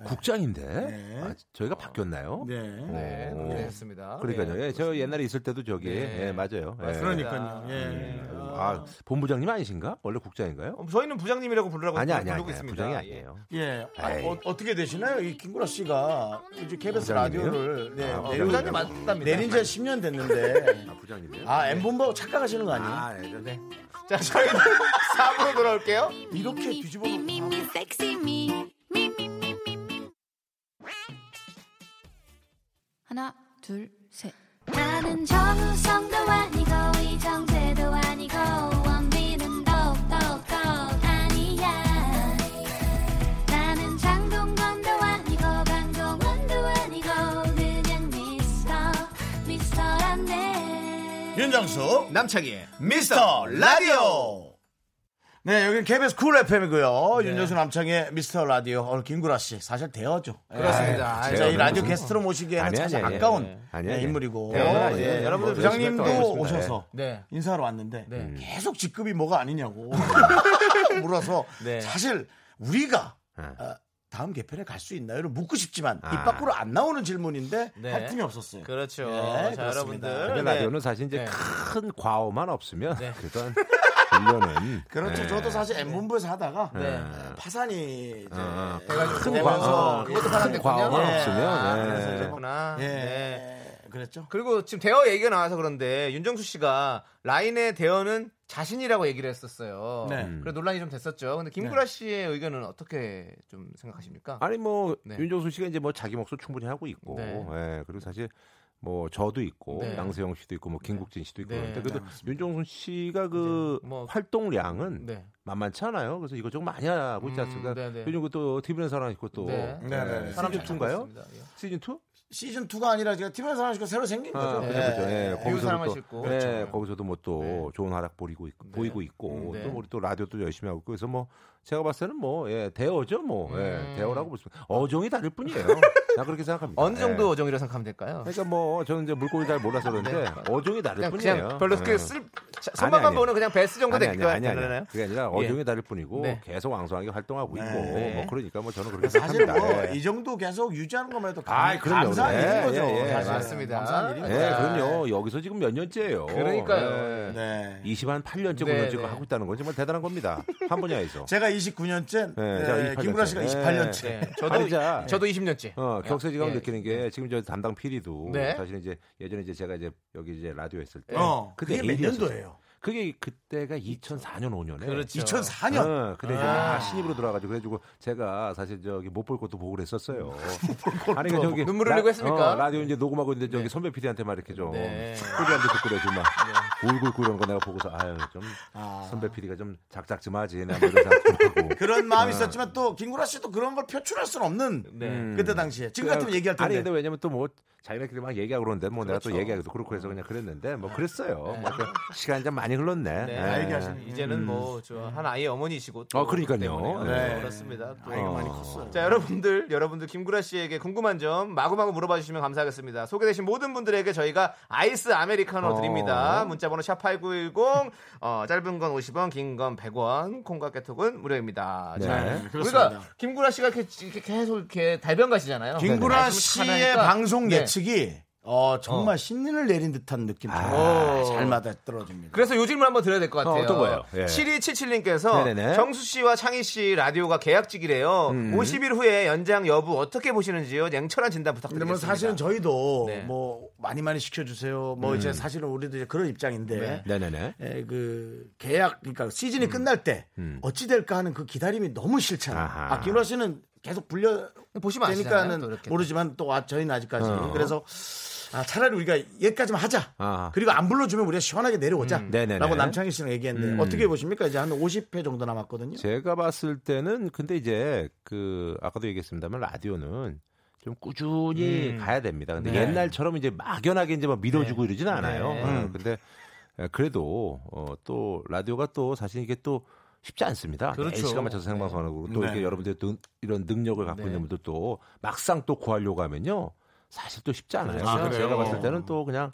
Speaker 6: 국장인데
Speaker 2: 네.
Speaker 6: 아, 저희가 바뀌었나요?
Speaker 2: 네.
Speaker 3: 네,
Speaker 6: 오.
Speaker 3: 그렇게 됐습니다.
Speaker 6: 그러니까요.
Speaker 3: 예.
Speaker 6: 예, 저 옛날에 있을 때도 저기
Speaker 3: 네.
Speaker 6: 예, 맞아요. 예.
Speaker 2: 그러니까요. 예.
Speaker 6: 아 본부장님 아니신가? 원래 국장인가요?
Speaker 3: 어, 저희는 부장님이라고 부르라고
Speaker 6: 아니 아니 아니
Speaker 3: 부르고 있습니다.
Speaker 6: 부장이
Speaker 3: 예.
Speaker 6: 아니에요.
Speaker 2: 예. 아,
Speaker 6: 에이.
Speaker 2: 어, 떻게 되시나요? 이 김구라 씨가 이제 KBS
Speaker 6: 부장님이에요?
Speaker 2: 라디오를 네,
Speaker 6: 아,
Speaker 2: 내려오-
Speaker 3: 어, 부장님 맞답니다.
Speaker 2: 내린 지한 10년 됐는데
Speaker 6: 아, 부장님이요?
Speaker 2: 아, 엠본바고 착각하시는 거 아니에요?
Speaker 6: 아, 예, 네.
Speaker 3: 자 저희는 4부로 돌아올게요.
Speaker 2: 이렇게 뒤집어 놓고
Speaker 7: 하나 둘 셋. 나는 정우성도 아니고 이정재도 아니고 원빈은 더욱더 아니야 나는 장동건도 아니고 강동원도 아니고 그냥 미스터 미스터란데
Speaker 2: 윤정수
Speaker 3: 남창희의
Speaker 2: 미스터 라디오 네 여기 KBS 쿨 FM이고요
Speaker 3: 네.
Speaker 2: 윤정수 남창의 미스터 라디오 오늘 김구라 씨 사실 대어죠
Speaker 3: 네, 그렇습니다.
Speaker 2: 아,
Speaker 3: 대어는
Speaker 2: 진짜 이 라디오
Speaker 3: 무슨-
Speaker 2: 게스트로 모시기에는
Speaker 3: 아니야,
Speaker 2: 사실
Speaker 3: 아니야.
Speaker 2: 아까운
Speaker 3: 아니야,
Speaker 2: 네,
Speaker 3: 아니야.
Speaker 2: 인물이고
Speaker 3: 대어는 아니에요.
Speaker 2: 예,
Speaker 3: 여러분들 열심히
Speaker 2: 부장님도
Speaker 3: 하고 있습니다.
Speaker 2: 오셔서
Speaker 3: 네.
Speaker 2: 인사하러 왔는데
Speaker 3: 네.
Speaker 2: 계속 직급이 뭐가 아니냐고 물어서
Speaker 3: 네.
Speaker 2: 사실 우리가
Speaker 6: 예.
Speaker 2: 어, 다음 개편에 갈 수 있나요?를 묻고 싶지만
Speaker 3: 아.
Speaker 2: 입 밖으로 안 나오는 질문인데
Speaker 3: 네.
Speaker 2: 할 틈이 없었어요.
Speaker 3: 그렇죠.
Speaker 2: 네, 그렇습니다.
Speaker 3: 자, 여러분들.
Speaker 6: 근데
Speaker 3: 네.
Speaker 6: 라디오는 사실 이제
Speaker 3: 네.
Speaker 6: 큰 과오만 없으면
Speaker 3: 네.
Speaker 6: 그래도 한 1년은 예.
Speaker 2: 그렇죠. 저도 사실 M본부에서 하다가
Speaker 6: 네. 아,
Speaker 2: 에, 파산이 이제 되면서
Speaker 3: 큰
Speaker 2: 네.
Speaker 3: 과오. 그것도 파산됐군요.
Speaker 6: 과오만
Speaker 3: 예.
Speaker 6: 없으면
Speaker 3: 아,
Speaker 6: 예.
Speaker 3: 그래서 이랬구나.
Speaker 2: 예.
Speaker 3: 네.
Speaker 2: 그랬죠.
Speaker 3: 그리고 지금 대어 얘기가 나와서 그런데 윤정수 씨가 라인의 대어는 자신이라고 얘기를 했었어요.
Speaker 6: 네.
Speaker 3: 그래 논란이 좀 됐었죠. 근데
Speaker 2: 네.
Speaker 3: 김구라 씨의 의견은 어떻게 좀 생각하십니까?
Speaker 6: 아니 뭐
Speaker 3: 네.
Speaker 6: 윤정수 씨가 이제 뭐 자기 몫을 충분히 하고 있고
Speaker 3: 네.
Speaker 6: 예, 그리고 사실 뭐 저도 있고
Speaker 3: 네.
Speaker 6: 양세형 씨도 있고 뭐 김국진 씨도 있고
Speaker 3: 네.
Speaker 6: 그런데 그래도
Speaker 3: 네, 뭐
Speaker 6: 윤정수 씨가 그 활동량은
Speaker 3: 네.
Speaker 6: 만만치 않아요. 그래서 이거 좀 많이 하고 있지
Speaker 3: 음,
Speaker 6: 않습니까?
Speaker 3: 네, 네.
Speaker 6: 요즘 그또 TVN 사랑 있고 또
Speaker 3: 네.
Speaker 6: 예,
Speaker 3: 네, 네, 네. 사람
Speaker 6: 시즌
Speaker 3: 잘
Speaker 6: 2인가요?
Speaker 3: 찾고 있습니다. 예.
Speaker 6: 시즌 2?
Speaker 2: 시즌 2가 아니라 제가 팀을 사랑하시고 새로 생긴 거죠. 네.
Speaker 6: 아, 그죠, 그죠. 예, 거기서도
Speaker 3: 사랑하실
Speaker 6: 또,
Speaker 3: 거.
Speaker 6: 예,
Speaker 3: 네. 그렇죠.
Speaker 6: 거기서도 뭐 또 좋은 활약 보이고 있고, 보이고 있고
Speaker 3: 음, 네.
Speaker 6: 또 우리 또 라디오도 열심히 하고 있고, 그래서 뭐 제가 봤을 때는 뭐 예, 대어죠, 뭐 예, 대어라고 보시면 어종이 다를 뿐이에요. 나 그렇게 생각합니다.
Speaker 3: 음. 어느 정도
Speaker 6: 예.
Speaker 3: 어종이라 생각하면 될까요?
Speaker 6: 그러니까 뭐 저는 이제 물고기 잘 몰라서 그런데
Speaker 3: 네.
Speaker 6: 어종이 다를
Speaker 3: 그냥,
Speaker 6: 뿐이에요.
Speaker 3: 그냥 별로
Speaker 6: 예.
Speaker 3: 그 쓸, 자,
Speaker 6: 아니,
Speaker 3: 손맛만
Speaker 6: 아니에요.
Speaker 3: 보는 그냥 베스 정도
Speaker 6: 아니,
Speaker 3: 될것
Speaker 6: 아니, 아니, 예,
Speaker 3: 같나요? 예.
Speaker 6: 아니, 아니. 그게 아니라 어종이 다를 뿐이고
Speaker 3: 네.
Speaker 6: 계속 왕성하게 활동하고 있고
Speaker 2: 네.
Speaker 6: 뭐 그러니까 뭐 저는 그렇게
Speaker 2: 사실
Speaker 6: 생각합니다.
Speaker 2: 뭐
Speaker 6: 예.
Speaker 2: 이 정도 계속 유지하는 것만 해도 감,
Speaker 6: 아이, 그럼요.
Speaker 2: 감사한
Speaker 6: 예,
Speaker 2: 일인 거죠.
Speaker 6: 예, 예.
Speaker 2: 사실.
Speaker 6: 맞습니다.
Speaker 2: 감사한 일인
Speaker 6: 예,
Speaker 2: 거죠.
Speaker 6: 그럼요. 여기서 지금 몇 년째예요.
Speaker 3: 그러니까요.
Speaker 2: 네.
Speaker 6: 20한 8년째
Speaker 2: 네,
Speaker 6: 9년째
Speaker 2: 네.
Speaker 6: 하고 있다는 건 정말 대단한 겁니다. 한 분야에서.
Speaker 2: 제가 29년째,
Speaker 6: 네,
Speaker 2: 네,
Speaker 6: 제가 28 년째.
Speaker 2: 김구라 씨가
Speaker 6: 네.
Speaker 2: 28년째.
Speaker 6: 네. 저도 아니, 자. 저도
Speaker 3: 20년째.
Speaker 6: 어, 격세지감
Speaker 2: 아,
Speaker 3: 예,
Speaker 6: 느끼는 게
Speaker 2: 네.
Speaker 6: 지금 저 담당 PD도
Speaker 3: 네.
Speaker 6: 사실 이제 예전에 이제 제가 이제 여기 이제 라디오 했을 때
Speaker 2: 어, 그게 몇
Speaker 6: AD 였었어요.
Speaker 2: 년도예요?
Speaker 6: 그게 그때가 2004년 5년에
Speaker 2: 그렇죠. 2004 년?
Speaker 6: 근데 이제
Speaker 2: 아.
Speaker 6: 막 신입으로 들어가지고 그래가지고 제가 사실 저기 못 볼 것도 보고 그랬었어요. 아니
Speaker 3: 보고. 눈물을 흘리고 했습니까?
Speaker 6: 어, 라디오 이제 녹음하고 있는데 저기 선배 PD한테 막 이렇게 좀
Speaker 3: 네.
Speaker 6: 소리한테 듣고 그래가지고 막 울고 있고 이런 거 내가 보고서 아유 좀 선배 PD가 좀 작작 좀 하지 내가 뭐 이런 생각 좀 하고
Speaker 2: 그런 마음이
Speaker 6: 어.
Speaker 2: 있었지만 또 김구라 씨도 그런 걸 표출할 수는 없는
Speaker 3: 네.
Speaker 6: 음.
Speaker 2: 그때 당시에 지금 같으면
Speaker 6: 그래요.
Speaker 2: 얘기할 텐데 그렇죠.
Speaker 6: 아니 근데 왜냐면 또 뭐 자기네끼리 막 얘기하고 그러는데 뭐 내가 또 얘기하기도 그렇고 해서 그냥 그랬는데 뭐 그랬어요.
Speaker 2: 네.
Speaker 6: 뭐그 시간이 좀 많이 흘렀네.
Speaker 3: 네.
Speaker 6: 예.
Speaker 3: 이제는
Speaker 6: 음.
Speaker 3: 뭐 한 아이의 어머니시고.
Speaker 6: 어, 그러니까요.
Speaker 3: 네.
Speaker 6: 네.
Speaker 3: 그렇습니다. 또.
Speaker 6: 아이가 많이
Speaker 2: 컸어요.
Speaker 3: 자, 여러분들, 여러분들 김구라 씨에게 궁금한 점 마구마구 물어봐 주시면 감사하겠습니다. 소개되신 모든 분들에게 저희가 아이스 아메리카노
Speaker 6: 어.
Speaker 3: 드립니다. 문자 번호 샵8910 어, 짧은 건 50원, 긴 건 100원, 콩과 깨톡은 무료입니다.
Speaker 6: 네,
Speaker 3: 자,
Speaker 2: 그렇습니다.
Speaker 3: 우리가 김구라 씨가 이렇게, 이렇게 계속 이렇게 달변 가시잖아요. 네,
Speaker 2: 김구라
Speaker 3: 말씀을 참
Speaker 2: 씨의
Speaker 3: 하니까.
Speaker 2: 방송
Speaker 3: 네.
Speaker 2: 예측이 어, 정말 신인을 내린 듯한 느낌
Speaker 3: 어.
Speaker 2: 정말 잘 맞아 떨어집니다.
Speaker 3: 그래서 요 질문 한번 드려야 될 것 같아요.
Speaker 2: 어, 어떤 거예요? 예.
Speaker 3: 7277님께서
Speaker 2: 네네네.
Speaker 3: 정수 씨와 창희 씨 라디오가 계약직이래요.
Speaker 2: 음.
Speaker 3: 50일 후에 연장 여부 어떻게 보시는지요? 냉철한 진단
Speaker 2: 근데
Speaker 3: 부탁드리겠습니다.
Speaker 2: 뭐 사실은 저희도
Speaker 3: 네.
Speaker 2: 뭐 많이 많이 시켜주세요. 뭐
Speaker 6: 음.
Speaker 2: 이제 사실은 우리도 이제 그런 입장인데
Speaker 6: 네네네. 음.
Speaker 2: 에, 그 계약 그러니까 시즌이 끝날 때 어찌 될까 하는 그 기다림이 너무 싫잖아.
Speaker 6: 아하.
Speaker 2: 아 김우라 씨는 계속 불려
Speaker 3: 보시면 아시잖아요, 또
Speaker 2: 되니까는
Speaker 3: 이렇게.
Speaker 2: 모르지만 또 아, 저희는 아직까지
Speaker 6: 어.
Speaker 2: 그래서 아, 차라리 우리가 여기까지만 하자.
Speaker 6: 아.
Speaker 2: 그리고 안 불러주면 우리가 시원하게 내려오자.
Speaker 6: 음. 네네네.
Speaker 2: 라고 남창희 씨랑 얘기했는데
Speaker 6: 음.
Speaker 2: 어떻게 보십니까? 이제 한 50회 정도 남았거든요.
Speaker 6: 제가 봤을 때는 근데 이제 그 아까도 얘기했습니다만 라디오는 좀 꾸준히
Speaker 2: 음.
Speaker 6: 가야 됩니다. 근데
Speaker 2: 네.
Speaker 6: 옛날처럼 이제 막연하게 이제 막 밀어주고 이러진 않아요.
Speaker 2: 네.
Speaker 6: 어,
Speaker 2: 음.
Speaker 6: 근데 에, 그래도 어, 또 라디오가 또 사실 이게 또 쉽지 않습니다.
Speaker 3: 그렇죠.
Speaker 6: 매일 시간 맞춰서 생방송하고 또
Speaker 3: 네.
Speaker 6: 이렇게 여러분들 또 이런 능력을 갖고
Speaker 3: 네.
Speaker 6: 있는 분들 또 막상 또 구하려고 하면요. 사실 또 쉽지 않아요.
Speaker 3: 그렇죠. 아, 그래요?
Speaker 6: 제가 봤을 때는 또 그냥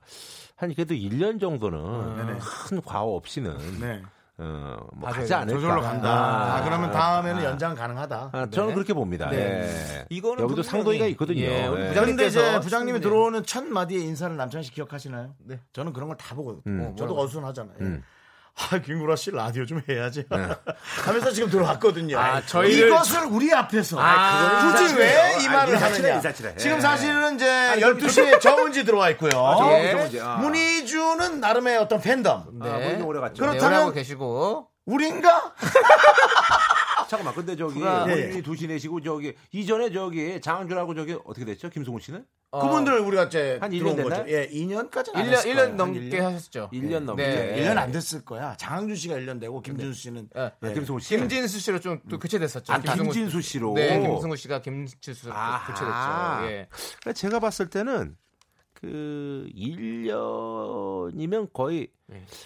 Speaker 6: 한 그래도 1년 정도는
Speaker 3: 아.
Speaker 2: 네네.
Speaker 6: 큰 과오 없이는
Speaker 2: 네.
Speaker 6: 어, 뭐
Speaker 3: 맞아요.
Speaker 6: 가지 않을까.
Speaker 2: 저절로 간다. 아, 그러면
Speaker 6: 아,
Speaker 2: 다음에는
Speaker 6: 아.
Speaker 2: 연장 가능하다.
Speaker 6: 아,
Speaker 3: 네.
Speaker 6: 저는 그렇게 봅니다.
Speaker 2: 네.
Speaker 6: 예. 여기도 상도이가 있거든요. 예.
Speaker 2: 그런데 이제 부장님이 들어오는 첫 마디의 인사를 남창 씨 기억하시나요?
Speaker 3: 네.
Speaker 2: 저는 그런 걸 다 보거든요.
Speaker 6: 음.
Speaker 2: 어, 저도
Speaker 3: 뭐라고?
Speaker 2: 어수선하잖아요.
Speaker 6: 음.
Speaker 2: 아, 김구라 씨 라디오 좀 해야지. 하면서 지금 들어왔거든요.
Speaker 3: 아, 저희를-
Speaker 2: 이것을 우리 앞에서
Speaker 3: 아, 그거는
Speaker 2: 굳이
Speaker 3: 인사치레요.
Speaker 2: 왜 이
Speaker 3: 아,
Speaker 2: 말을
Speaker 3: 인사치레,
Speaker 2: 하느냐.
Speaker 3: 인사치레. 예.
Speaker 2: 지금 사실은 이제
Speaker 3: 아니, 저기
Speaker 2: 12시에 정은지 들어와 있고요. 예.
Speaker 3: 아, 정은지, 정은지. 아.
Speaker 2: 문희주는 나름의 어떤 팬덤.
Speaker 6: 아,
Speaker 3: 네. 네, 오라고
Speaker 2: 그렇다면
Speaker 3: 계시고
Speaker 2: 우린가?
Speaker 6: 잠깐만, 근데 저기
Speaker 2: 그가-
Speaker 6: 본인이 두시 내시고 저기 이전에 저기 장항준하고 저기 어떻게 됐죠? 김승훈 씨는?
Speaker 3: 어.
Speaker 2: 그분들 우리가 이제
Speaker 6: 한
Speaker 2: 들어온
Speaker 6: 1년 됐나?
Speaker 2: 거죠. 예, 2년까지는
Speaker 3: 일 년- 일년 넘게 하셨죠.
Speaker 6: 1년 아, 넘게.
Speaker 3: 네.
Speaker 2: 1년 안 됐을 거야. 장항준 씨가 1년 되고 김준수 씨는
Speaker 3: 예.
Speaker 6: 아, 김승훈 씨.
Speaker 3: 김진수 씨로 좀 또 교체됐었죠.
Speaker 6: 아,
Speaker 3: 김승우 씨.
Speaker 6: 김진수 씨로.
Speaker 3: 네, 김승우 씨가 김진수 씨로
Speaker 6: 아하.
Speaker 3: 교체됐죠. 예.
Speaker 6: 그러니까 제가 봤을 때는 그 1년이면 거의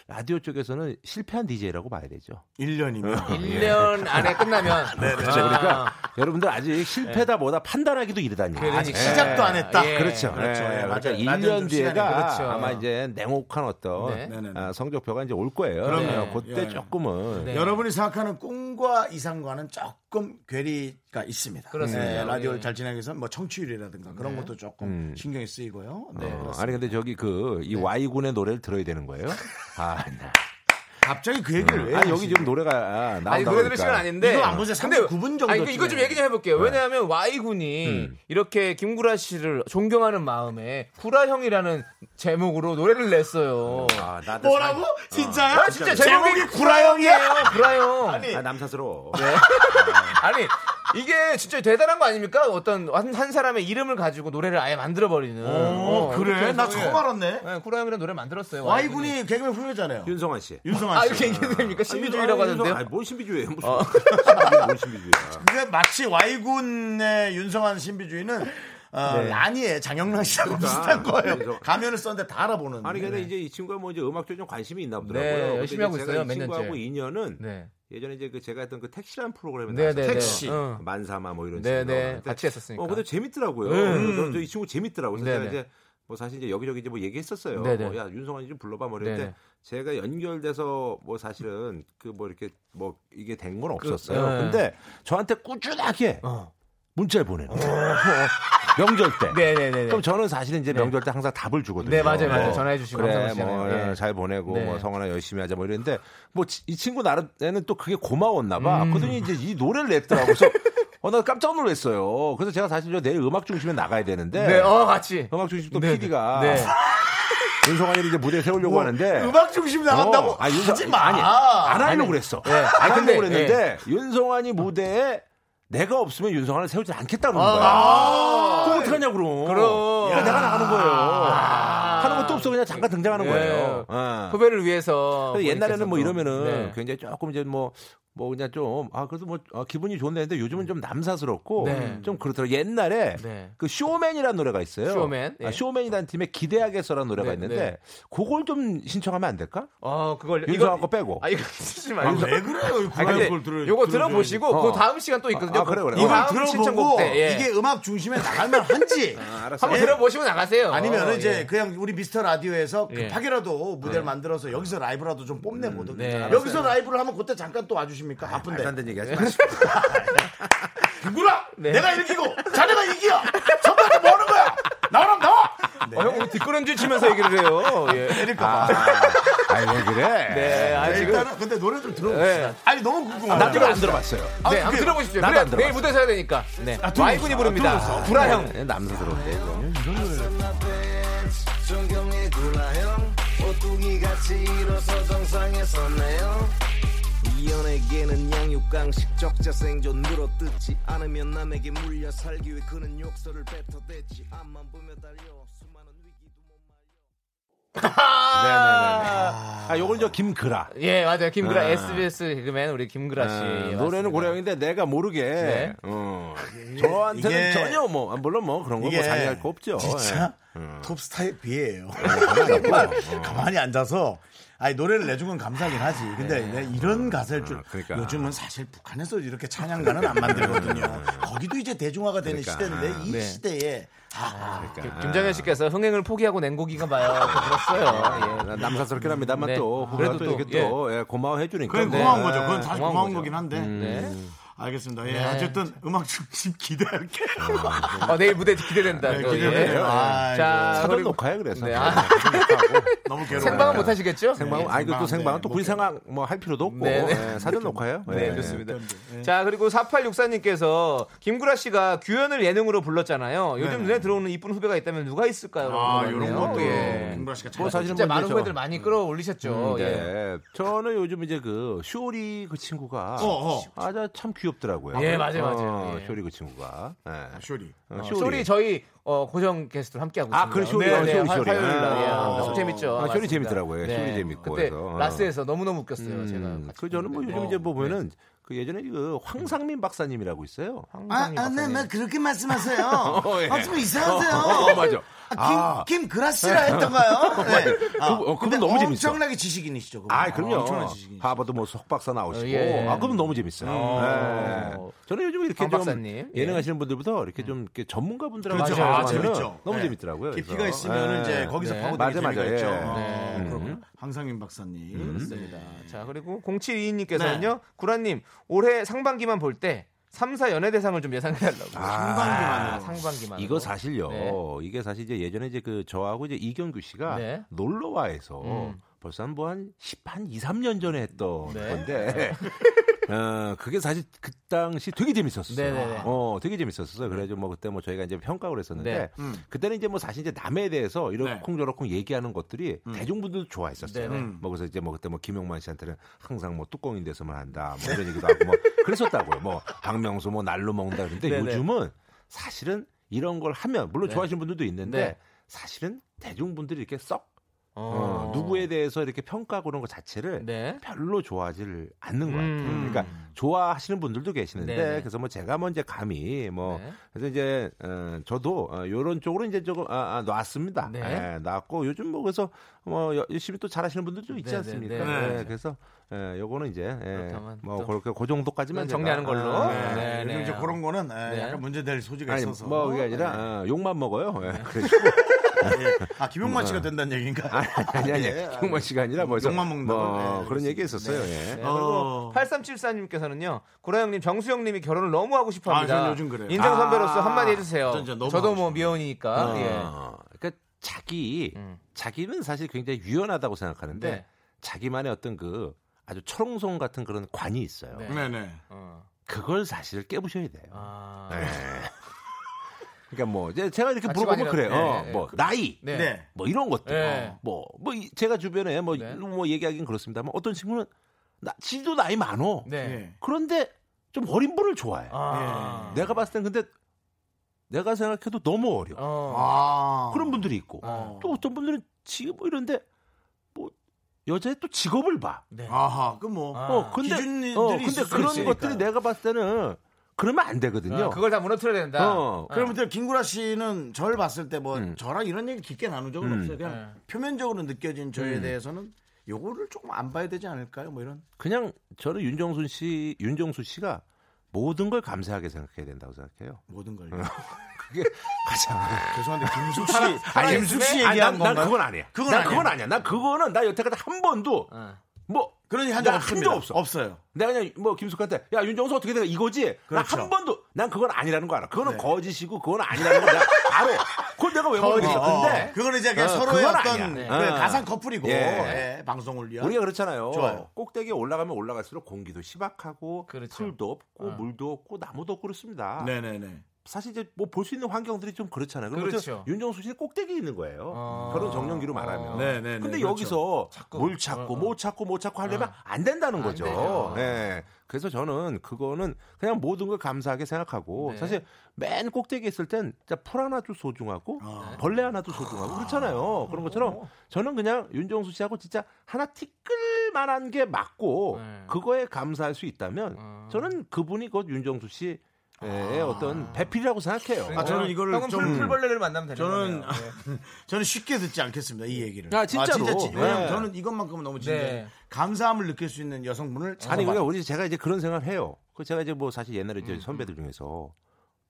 Speaker 6: 라디오 쪽에서는 실패한 DJ라고 봐야 되죠.
Speaker 2: 1년이면
Speaker 3: 일 년 안에 끝나면.
Speaker 6: 네, 그렇죠.
Speaker 3: 아.
Speaker 6: 그러니까 여러분들 아직 실패다 뭐다 판단하기도 이르다니. 네.
Speaker 2: 그래, 아직 시작도 안 했다. 예.
Speaker 6: 그렇죠.
Speaker 2: 그렇죠.
Speaker 3: 네,
Speaker 2: 예, 맞아요.
Speaker 6: 그러니까
Speaker 2: 라디오는
Speaker 6: 1년
Speaker 2: 좀 시간이
Speaker 6: 뒤에가
Speaker 2: 그렇죠.
Speaker 6: 아마 이제 냉혹한 어떤
Speaker 2: 네. 네, 네, 네.
Speaker 6: 아, 성적표가 이제 올 거예요.
Speaker 2: 그럼요.
Speaker 6: 네, 그때
Speaker 2: 예.
Speaker 6: 조금은
Speaker 3: 네,
Speaker 2: 여러분이 생각하는 꿈과 이상과는 조금 괴리가 있습니다.
Speaker 6: 그렇습니다.
Speaker 2: 네, 라디오를
Speaker 6: 예.
Speaker 2: 잘 진행해서 위해서는 뭐 청취율이라든가 그런 것도 조금
Speaker 6: 음.
Speaker 2: 신경이 쓰이고요. 네,
Speaker 6: 어,
Speaker 2: 그렇습니다.
Speaker 6: 아니 근데 저기 그 이
Speaker 3: 네.
Speaker 6: Y 군의 노래를 들어야 되는 거예요? 아, 나.
Speaker 2: 갑자기 그 얘기를 왜
Speaker 6: 아, 여기
Speaker 2: 하시지?
Speaker 6: 지금 노래가 나온다.
Speaker 3: 아니 노래 들을 시간 아닌데
Speaker 2: 이거 안 보세요. 39분 정도.
Speaker 3: 아니 이거, 이거 좀 얘기 좀 해볼게요
Speaker 6: 네.
Speaker 3: 왜냐하면 Y 군이
Speaker 6: 음.
Speaker 3: 이렇게 김구라 씨를 존경하는 마음에 구라 형이라는 제목으로 노래를 냈어요
Speaker 6: 음. 아,
Speaker 2: 뭐라고? 진짜야?
Speaker 3: 아, 진짜 제목이 구라 형이에요 구라 형 아니,
Speaker 6: 아, 남사스러워.
Speaker 3: 네. 아니 이게 진짜 대단한 거 아닙니까? 어떤 한, 한 사람의 이름을 가지고 노래를 아예 만들어 버리는.
Speaker 2: 어, 그래? 나 처음 알았네.
Speaker 3: 예. 구라 형이라는 노래 만들었어요.
Speaker 2: Y 군이 개그맨 후배잖아요.
Speaker 6: 윤성환 씨.
Speaker 2: 윤성환
Speaker 3: 아
Speaker 2: 씨.
Speaker 3: 이렇게 얘기해도 됩니까? 신비주의라고 하는데요. 어.
Speaker 6: 아니, 뭔 신비주의예요? 무슨 뭔 신비주의야.
Speaker 2: 그게 마치 Y 군의 윤성환 신비주의는 어,
Speaker 6: 네.
Speaker 2: 라니의 장영란 씨하고
Speaker 6: 그러니까.
Speaker 2: 비슷한 거예요.
Speaker 6: 그래서-
Speaker 2: 가면을 썼는데 다 알아보는.
Speaker 6: 아니 근데
Speaker 2: 네.
Speaker 6: 이제 이 친구가 뭐 이제 음악 쪽에 좀 관심이 있나 보더라고요.
Speaker 3: 네,
Speaker 6: 근데
Speaker 3: 열심히
Speaker 6: 이제
Speaker 3: 하고
Speaker 6: 제가
Speaker 3: 있어요,
Speaker 6: 이
Speaker 3: 몇
Speaker 6: 친구하고
Speaker 3: 년째.
Speaker 6: 인연은
Speaker 3: 네.
Speaker 6: 예전에 이제 그 제가 했던 그 택시라는 프로그램에
Speaker 3: 네,
Speaker 6: 나왔어요.
Speaker 3: 네,
Speaker 6: 택시
Speaker 3: 네. 어.
Speaker 6: 만사마 뭐 이런
Speaker 3: 네,
Speaker 6: 식으로
Speaker 3: 네.
Speaker 6: 나왔는데
Speaker 3: 같이 했었으니까.
Speaker 6: 어, 근데 재밌더라고요.
Speaker 3: 음.
Speaker 6: 그래서 저이 친구 재밌더라고요. 그래서
Speaker 3: 네,
Speaker 6: 제가
Speaker 3: 네.
Speaker 6: 이제 뭐 사실 이제 여기저기 이제 뭐 얘기했었어요.
Speaker 3: 네, 네.
Speaker 6: 뭐 야, 윤성환이 좀 불러봐 뭐
Speaker 3: 네,
Speaker 6: 이랬는데
Speaker 3: 네.
Speaker 6: 제가 연결돼서 뭐 사실은 그 뭐 이렇게 뭐 이게 된 건 없었어요.
Speaker 3: 네.
Speaker 6: 근데 저한테 꾸준하게 문자를 보내는 거예요. 명절 때.
Speaker 3: 네, 네, 네, 네.
Speaker 6: 그럼 저는 사실은 이제 명절 때 항상 답을 주거든요.
Speaker 3: 네, 맞아요, 맞아요.
Speaker 6: 뭐,
Speaker 3: 전화해 주시고
Speaker 6: 그래,
Speaker 3: 항상 하시잖아요. 예.
Speaker 6: 뭐잘 보내고
Speaker 3: 네.
Speaker 6: 뭐 성환아 열심히 하자 뭐 이랬는데 뭐 이 친구 나름에는 또 그게 고마웠나 봐.
Speaker 3: 음.
Speaker 6: 그러더니 이제 이 노래를 냈더라고. 그래서 어, 나 깜짝 놀랐어요. 그래서 제가 사실 저 내일 음악 중심에 나가야 되는데.
Speaker 3: 네, 어, 같이.
Speaker 6: 음악 중심 또
Speaker 3: 네,
Speaker 6: PD가
Speaker 3: 네. 뭐
Speaker 6: 윤성환이를 이제 무대에 세우려고 하는데
Speaker 2: 네. 음악 중심
Speaker 3: 어.
Speaker 2: 나간다고?
Speaker 6: 아, 윤성,
Speaker 2: 하지 마.
Speaker 6: 아니, 안 하려고
Speaker 2: 아니,
Speaker 6: 그랬어.
Speaker 2: 예.
Speaker 6: 안
Speaker 2: 아니,
Speaker 6: 하려고
Speaker 2: 근데,
Speaker 6: 그랬는데 윤성환이 무대에 내가 없으면 윤성환을 세우지 않겠다는 거야.
Speaker 2: 아.
Speaker 6: 그럼 어떡하냐, 그럼.
Speaker 3: 그럼.
Speaker 6: 그러니까 내가 나가는 거예요. 하는 것도 없어. 그냥 잠깐 등장하는
Speaker 3: 네.
Speaker 6: 거예요. 예.
Speaker 3: 후배를 위해서.
Speaker 6: 근데 옛날에는 뭐
Speaker 3: 본인께서도.
Speaker 6: 이러면은
Speaker 3: 네.
Speaker 6: 굉장히 조금 이제 뭐, 뭐 그냥 좀, 아, 그래도 뭐 아, 기분이 좋네 했는데 요즘은 좀 남사스럽고
Speaker 3: 네.
Speaker 6: 좀 그렇더라고요. 옛날에
Speaker 3: 네.
Speaker 6: 그 쇼맨이라는 노래가 있어요.
Speaker 3: 쇼맨, 예.
Speaker 6: 아, 쇼맨이라는 팀의 기대하겠어라는 노래가
Speaker 3: 네,
Speaker 6: 있는데
Speaker 3: 네.
Speaker 6: 그걸 좀 신청하면 안 될까?
Speaker 3: 아, 그걸
Speaker 6: 윤성아
Speaker 3: 이거-
Speaker 6: 거 빼고.
Speaker 3: 아 이거 쓰지 말고.
Speaker 6: 아, 왜 그래요?
Speaker 3: 아니,
Speaker 6: 그걸
Speaker 3: 근데
Speaker 6: 그걸 들어-
Speaker 3: 요거
Speaker 6: 들어줘야지.
Speaker 3: 들어보시고
Speaker 6: 어.
Speaker 3: 그 다음 시간 또 있거든요.
Speaker 6: 아, 아, 그래, 그래.
Speaker 3: 이
Speaker 6: 이걸
Speaker 3: 다음
Speaker 2: 들어보고
Speaker 3: 신청곡 때, 예.
Speaker 2: 이게 음악 중심에 나갈 만한지
Speaker 3: 한번 들어보시고 나가세요.
Speaker 2: 아니면 이제
Speaker 3: 예.
Speaker 2: 그냥 우리 미스터 라디오에서
Speaker 3: 예.
Speaker 2: 급하게라도 무대를 만들어서 여기서 라이브라도 좀 뽐내보든
Speaker 3: 네. 아,
Speaker 2: 여기서 라이브를 하면 그때 잠깐 또 와주십니까? 바쁜데
Speaker 6: 안 되는 얘기
Speaker 3: 네.
Speaker 6: 하지
Speaker 2: 누구라 내가 이기고 자네가 이기야 저번에 뭐 하는 거야 나랑 나와
Speaker 3: 어, 형 우리 뒷걸음질 치면서 얘기를 해요. 예.
Speaker 2: 때릴까봐
Speaker 6: 아, 아니, 왜 그래?
Speaker 3: 네, 아,
Speaker 2: 네,
Speaker 3: 지금.
Speaker 2: 일단은 근데 노래 좀 들어봅시다
Speaker 3: 네.
Speaker 2: 아니 너무 궁금하다
Speaker 6: 나도 안 들어봤어요.
Speaker 2: 아,
Speaker 3: 네, 한번
Speaker 2: 그게-
Speaker 3: 들어보십시오.
Speaker 6: 나도
Speaker 3: 그래,
Speaker 6: 안 들어봤어요.
Speaker 3: 내일 무대 서야 되니까. 네.
Speaker 6: 아, 들어보세요.
Speaker 3: 와이군이 부릅니다.
Speaker 6: 들어보세요.
Speaker 3: 구라 형.
Speaker 6: 네, 남사스러운데, 이거.
Speaker 14: 존경의 구라형 오뚜기같이 일어서 정상에 섰네요 이연에게는 양육강식 적자 생존 물어뜯지 않으면 남에게 물려 살기 위해 그는 욕설을 뱉어댔지 앞만 보며 달려 수많은 위기도 못
Speaker 6: 네,
Speaker 3: 네,
Speaker 6: 아, 요걸 저 김그라.
Speaker 3: 예, 맞아요. 김구라
Speaker 6: 아.
Speaker 3: SBS 개그맨 우리 김구라 씨.
Speaker 6: 아,
Speaker 3: 예,
Speaker 6: 노래는 고량인데 내가 모르게
Speaker 3: 네.
Speaker 6: 어, 저한테는
Speaker 2: 이게-
Speaker 6: 전혀 뭐 아, 물론 뭐 그런
Speaker 2: 이게
Speaker 6: 거뭐 자랑할 거 없죠.
Speaker 2: 예. 진짜
Speaker 6: 예. 음.
Speaker 2: 톱스타의 비애예요. 가만히 앉아서 아니 노래를 내준 건 감사하긴 하지. 근데 내 이런 가사일 줄
Speaker 6: 그러니까.
Speaker 2: 요즘은 사실 북한에서 이렇게 찬양가는 안 만들거든요. 거기도 이제 대중화가 되는
Speaker 6: 그러니까.
Speaker 2: 시대인데 이
Speaker 3: 네.
Speaker 2: 시대에 아,
Speaker 3: 아, 김- 김정현 씨께서 흥행을 포기하고 낸 곡인가 봐요. 그거 들었어요. 예.
Speaker 6: 남사스럽긴 합니다만
Speaker 3: 네.
Speaker 6: 또 후배가
Speaker 3: 그래도
Speaker 6: 또
Speaker 3: 또,
Speaker 6: 이렇게 또 예, 고마워해 주니까.
Speaker 2: 그건
Speaker 6: 네.
Speaker 2: 고마운 거죠. 그건 사실
Speaker 3: 고마운
Speaker 2: 고마운,
Speaker 3: 거죠. 음.
Speaker 2: 거긴 한데. 알겠습니다. 예,
Speaker 3: 네.
Speaker 2: 어쨌든 음악 중심 기대할게요.
Speaker 3: 어, 내일 무대 기대된다.
Speaker 2: 네,
Speaker 3: 또,
Speaker 2: 기대되네요. 아이고.
Speaker 3: 자,
Speaker 6: 사전
Speaker 3: 그리고-
Speaker 6: 녹화해 그래서.
Speaker 3: 네,
Speaker 6: 아,
Speaker 3: 아, 네.
Speaker 2: 너무 괴로워.
Speaker 3: 생방은 못 하시겠죠?
Speaker 6: 생방
Speaker 2: 네,
Speaker 6: 아 이거
Speaker 2: 생방,
Speaker 6: 또 생방은
Speaker 2: 네,
Speaker 6: 또 굳이 생각 뭐 할 필요도 없고
Speaker 3: 네, 네.
Speaker 6: 예, 사전 녹화요.
Speaker 3: 네, 그렇습니다. 자, 그리고 4864님께서 김구라 씨가 규현을 예능으로 불렀잖아요. 요즘 눈에 들어오는 이쁜 후배가 있다면 누가 있을까요?
Speaker 2: 아,
Speaker 3: 라고
Speaker 2: 이런
Speaker 3: 물어봤네요.
Speaker 2: 것도
Speaker 3: 예.
Speaker 2: 김구라 씨가 잘
Speaker 6: 뭐 사실은
Speaker 3: 진짜
Speaker 6: 뭐
Speaker 3: 많은
Speaker 6: 이제 저-
Speaker 3: 후배들 많이 끌어올리셨죠. 예.
Speaker 6: 네. 저는 요즘 이제 그 쇼리 그 친구가
Speaker 2: 어, 어.
Speaker 6: 아주 참 귀엽더라고요.
Speaker 3: 예, 맞아요, 맞아요.
Speaker 6: 어,
Speaker 3: 예.
Speaker 6: 쇼리 그 친구가. 예.
Speaker 2: 쇼리.
Speaker 6: 어,
Speaker 3: 쇼리. 저희 어, 고정 게스트로 함께하고 있습니다.
Speaker 6: 아, 그래, 쇼리,
Speaker 3: 네,
Speaker 6: 어,
Speaker 3: 네,
Speaker 6: 쇼리,
Speaker 3: 화-
Speaker 6: 쇼리.
Speaker 3: 화요일 날.
Speaker 6: 아,
Speaker 3: 예.
Speaker 6: 아,
Speaker 3: 너무
Speaker 6: 아,
Speaker 3: 재밌죠.
Speaker 6: 아, 쇼리
Speaker 3: 맞습니다.
Speaker 6: 재밌더라고요. 쇼리 재밌고
Speaker 3: 그때
Speaker 6: 해서. 어.
Speaker 3: 라스에서 너무너무 웃겼어요.
Speaker 6: 음,
Speaker 3: 제가.
Speaker 6: 그 저는 뭐 요즘
Speaker 3: 어,
Speaker 6: 이제 뭐 보면은 그 예전에 그 황상민 박사님이라고 있어요.
Speaker 2: 아, 아, 네, 막 그렇게 말씀하세요.
Speaker 6: 어, 예.
Speaker 2: 아, 좀 이상하세요.
Speaker 6: 어, 어, 맞아.
Speaker 2: 아, 김, 김그라스라 했던가요? 네.
Speaker 6: 그, 어, 그분
Speaker 2: 근데
Speaker 6: 너무 재밌어.
Speaker 2: 엄청나게 지식인이시죠. 그분.
Speaker 6: 아, 그럼요.
Speaker 2: 어, 엄청난 지식인.
Speaker 6: 하버드 뭐 석박사 나오시고.
Speaker 2: 어, 예.
Speaker 6: 아, 그럼 너무 재밌어요.
Speaker 2: 음.
Speaker 6: 예. 저는 요즘 이렇게
Speaker 2: 황
Speaker 6: 좀
Speaker 2: 박사님.
Speaker 6: 예능 하시는 분들보다 이렇게 좀 이렇게 전문가분들하고
Speaker 2: 그렇죠.
Speaker 6: 같이
Speaker 2: 아,
Speaker 6: 하면은
Speaker 2: 재밌죠.
Speaker 6: 너무
Speaker 2: 네.
Speaker 6: 재밌더라고요.
Speaker 2: 깊이가
Speaker 6: 그래서.
Speaker 2: 있으면은
Speaker 6: 예.
Speaker 2: 이제 거기서
Speaker 6: 네.
Speaker 2: 파고드는
Speaker 6: 맞아, 맞아.
Speaker 2: 재미가
Speaker 6: 예.
Speaker 2: 있죠.
Speaker 6: 네.
Speaker 2: 어,
Speaker 6: 음.
Speaker 2: 그렇군요. 황상윤 박사님.
Speaker 3: 그렇습니다.
Speaker 2: 네.
Speaker 3: 자, 그리고 0722님께서는요.
Speaker 6: 네.
Speaker 3: 구라님, 올해 상반기만 볼 때 3, 4 연예대상을 좀 예상해달라고.
Speaker 6: 아, 상반기만으로.
Speaker 3: 상반기만.
Speaker 6: 이거 사실요.
Speaker 3: 네.
Speaker 6: 이게 사실 이제 예전에 이제 그 저하고 이제 이경규 씨가
Speaker 3: 네.
Speaker 6: 놀러와에서
Speaker 3: 음.
Speaker 6: 벌써 한 뭐한 10한 2, 3년 전에 했던
Speaker 3: 네.
Speaker 6: 건데. 어, 그게 사실 그 당시 되게 재밌었어요.
Speaker 3: 네네네.
Speaker 6: 어, 되게 재밌었어요. 그래가지고 뭐 그때 뭐 저희가 이제 평가를 했었는데
Speaker 3: 네. 음.
Speaker 6: 그때는 이제 뭐 사실 이제 남에 대해서 이렇쿵 저렇쿵 얘기하는 것들이 대중분들도 좋아했었어요.
Speaker 3: 네네.
Speaker 6: 뭐 그래서 이제 뭐 그때 뭐 김용만 씨한테는 항상 뭐 뚜껑인 데서만 한다. 뭐 이런 얘기도 하고 뭐 그랬었다고요. 뭐 박명수 뭐 날로 먹는다. 근데
Speaker 3: 네네.
Speaker 6: 요즘은 사실은 이런 걸 하면 물론
Speaker 3: 네.
Speaker 6: 좋아하시는 분들도 있는데
Speaker 3: 네.
Speaker 6: 사실은 대중분들이 이렇게 썩 어, 누구에 대해서 이렇게 평가하고 그런 것 자체를 별로 좋아하지를 않는 것 같아요.
Speaker 3: 네. 음.
Speaker 6: 그러니까 좋아하시는 분들도 계시는데
Speaker 3: 네네.
Speaker 6: 그래서 뭐 제가 뭐 이제 감히 뭐
Speaker 3: 네.
Speaker 6: 그래서 이제 어, 저도 어, 요런 쪽으로 이제 조금 아, 아, 놨습니다.
Speaker 3: 네.
Speaker 6: 예, 놨고 요즘 뭐 그래서 뭐 여- 열심히 또 잘하시는 분들도 있지
Speaker 3: 네네네.
Speaker 6: 않습니까?
Speaker 3: 네.
Speaker 6: 예, 그래서 예, 요거는 이제 예,
Speaker 3: 그렇다면
Speaker 6: 뭐
Speaker 3: 또
Speaker 6: 그렇게 그 정도까지만 제가,
Speaker 3: 정리하는 걸로.
Speaker 6: 아,
Speaker 2: 네.
Speaker 3: 네,
Speaker 2: 요즘
Speaker 3: 네.
Speaker 2: 이제 그런 거는 예,
Speaker 3: 네.
Speaker 2: 약간 문제될 소지가
Speaker 6: 아니,
Speaker 2: 있어서.
Speaker 6: 뭐 그게 아니라
Speaker 2: 네.
Speaker 6: 어, 욕만 먹어요. 예, 그래서
Speaker 2: 예. 아, 김용만 씨가 된다는 얘기인가요?
Speaker 6: 어. 아니 아니
Speaker 2: 예.
Speaker 6: 욕만 시가 아니라 뭐 해서
Speaker 2: 욕만 먹는다고?
Speaker 6: 뭐
Speaker 2: 네,
Speaker 6: 그런 얘기 있었어요. 예.
Speaker 3: 네,
Speaker 2: 어.
Speaker 3: 그리고 8374님께서는요. 구라 형님, 정수 형님이 결혼을 너무 하고 싶어합니다.
Speaker 6: 아, 저는 요즘 그래요.
Speaker 3: 인생 선배로서
Speaker 6: 아,
Speaker 3: 한마디 해주세요.
Speaker 6: 전- 전 너무
Speaker 3: 저도
Speaker 6: 하고
Speaker 3: 뭐 미혼이니까. 예. 음.
Speaker 6: 어, 그러니까 자기 자기는 사실 굉장히 유연하다고 생각하는데
Speaker 3: 네.
Speaker 6: 자기만의 어떤 그 아주 철옹성 같은 그런 관이 있어요.
Speaker 3: 네.
Speaker 2: 네네.
Speaker 3: 어.
Speaker 6: 그걸 사실 깨부셔야 돼요.
Speaker 3: 아.
Speaker 6: 네. 그러니까 뭐 이제 제가 이렇게 물어보면
Speaker 3: 가치관이라-
Speaker 6: 그래요. 어,
Speaker 3: 네, 네.
Speaker 6: 뭐 나이,
Speaker 3: 네. 네.
Speaker 6: 뭐 이런 것들,
Speaker 3: 네.
Speaker 6: 어, 뭐, 뭐 이- 제가 주변에 뭐,
Speaker 3: 네.
Speaker 6: 뭐 얘기하긴 그렇습니다만 어떤 친구는 나 지도 나이 많어.
Speaker 3: 네.
Speaker 6: 그런데 좀 어린 분을 좋아해.
Speaker 3: 아.
Speaker 6: 내가 봤을 땐 근데 내가 생각해도 너무 어려.
Speaker 2: 아.
Speaker 6: 그런 분들이 있고 또 어떤 분들은 지금 뭐 이런데 뭐 여자의 또 직업을 봐.
Speaker 3: 네.
Speaker 2: 아하, 그 뭐.
Speaker 6: 어, 근데,
Speaker 2: 기준들이
Speaker 6: 어,
Speaker 2: 있을
Speaker 6: 근데
Speaker 2: 수
Speaker 6: 그런
Speaker 2: 있으니까요.
Speaker 6: 것들이 내가 봤을 때는 그러면 안 되거든요.
Speaker 3: 아, 그걸 다 무너뜨려야 된다.
Speaker 6: 어,
Speaker 2: 그러면 근데 김구라 씨는 저를 봤을 때 뭐 저랑 이런 얘기 깊게 나눈 적은
Speaker 6: 음.
Speaker 2: 없어요. 그냥 표면적으로 느껴진 저에
Speaker 6: 음.
Speaker 2: 대해서는 요거를 조금 안 봐야 되지 않을까요? 뭐 이런.
Speaker 6: 그냥 저는 윤정수 씨, 윤정수 씨가 모든 걸 감사하게 생각해야 된다고 생각해요.
Speaker 2: 모든 걸.
Speaker 6: 그게 가장.
Speaker 2: 죄송한데 김숙 씨,
Speaker 6: 음. 사람-
Speaker 2: 아니,
Speaker 6: 아니,
Speaker 2: 김숙 씨
Speaker 6: 아니, 난-
Speaker 2: 얘기한
Speaker 6: 난
Speaker 2: 건가요?
Speaker 6: 그건 아니야.
Speaker 2: 그건
Speaker 6: 난
Speaker 2: 아니야.
Speaker 6: 그건 아니야. 난 그거는 나 여태까지 한 번도 뭐
Speaker 2: 그런 얘기 한적
Speaker 6: 나
Speaker 2: 없습니다.
Speaker 6: 없어. 내가 그냥 뭐 김숙한테 야 윤정수 어떻게 돼가 이거지.
Speaker 2: 그렇죠. 네.
Speaker 6: 난 한 번도 난 그건 아니라는 거 알아. 그거는 거짓이고 그건 아니라는 거 내가 알아. 그걸 내가 왜 모르겠어. 근데
Speaker 2: 어, 그건 이제 그냥
Speaker 6: 어,
Speaker 2: 서로의
Speaker 6: 그건
Speaker 2: 어떤
Speaker 6: 아니야.
Speaker 2: 그
Speaker 6: 어.
Speaker 2: 가상 커플이고
Speaker 6: 예.
Speaker 2: 예, 방송을 위한.
Speaker 6: 우리가 그렇잖아요.
Speaker 2: 좋아요. 그렇죠.
Speaker 6: 꼭대기에 올라가면 올라갈수록 공기도 시박하고 풀도 없고 물도 없고 나무도 없고 그렇습니다.
Speaker 2: 어. 네네네.
Speaker 6: 사실 이제 뭐 볼 수 있는 환경들이 좀 그렇잖아요. 그러면
Speaker 3: 그렇죠.
Speaker 6: 윤정수 씨는 꼭대기에 있는 거예요. 결혼 정년기로 말하면.
Speaker 2: 네네네.
Speaker 6: 근데
Speaker 2: 그렇죠.
Speaker 6: 여기서 뭘 찾고 못 찾고 못 찾고 하려면 안 된다는 거죠.
Speaker 2: 되죠.
Speaker 6: 네. 그래서 저는 그거는 그냥 모든 걸 감사하게 생각하고
Speaker 3: 네.
Speaker 6: 사실 맨 꼭대기에 있을 땐 진짜 풀 하나도 소중하고 벌레 하나도 소중하고 그렇잖아요. 그런 것처럼 저는 그냥 윤정수 씨하고 진짜 하나 티끌 만한 게 맞고 그거에 감사할 수 있다면 저는 그분이 곧 윤정수 씨의 예,
Speaker 3: 아.
Speaker 6: 어떤 배필이라고
Speaker 3: 네.
Speaker 6: 생각해요. 예.
Speaker 2: 아, 저는 이거를
Speaker 3: 형은
Speaker 2: 좀-
Speaker 3: 풀, 풀벌레를 만나면 되는
Speaker 2: 저는
Speaker 3: 거네요.
Speaker 2: 저는 쉽게 듣지 않겠습니다 이 얘기를.
Speaker 6: 아, 진짜로.
Speaker 2: 진-
Speaker 6: 네.
Speaker 2: 왜냐면 저는 이것만큼은 너무 진짜
Speaker 6: 네.
Speaker 2: 감사함을 느낄 수 있는 여성분을 찾아.
Speaker 6: 아니 그러니까 우리 제가 이제 그런 생각을 해요. 그 제가 이제 뭐 사실 옛날에
Speaker 3: 음,
Speaker 6: 이제 선배들 중에서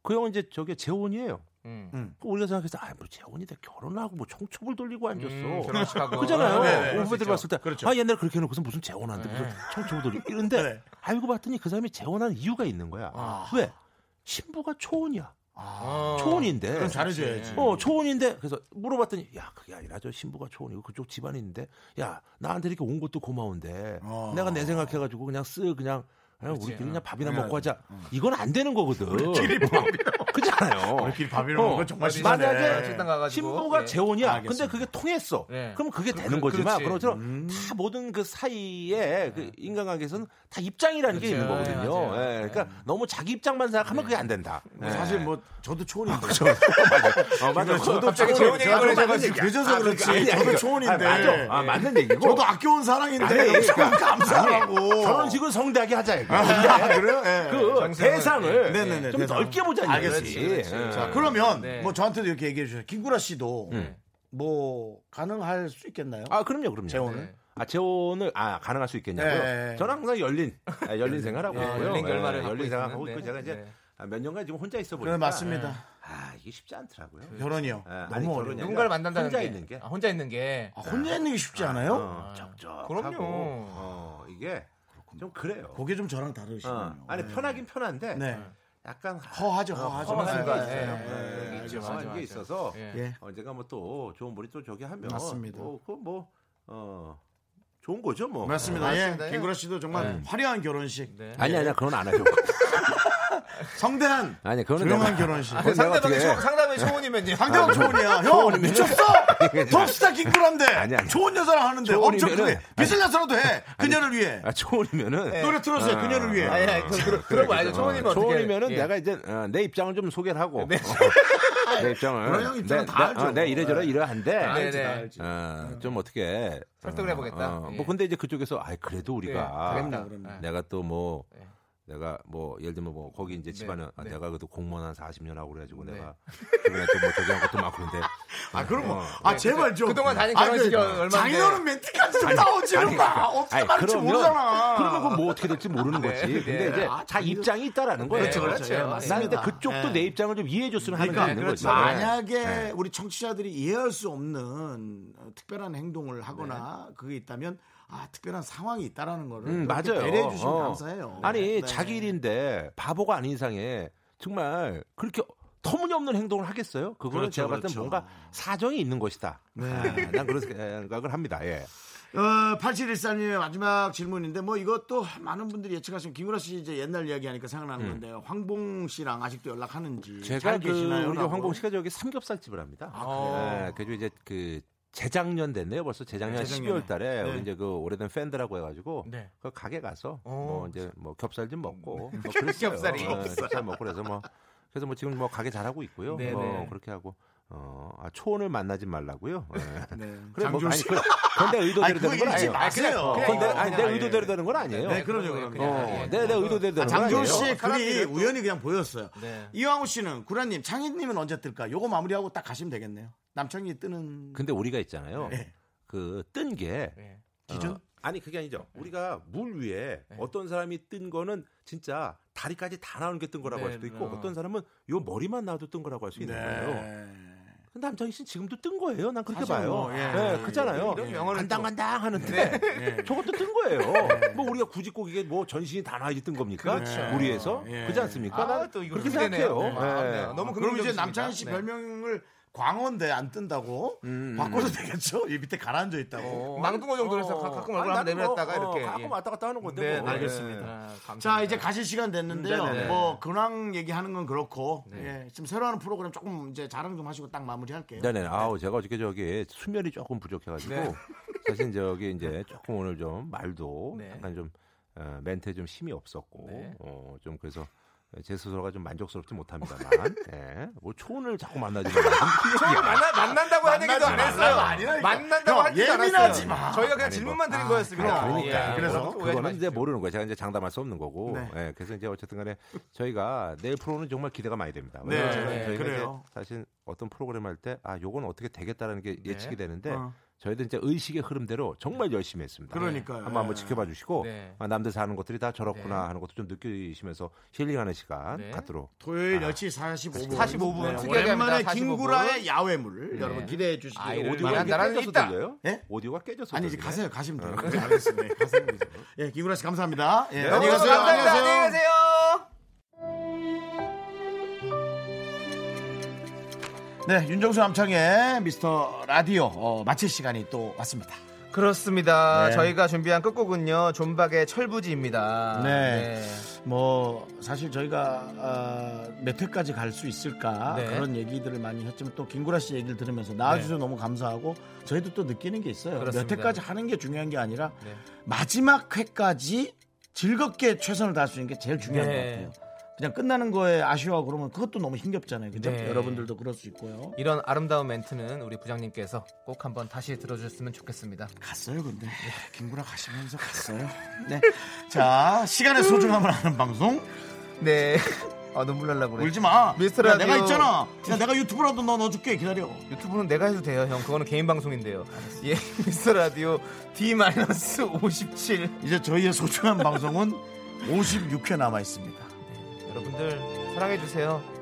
Speaker 6: 그 형은 이제 저게 재혼이에요. 그 우리가 생각해서 아뭐 재혼이다 결혼하고 뭐 총축을 돌리고 앉았어. 그렇죠.
Speaker 3: 음, 결혼식하고.
Speaker 6: 그잖아요.
Speaker 3: 네, 네, 그렇죠.
Speaker 6: 후배들 봤을 때
Speaker 3: 그렇죠. 네.
Speaker 6: 아 옛날에 그렇게 해놓고서 무슨 재혼한데 무슨 총축을 돌리고 이런데 알고 봤더니 그 사람이 재혼한 이유가 있는 거야.
Speaker 3: 아.
Speaker 6: 왜? 신부가 초혼이야.
Speaker 3: 어,
Speaker 6: 초혼인데.
Speaker 2: 그럼 잘해줘야지.
Speaker 6: 어, 초혼인데. 그래서 물어봤더니, 야, 그게 아니라 저 신부가 초혼이고 그쪽 집안인데, 야, 나한테 이렇게 온 것도 고마운데, 내가 내 생각해가지고 그냥 쓱, 그냥, 그냥 우리끼리 그냥 밥이나 먹고 하자. 이건 안 되는 거거든. 우리끼리 그렇잖아요.
Speaker 2: 우리끼리 밥이나
Speaker 6: 어.
Speaker 2: 먹는 건
Speaker 6: 아,
Speaker 2: 정말 심하네.
Speaker 6: 만약에
Speaker 2: 식당
Speaker 3: 가가지고,
Speaker 6: 신부가
Speaker 3: 예.
Speaker 6: 재혼이야.
Speaker 2: 알겠습니다.
Speaker 6: 근데 그게 통했어.
Speaker 3: 네.
Speaker 6: 그럼 그게
Speaker 3: 그-
Speaker 6: 되는
Speaker 3: 그-
Speaker 6: 거지만,
Speaker 3: 그렇지.
Speaker 6: 그런처럼 다 모든 그 사이에 그 인간관계에서는 다 입장이라는 게 있는
Speaker 2: 그렇죠.
Speaker 6: 거거든요. 예, 그러니까 너무 자기 입장만 생각하면 그게 안 된다. 예.
Speaker 2: 사실 뭐 저도
Speaker 6: 아,
Speaker 2: 초혼인데.
Speaker 6: 어, 맞아.
Speaker 2: 저도
Speaker 6: 갑자기
Speaker 2: 초혼-
Speaker 6: 재혼 얘기
Speaker 2: 저도
Speaker 6: 꺼내서
Speaker 2: 맞는
Speaker 6: 그러지.
Speaker 2: 얘기. 늦어서
Speaker 6: 아,
Speaker 2: 그렇지.
Speaker 6: 그러니까 아니, 아니,
Speaker 2: 저도
Speaker 6: 이거.
Speaker 2: 초혼인데.
Speaker 6: 아, 맞아. 아, 맞는 얘기고.
Speaker 2: 저도 아껴온 사랑인데.
Speaker 6: 아니,
Speaker 2: 너무
Speaker 6: 그러니까.
Speaker 2: 감사하고.
Speaker 6: 아니, 결혼식은 성대하게 하자 이거.
Speaker 2: 아,
Speaker 6: 근데
Speaker 2: 그래요? 예.
Speaker 6: 그
Speaker 2: 정상을.
Speaker 6: 대상을
Speaker 2: 네네네,
Speaker 6: 좀
Speaker 2: 대상.
Speaker 6: 넓게 보자는
Speaker 2: 알겠습니다.
Speaker 6: 얘기지. 예.
Speaker 2: 자, 그러면
Speaker 6: 네.
Speaker 2: 뭐 저한테도 이렇게 얘기해 주세요. 김구라 씨도 뭐 가능할 수 있겠나요?
Speaker 6: 아 그럼요, 그럼요.
Speaker 2: 재혼을?
Speaker 6: 아 재혼을 아 가능할 수 있겠냐고요?
Speaker 2: 네.
Speaker 6: 저는 항상 열린 아, 열린 생활하고
Speaker 2: 네,
Speaker 6: 있고요.
Speaker 2: 열린 결말을
Speaker 6: 예,
Speaker 2: 갖고
Speaker 6: 열린 생활하고
Speaker 2: 있는데.
Speaker 6: 있고 제가 이제
Speaker 2: 네.
Speaker 6: 아, 몇 년간 지금 혼자 있어 보니까
Speaker 2: 그래, 네, 맞습니다.
Speaker 6: 아 이게 쉽지 않더라고요.
Speaker 2: 결혼이요?
Speaker 6: 예,
Speaker 2: 너무
Speaker 6: 아니, 결혼이
Speaker 2: 어려워요.
Speaker 6: 아니라
Speaker 3: 누군가를 만난다는
Speaker 6: 혼자
Speaker 3: 게.
Speaker 6: 있는 게
Speaker 3: 아, 혼자 있는 게.
Speaker 2: 아, 혼자 있는 게 쉽지 않아요?
Speaker 6: 어, 적적.
Speaker 3: 그럼요.
Speaker 6: 어, 이게 좀 그래요.
Speaker 2: 그게 좀 저랑 다르시군요.
Speaker 6: 어, 아니 편하긴 편한데
Speaker 2: 네.
Speaker 6: 약간
Speaker 2: 허하죠,
Speaker 6: 어,
Speaker 2: 허하죠.
Speaker 6: 허한 게
Speaker 2: 맞아요.
Speaker 6: 있어요.
Speaker 2: 예, 예,
Speaker 6: 네,
Speaker 2: 알죠,
Speaker 6: 있죠. 허한
Speaker 2: 맞아요,
Speaker 6: 게
Speaker 2: 맞아요.
Speaker 6: 있어서
Speaker 2: 예.
Speaker 6: 언젠가 뭐 또 좋은 분이 또 저기 하면
Speaker 2: 맞습니다.
Speaker 6: 뭐, 그건 뭐 어, 좋은 거죠 뭐.
Speaker 2: 맞습니다.
Speaker 6: 어,
Speaker 2: 예.
Speaker 6: 맞습니다. 예.
Speaker 2: 김구라 씨도 정말
Speaker 6: 네.
Speaker 2: 화려한 결혼식.
Speaker 6: 아니 아니야 그건 안 하죠.
Speaker 2: 성대한
Speaker 6: 아니 아, 그건
Speaker 2: 조용한 결혼식.
Speaker 6: 그건 내가
Speaker 3: 상대방의
Speaker 6: 어떻게 해.
Speaker 3: 초- 상대방의 초혼이면요.
Speaker 2: 상대방 초혼이야. 형 미쳤어. 톱스타
Speaker 6: 아니,
Speaker 2: 김구라인데
Speaker 6: 아니.
Speaker 2: 좋은 여자랑 하는데 엄청
Speaker 6: 초혼이면은-
Speaker 2: 크게 빚을 나서라도 해. 그녀를 위해.
Speaker 6: 아, 초혼이면은
Speaker 2: 예. 노래 틀어주세요. 그녀를 위해. 아니, 아니, 그- 그- 들어봐야죠. 초혼이면 어떻게-
Speaker 6: 초혼이면은
Speaker 2: 예. 네.
Speaker 6: 내가 이제 어, 내 입장을 좀 소개를 하고 어, 내 입장을
Speaker 2: 그런 형 입장은
Speaker 6: 내,
Speaker 2: 다
Speaker 6: 내-
Speaker 2: 알죠.
Speaker 6: 어, 내 이래저래
Speaker 2: 예.
Speaker 6: 이러한데
Speaker 2: 다 알지,
Speaker 6: 어,
Speaker 2: 다 알지.
Speaker 6: 좀 어떻게
Speaker 3: 설득을
Speaker 6: 어,
Speaker 3: 해보겠다.
Speaker 6: 어,
Speaker 3: 예.
Speaker 6: 뭐 근데 이제 그쪽에서 아 그래도 우리가 네.
Speaker 3: 예, 그럼요, 그럼요.
Speaker 6: 내가 또 뭐
Speaker 2: 예.
Speaker 6: 내가 뭐 예를 들면 뭐 거기
Speaker 2: 네.
Speaker 6: 이제 집안은 아, 내가 그래도 공무원 한 40년 하고 그래가지고 내가 그동안 또뭐 저기 한 것도 많고 그런데
Speaker 2: 아 그럼 뭐.
Speaker 6: 어.
Speaker 2: 아 제발 좀.
Speaker 3: 그동안 다닌
Speaker 2: 아,
Speaker 3: 결혼식이
Speaker 2: 그
Speaker 3: 얼마인데.
Speaker 2: 장인어른 멘트까지 좀 나오지는 마. 어떻게
Speaker 6: 아니,
Speaker 2: 말할지
Speaker 6: 그러면-
Speaker 2: 모르잖아.
Speaker 6: 그러면 그뭐 어떻게 될지 모르는 거지.
Speaker 2: 네,
Speaker 6: 근데
Speaker 2: 네.
Speaker 6: 이제
Speaker 2: 아,
Speaker 6: 자 입장이 있다라는 거예요.
Speaker 2: 그렇죠, 그렇죠. 예,
Speaker 6: 난
Speaker 2: 맞습니다.
Speaker 6: 근데 그쪽도
Speaker 2: 예.
Speaker 6: 내 입장을 좀 이해해줬으면
Speaker 2: 그러니까
Speaker 6: 하는 게 있는 거죠.
Speaker 2: 만약에
Speaker 6: 네.
Speaker 2: 우리 청취자들이 이해할 수 없는 어, 특별한 행동을 하거나 그게 있다면 아 특별한 상황이 있다라는 거를
Speaker 6: 음,
Speaker 2: 이렇게
Speaker 6: 맞아요.
Speaker 2: 배려해 주시면
Speaker 6: 어.
Speaker 2: 감사해요.
Speaker 6: 아니
Speaker 2: 네.
Speaker 6: 자기 일인데 바보가 아닌 이상에 정말 그렇게 터무니없는 행동을 하겠어요?
Speaker 2: 그렇죠,
Speaker 6: 그거는 제가 봤을 때
Speaker 2: 그렇죠.
Speaker 6: 뭔가 사정이 있는 것이다.
Speaker 2: 네.
Speaker 6: 아, 난 그런 생각을 합니다. 예.
Speaker 2: 어, 8713님의 마지막 질문인데 뭐 이것도 많은 분들이 예측하시면 김구라 씨 이제 옛날 이야기하니까 생각나는
Speaker 6: 음.
Speaker 2: 건데요. 황봉 씨랑 아직도 연락하는지
Speaker 6: 제가
Speaker 2: 잘
Speaker 6: 그
Speaker 2: 계시나요? 아,
Speaker 6: 우리 저 황봉 씨가 저기 삼겹살 집을 합니다.
Speaker 2: 그래요?
Speaker 6: 예, 그래서 이제 그 재작년 됐네요. 벌써 재작년
Speaker 2: 재작년에.
Speaker 6: 12월 달에
Speaker 2: 네.
Speaker 6: 우리 이제 그 오래된 팬들하고 해가지고
Speaker 3: 네.
Speaker 6: 그 가게 가서
Speaker 3: 어.
Speaker 6: 뭐 이제 뭐 겹살 좀 먹고
Speaker 2: 네.
Speaker 6: 뭐 그랬어요.
Speaker 3: 겹살이.
Speaker 6: 예, 겹살 먹고 그래서 뭐 그래서 뭐 지금 뭐 가게 잘 하고 있고요.
Speaker 3: 네,
Speaker 6: 뭐
Speaker 3: 네.
Speaker 6: 그렇게 하고 어, 아, 초혼을 만나지 말라고요. 예.
Speaker 2: 네.
Speaker 6: 그래 뭐
Speaker 2: 장준
Speaker 6: 아니
Speaker 2: 씨.
Speaker 6: 그 근데
Speaker 2: 아니,
Speaker 6: 의도대로
Speaker 2: 그거
Speaker 6: 되는 건
Speaker 2: 읽지
Speaker 6: 아니에요.
Speaker 2: 마세요.
Speaker 6: 어,
Speaker 2: 그냥
Speaker 6: 근데
Speaker 2: 이거
Speaker 6: 아니
Speaker 2: 그냥
Speaker 6: 내 의도대로 되는 건 아니에요.
Speaker 2: 네, 그럼요, 그럼요.
Speaker 6: 어, 내, 내 의도대로 되는 건 아니에요.
Speaker 2: 장준 씨의 글이 우연히 그냥 보였어요.
Speaker 6: 네.
Speaker 2: 이왕우 씨는 구라님, 창희님은 언제 뜰까? 요거 마무리하고 딱 가시면 되겠네요. 남창희 뜨는
Speaker 6: 근데 우리가 있잖아요.
Speaker 2: 네.
Speaker 6: 그 뜬 게
Speaker 2: 기준?
Speaker 6: 어. 아니 그게 아니죠.
Speaker 3: 네.
Speaker 6: 우리가 물 위에 어떤 사람이 뜬 거는 진짜 다리까지 다 나오는 게 뜬 거라고 할 수도 있고
Speaker 2: 네.
Speaker 6: 어떤 사람은 요 머리만 나와도 뜬 거라고 할 수
Speaker 3: 네.
Speaker 6: 있는 거예요.
Speaker 2: 네.
Speaker 6: 근데 남창희 씨는 지금도 뜬 거예요. 난 그렇게
Speaker 2: 사실
Speaker 6: 봐요.
Speaker 2: 뭐,
Speaker 6: 예,
Speaker 2: 예, 예,
Speaker 6: 그렇잖아요.
Speaker 2: 이런 영어를
Speaker 6: 간당간당 하는데
Speaker 3: 네.
Speaker 6: 저것도 뜬 거예요. 뭐 우리가 굳이 꼭 이게 뭐 전신이 다 나와야지 뜬 겁니까?
Speaker 2: 그렇죠.
Speaker 6: 무리해서
Speaker 2: 예.
Speaker 6: 그렇지 않습니까? 난
Speaker 3: 아, 또 이거
Speaker 6: 그렇게
Speaker 3: 흥미되네요.
Speaker 6: 생각해요.
Speaker 3: 아,
Speaker 6: 예.
Speaker 3: 네. 너무
Speaker 2: 그럼 이제
Speaker 3: 긍정적이십니다.
Speaker 2: 남창희 씨
Speaker 3: 네.
Speaker 2: 별명을 광어인데 안 뜬다고 바꿔도 되겠죠? 이 밑에 가라앉아 있다고.
Speaker 3: 망둥어 정도로 해서 가- 가끔 얼굴 한번
Speaker 6: 아니, 나는 뭐,
Speaker 3: 내밀었다가 이렇게. 예.
Speaker 6: 어, 가끔 왔다 갔다 하는 건데
Speaker 3: 네,
Speaker 6: 뭐.
Speaker 3: 네.
Speaker 2: 알겠습니다.
Speaker 3: 아, 감사합니다.
Speaker 2: 자 이제 가실 시간 됐는데요.
Speaker 3: 음, 네네.
Speaker 2: 뭐 근황 얘기하는 건 그렇고 예, 지금 새로 하는 프로그램 조금 이제 자랑 좀 하시고 딱 마무리할게요.
Speaker 6: 네네. 아우 제가 어저께 저기 수면이 조금 부족해가지고
Speaker 2: 네.
Speaker 6: 사실 저기 이제 조금 오늘 좀 말도
Speaker 2: 네.
Speaker 6: 약간 좀 어, 멘트에 좀 힘이 없었고
Speaker 2: 네.
Speaker 6: 어, 좀 그래서 제 스스로가 좀 만족스럽지 못합니다만 예. 뭐 초혼을 자꾸 만나지 말라고
Speaker 3: 저희가 아, 만나, 만난다고 한 얘기도 안
Speaker 2: 만나지
Speaker 3: 했어요.
Speaker 2: 말라고 아니라 이거.
Speaker 3: 만난다고
Speaker 2: 형,
Speaker 3: 한 얘기도 안
Speaker 2: 예민하지
Speaker 3: 했어요.
Speaker 2: 마.
Speaker 3: 저희가 그냥
Speaker 6: 아니,
Speaker 3: 질문만
Speaker 6: 뭐,
Speaker 3: 드린
Speaker 6: 아,
Speaker 3: 거였습니다.
Speaker 6: 아니, 그러니까
Speaker 3: 예,
Speaker 6: 그래서
Speaker 3: 뭐라고 오해하지
Speaker 6: 그거는
Speaker 3: 마십시오.
Speaker 6: 이제 모르는 거예요. 제가 이제 장담할 수 없는 거고.
Speaker 3: 네.
Speaker 6: 예, 그래서 이제 어쨌든간에 저희가 내일 프로는 정말 기대가 많이 됩니다.
Speaker 2: 네,
Speaker 6: 왜냐면 제가
Speaker 2: 네,
Speaker 6: 저희가
Speaker 2: 그래요.
Speaker 6: 이제 사실 어떤 프로그램 할 때 아 요건 어떻게 되겠다라는 게 예측이 되는데
Speaker 2: 어.
Speaker 6: 저희도 이제 의식의 흐름대로 정말 열심히 했습니다. 예,
Speaker 2: 그러니까요.
Speaker 6: 한번 한번 지켜봐 주시고
Speaker 2: 네.
Speaker 6: 아, 남들 사는 것들이 다 저렇구나
Speaker 2: 네.
Speaker 6: 하는 것도 좀 느끼시면서 힐링하는 시간
Speaker 2: 네.
Speaker 6: 갖도록.
Speaker 2: 토요일 10시 45분. 네.
Speaker 3: 45 분. 특이하게 합니다.
Speaker 2: 오랜만에
Speaker 3: 45 분.
Speaker 2: 김구라의 야외물
Speaker 3: 네.
Speaker 2: 여러분 기대해 주시기
Speaker 6: 아,
Speaker 2: 바랍니다.
Speaker 6: 오디오가 깨져서 들려요?
Speaker 2: 예?
Speaker 6: 오디오가 깨져서
Speaker 2: 아니 이제
Speaker 6: 들리네.
Speaker 2: 가세요. 가시면 돼요.
Speaker 6: 어.
Speaker 2: 그렇게 알겠습니다. 가세요. 이제. 예, 김구라 씨 감사합니다. 예,
Speaker 3: 네,
Speaker 2: 안녕히 가세요.
Speaker 3: 감사합니다. 안녕히 가세요.
Speaker 2: 네, 윤정수 남창의 미스터 라디오 어, 마칠 시간이 또 왔습니다.
Speaker 3: 그렇습니다.
Speaker 2: 네.
Speaker 3: 저희가 준비한 끝곡은요. 존박의 철부지입니다.
Speaker 2: 네. 뭐 사실 저희가 아, 몇 회까지 갈 수 있을까
Speaker 3: 네.
Speaker 2: 그런 얘기들을 많이 했지만 또 김구라 씨 얘기를 들으면서 나와주셔서 너무 감사하고 저희도 또 느끼는 게 있어요.
Speaker 3: 그렇습니다. 네.
Speaker 2: 몇 회까지 하는 게 중요한 게 아니라 마지막 회까지 즐겁게 최선을 다할 수 있는 게 제일 중요한
Speaker 3: 네.
Speaker 2: 것 같아요. 그냥 끝나는 거에 아쉬워 그러면 그것도 너무 힘겹잖아요. 그죠?
Speaker 3: 네.
Speaker 2: 여러분들도 그럴 수 있고요.
Speaker 3: 이런 아름다운 멘트는 우리 부장님께서 꼭 한번 다시 들어주셨으면 좋겠습니다.
Speaker 2: 갔어요, 근데.
Speaker 3: 네.
Speaker 2: 김구라 가시면서 갔어요. 네. 자, 시간의 소중함을 아는 방송.
Speaker 3: 네. 아, 눈물 날라 그래.
Speaker 2: 울지 마.
Speaker 3: 미스터
Speaker 2: 야,
Speaker 3: 라디오.
Speaker 2: 내가 있잖아. 야, 내가 유튜브라도 너 넣어줄게. 기다려.
Speaker 3: 유튜브는 내가 해도 돼요, 형. 그거는 개인 방송인데요. 예, 미스터 라디오 D-57.
Speaker 2: 이제 저희의 소중한 방송은 56회 남아 있습니다.
Speaker 3: 여러분들 사랑해 주세요.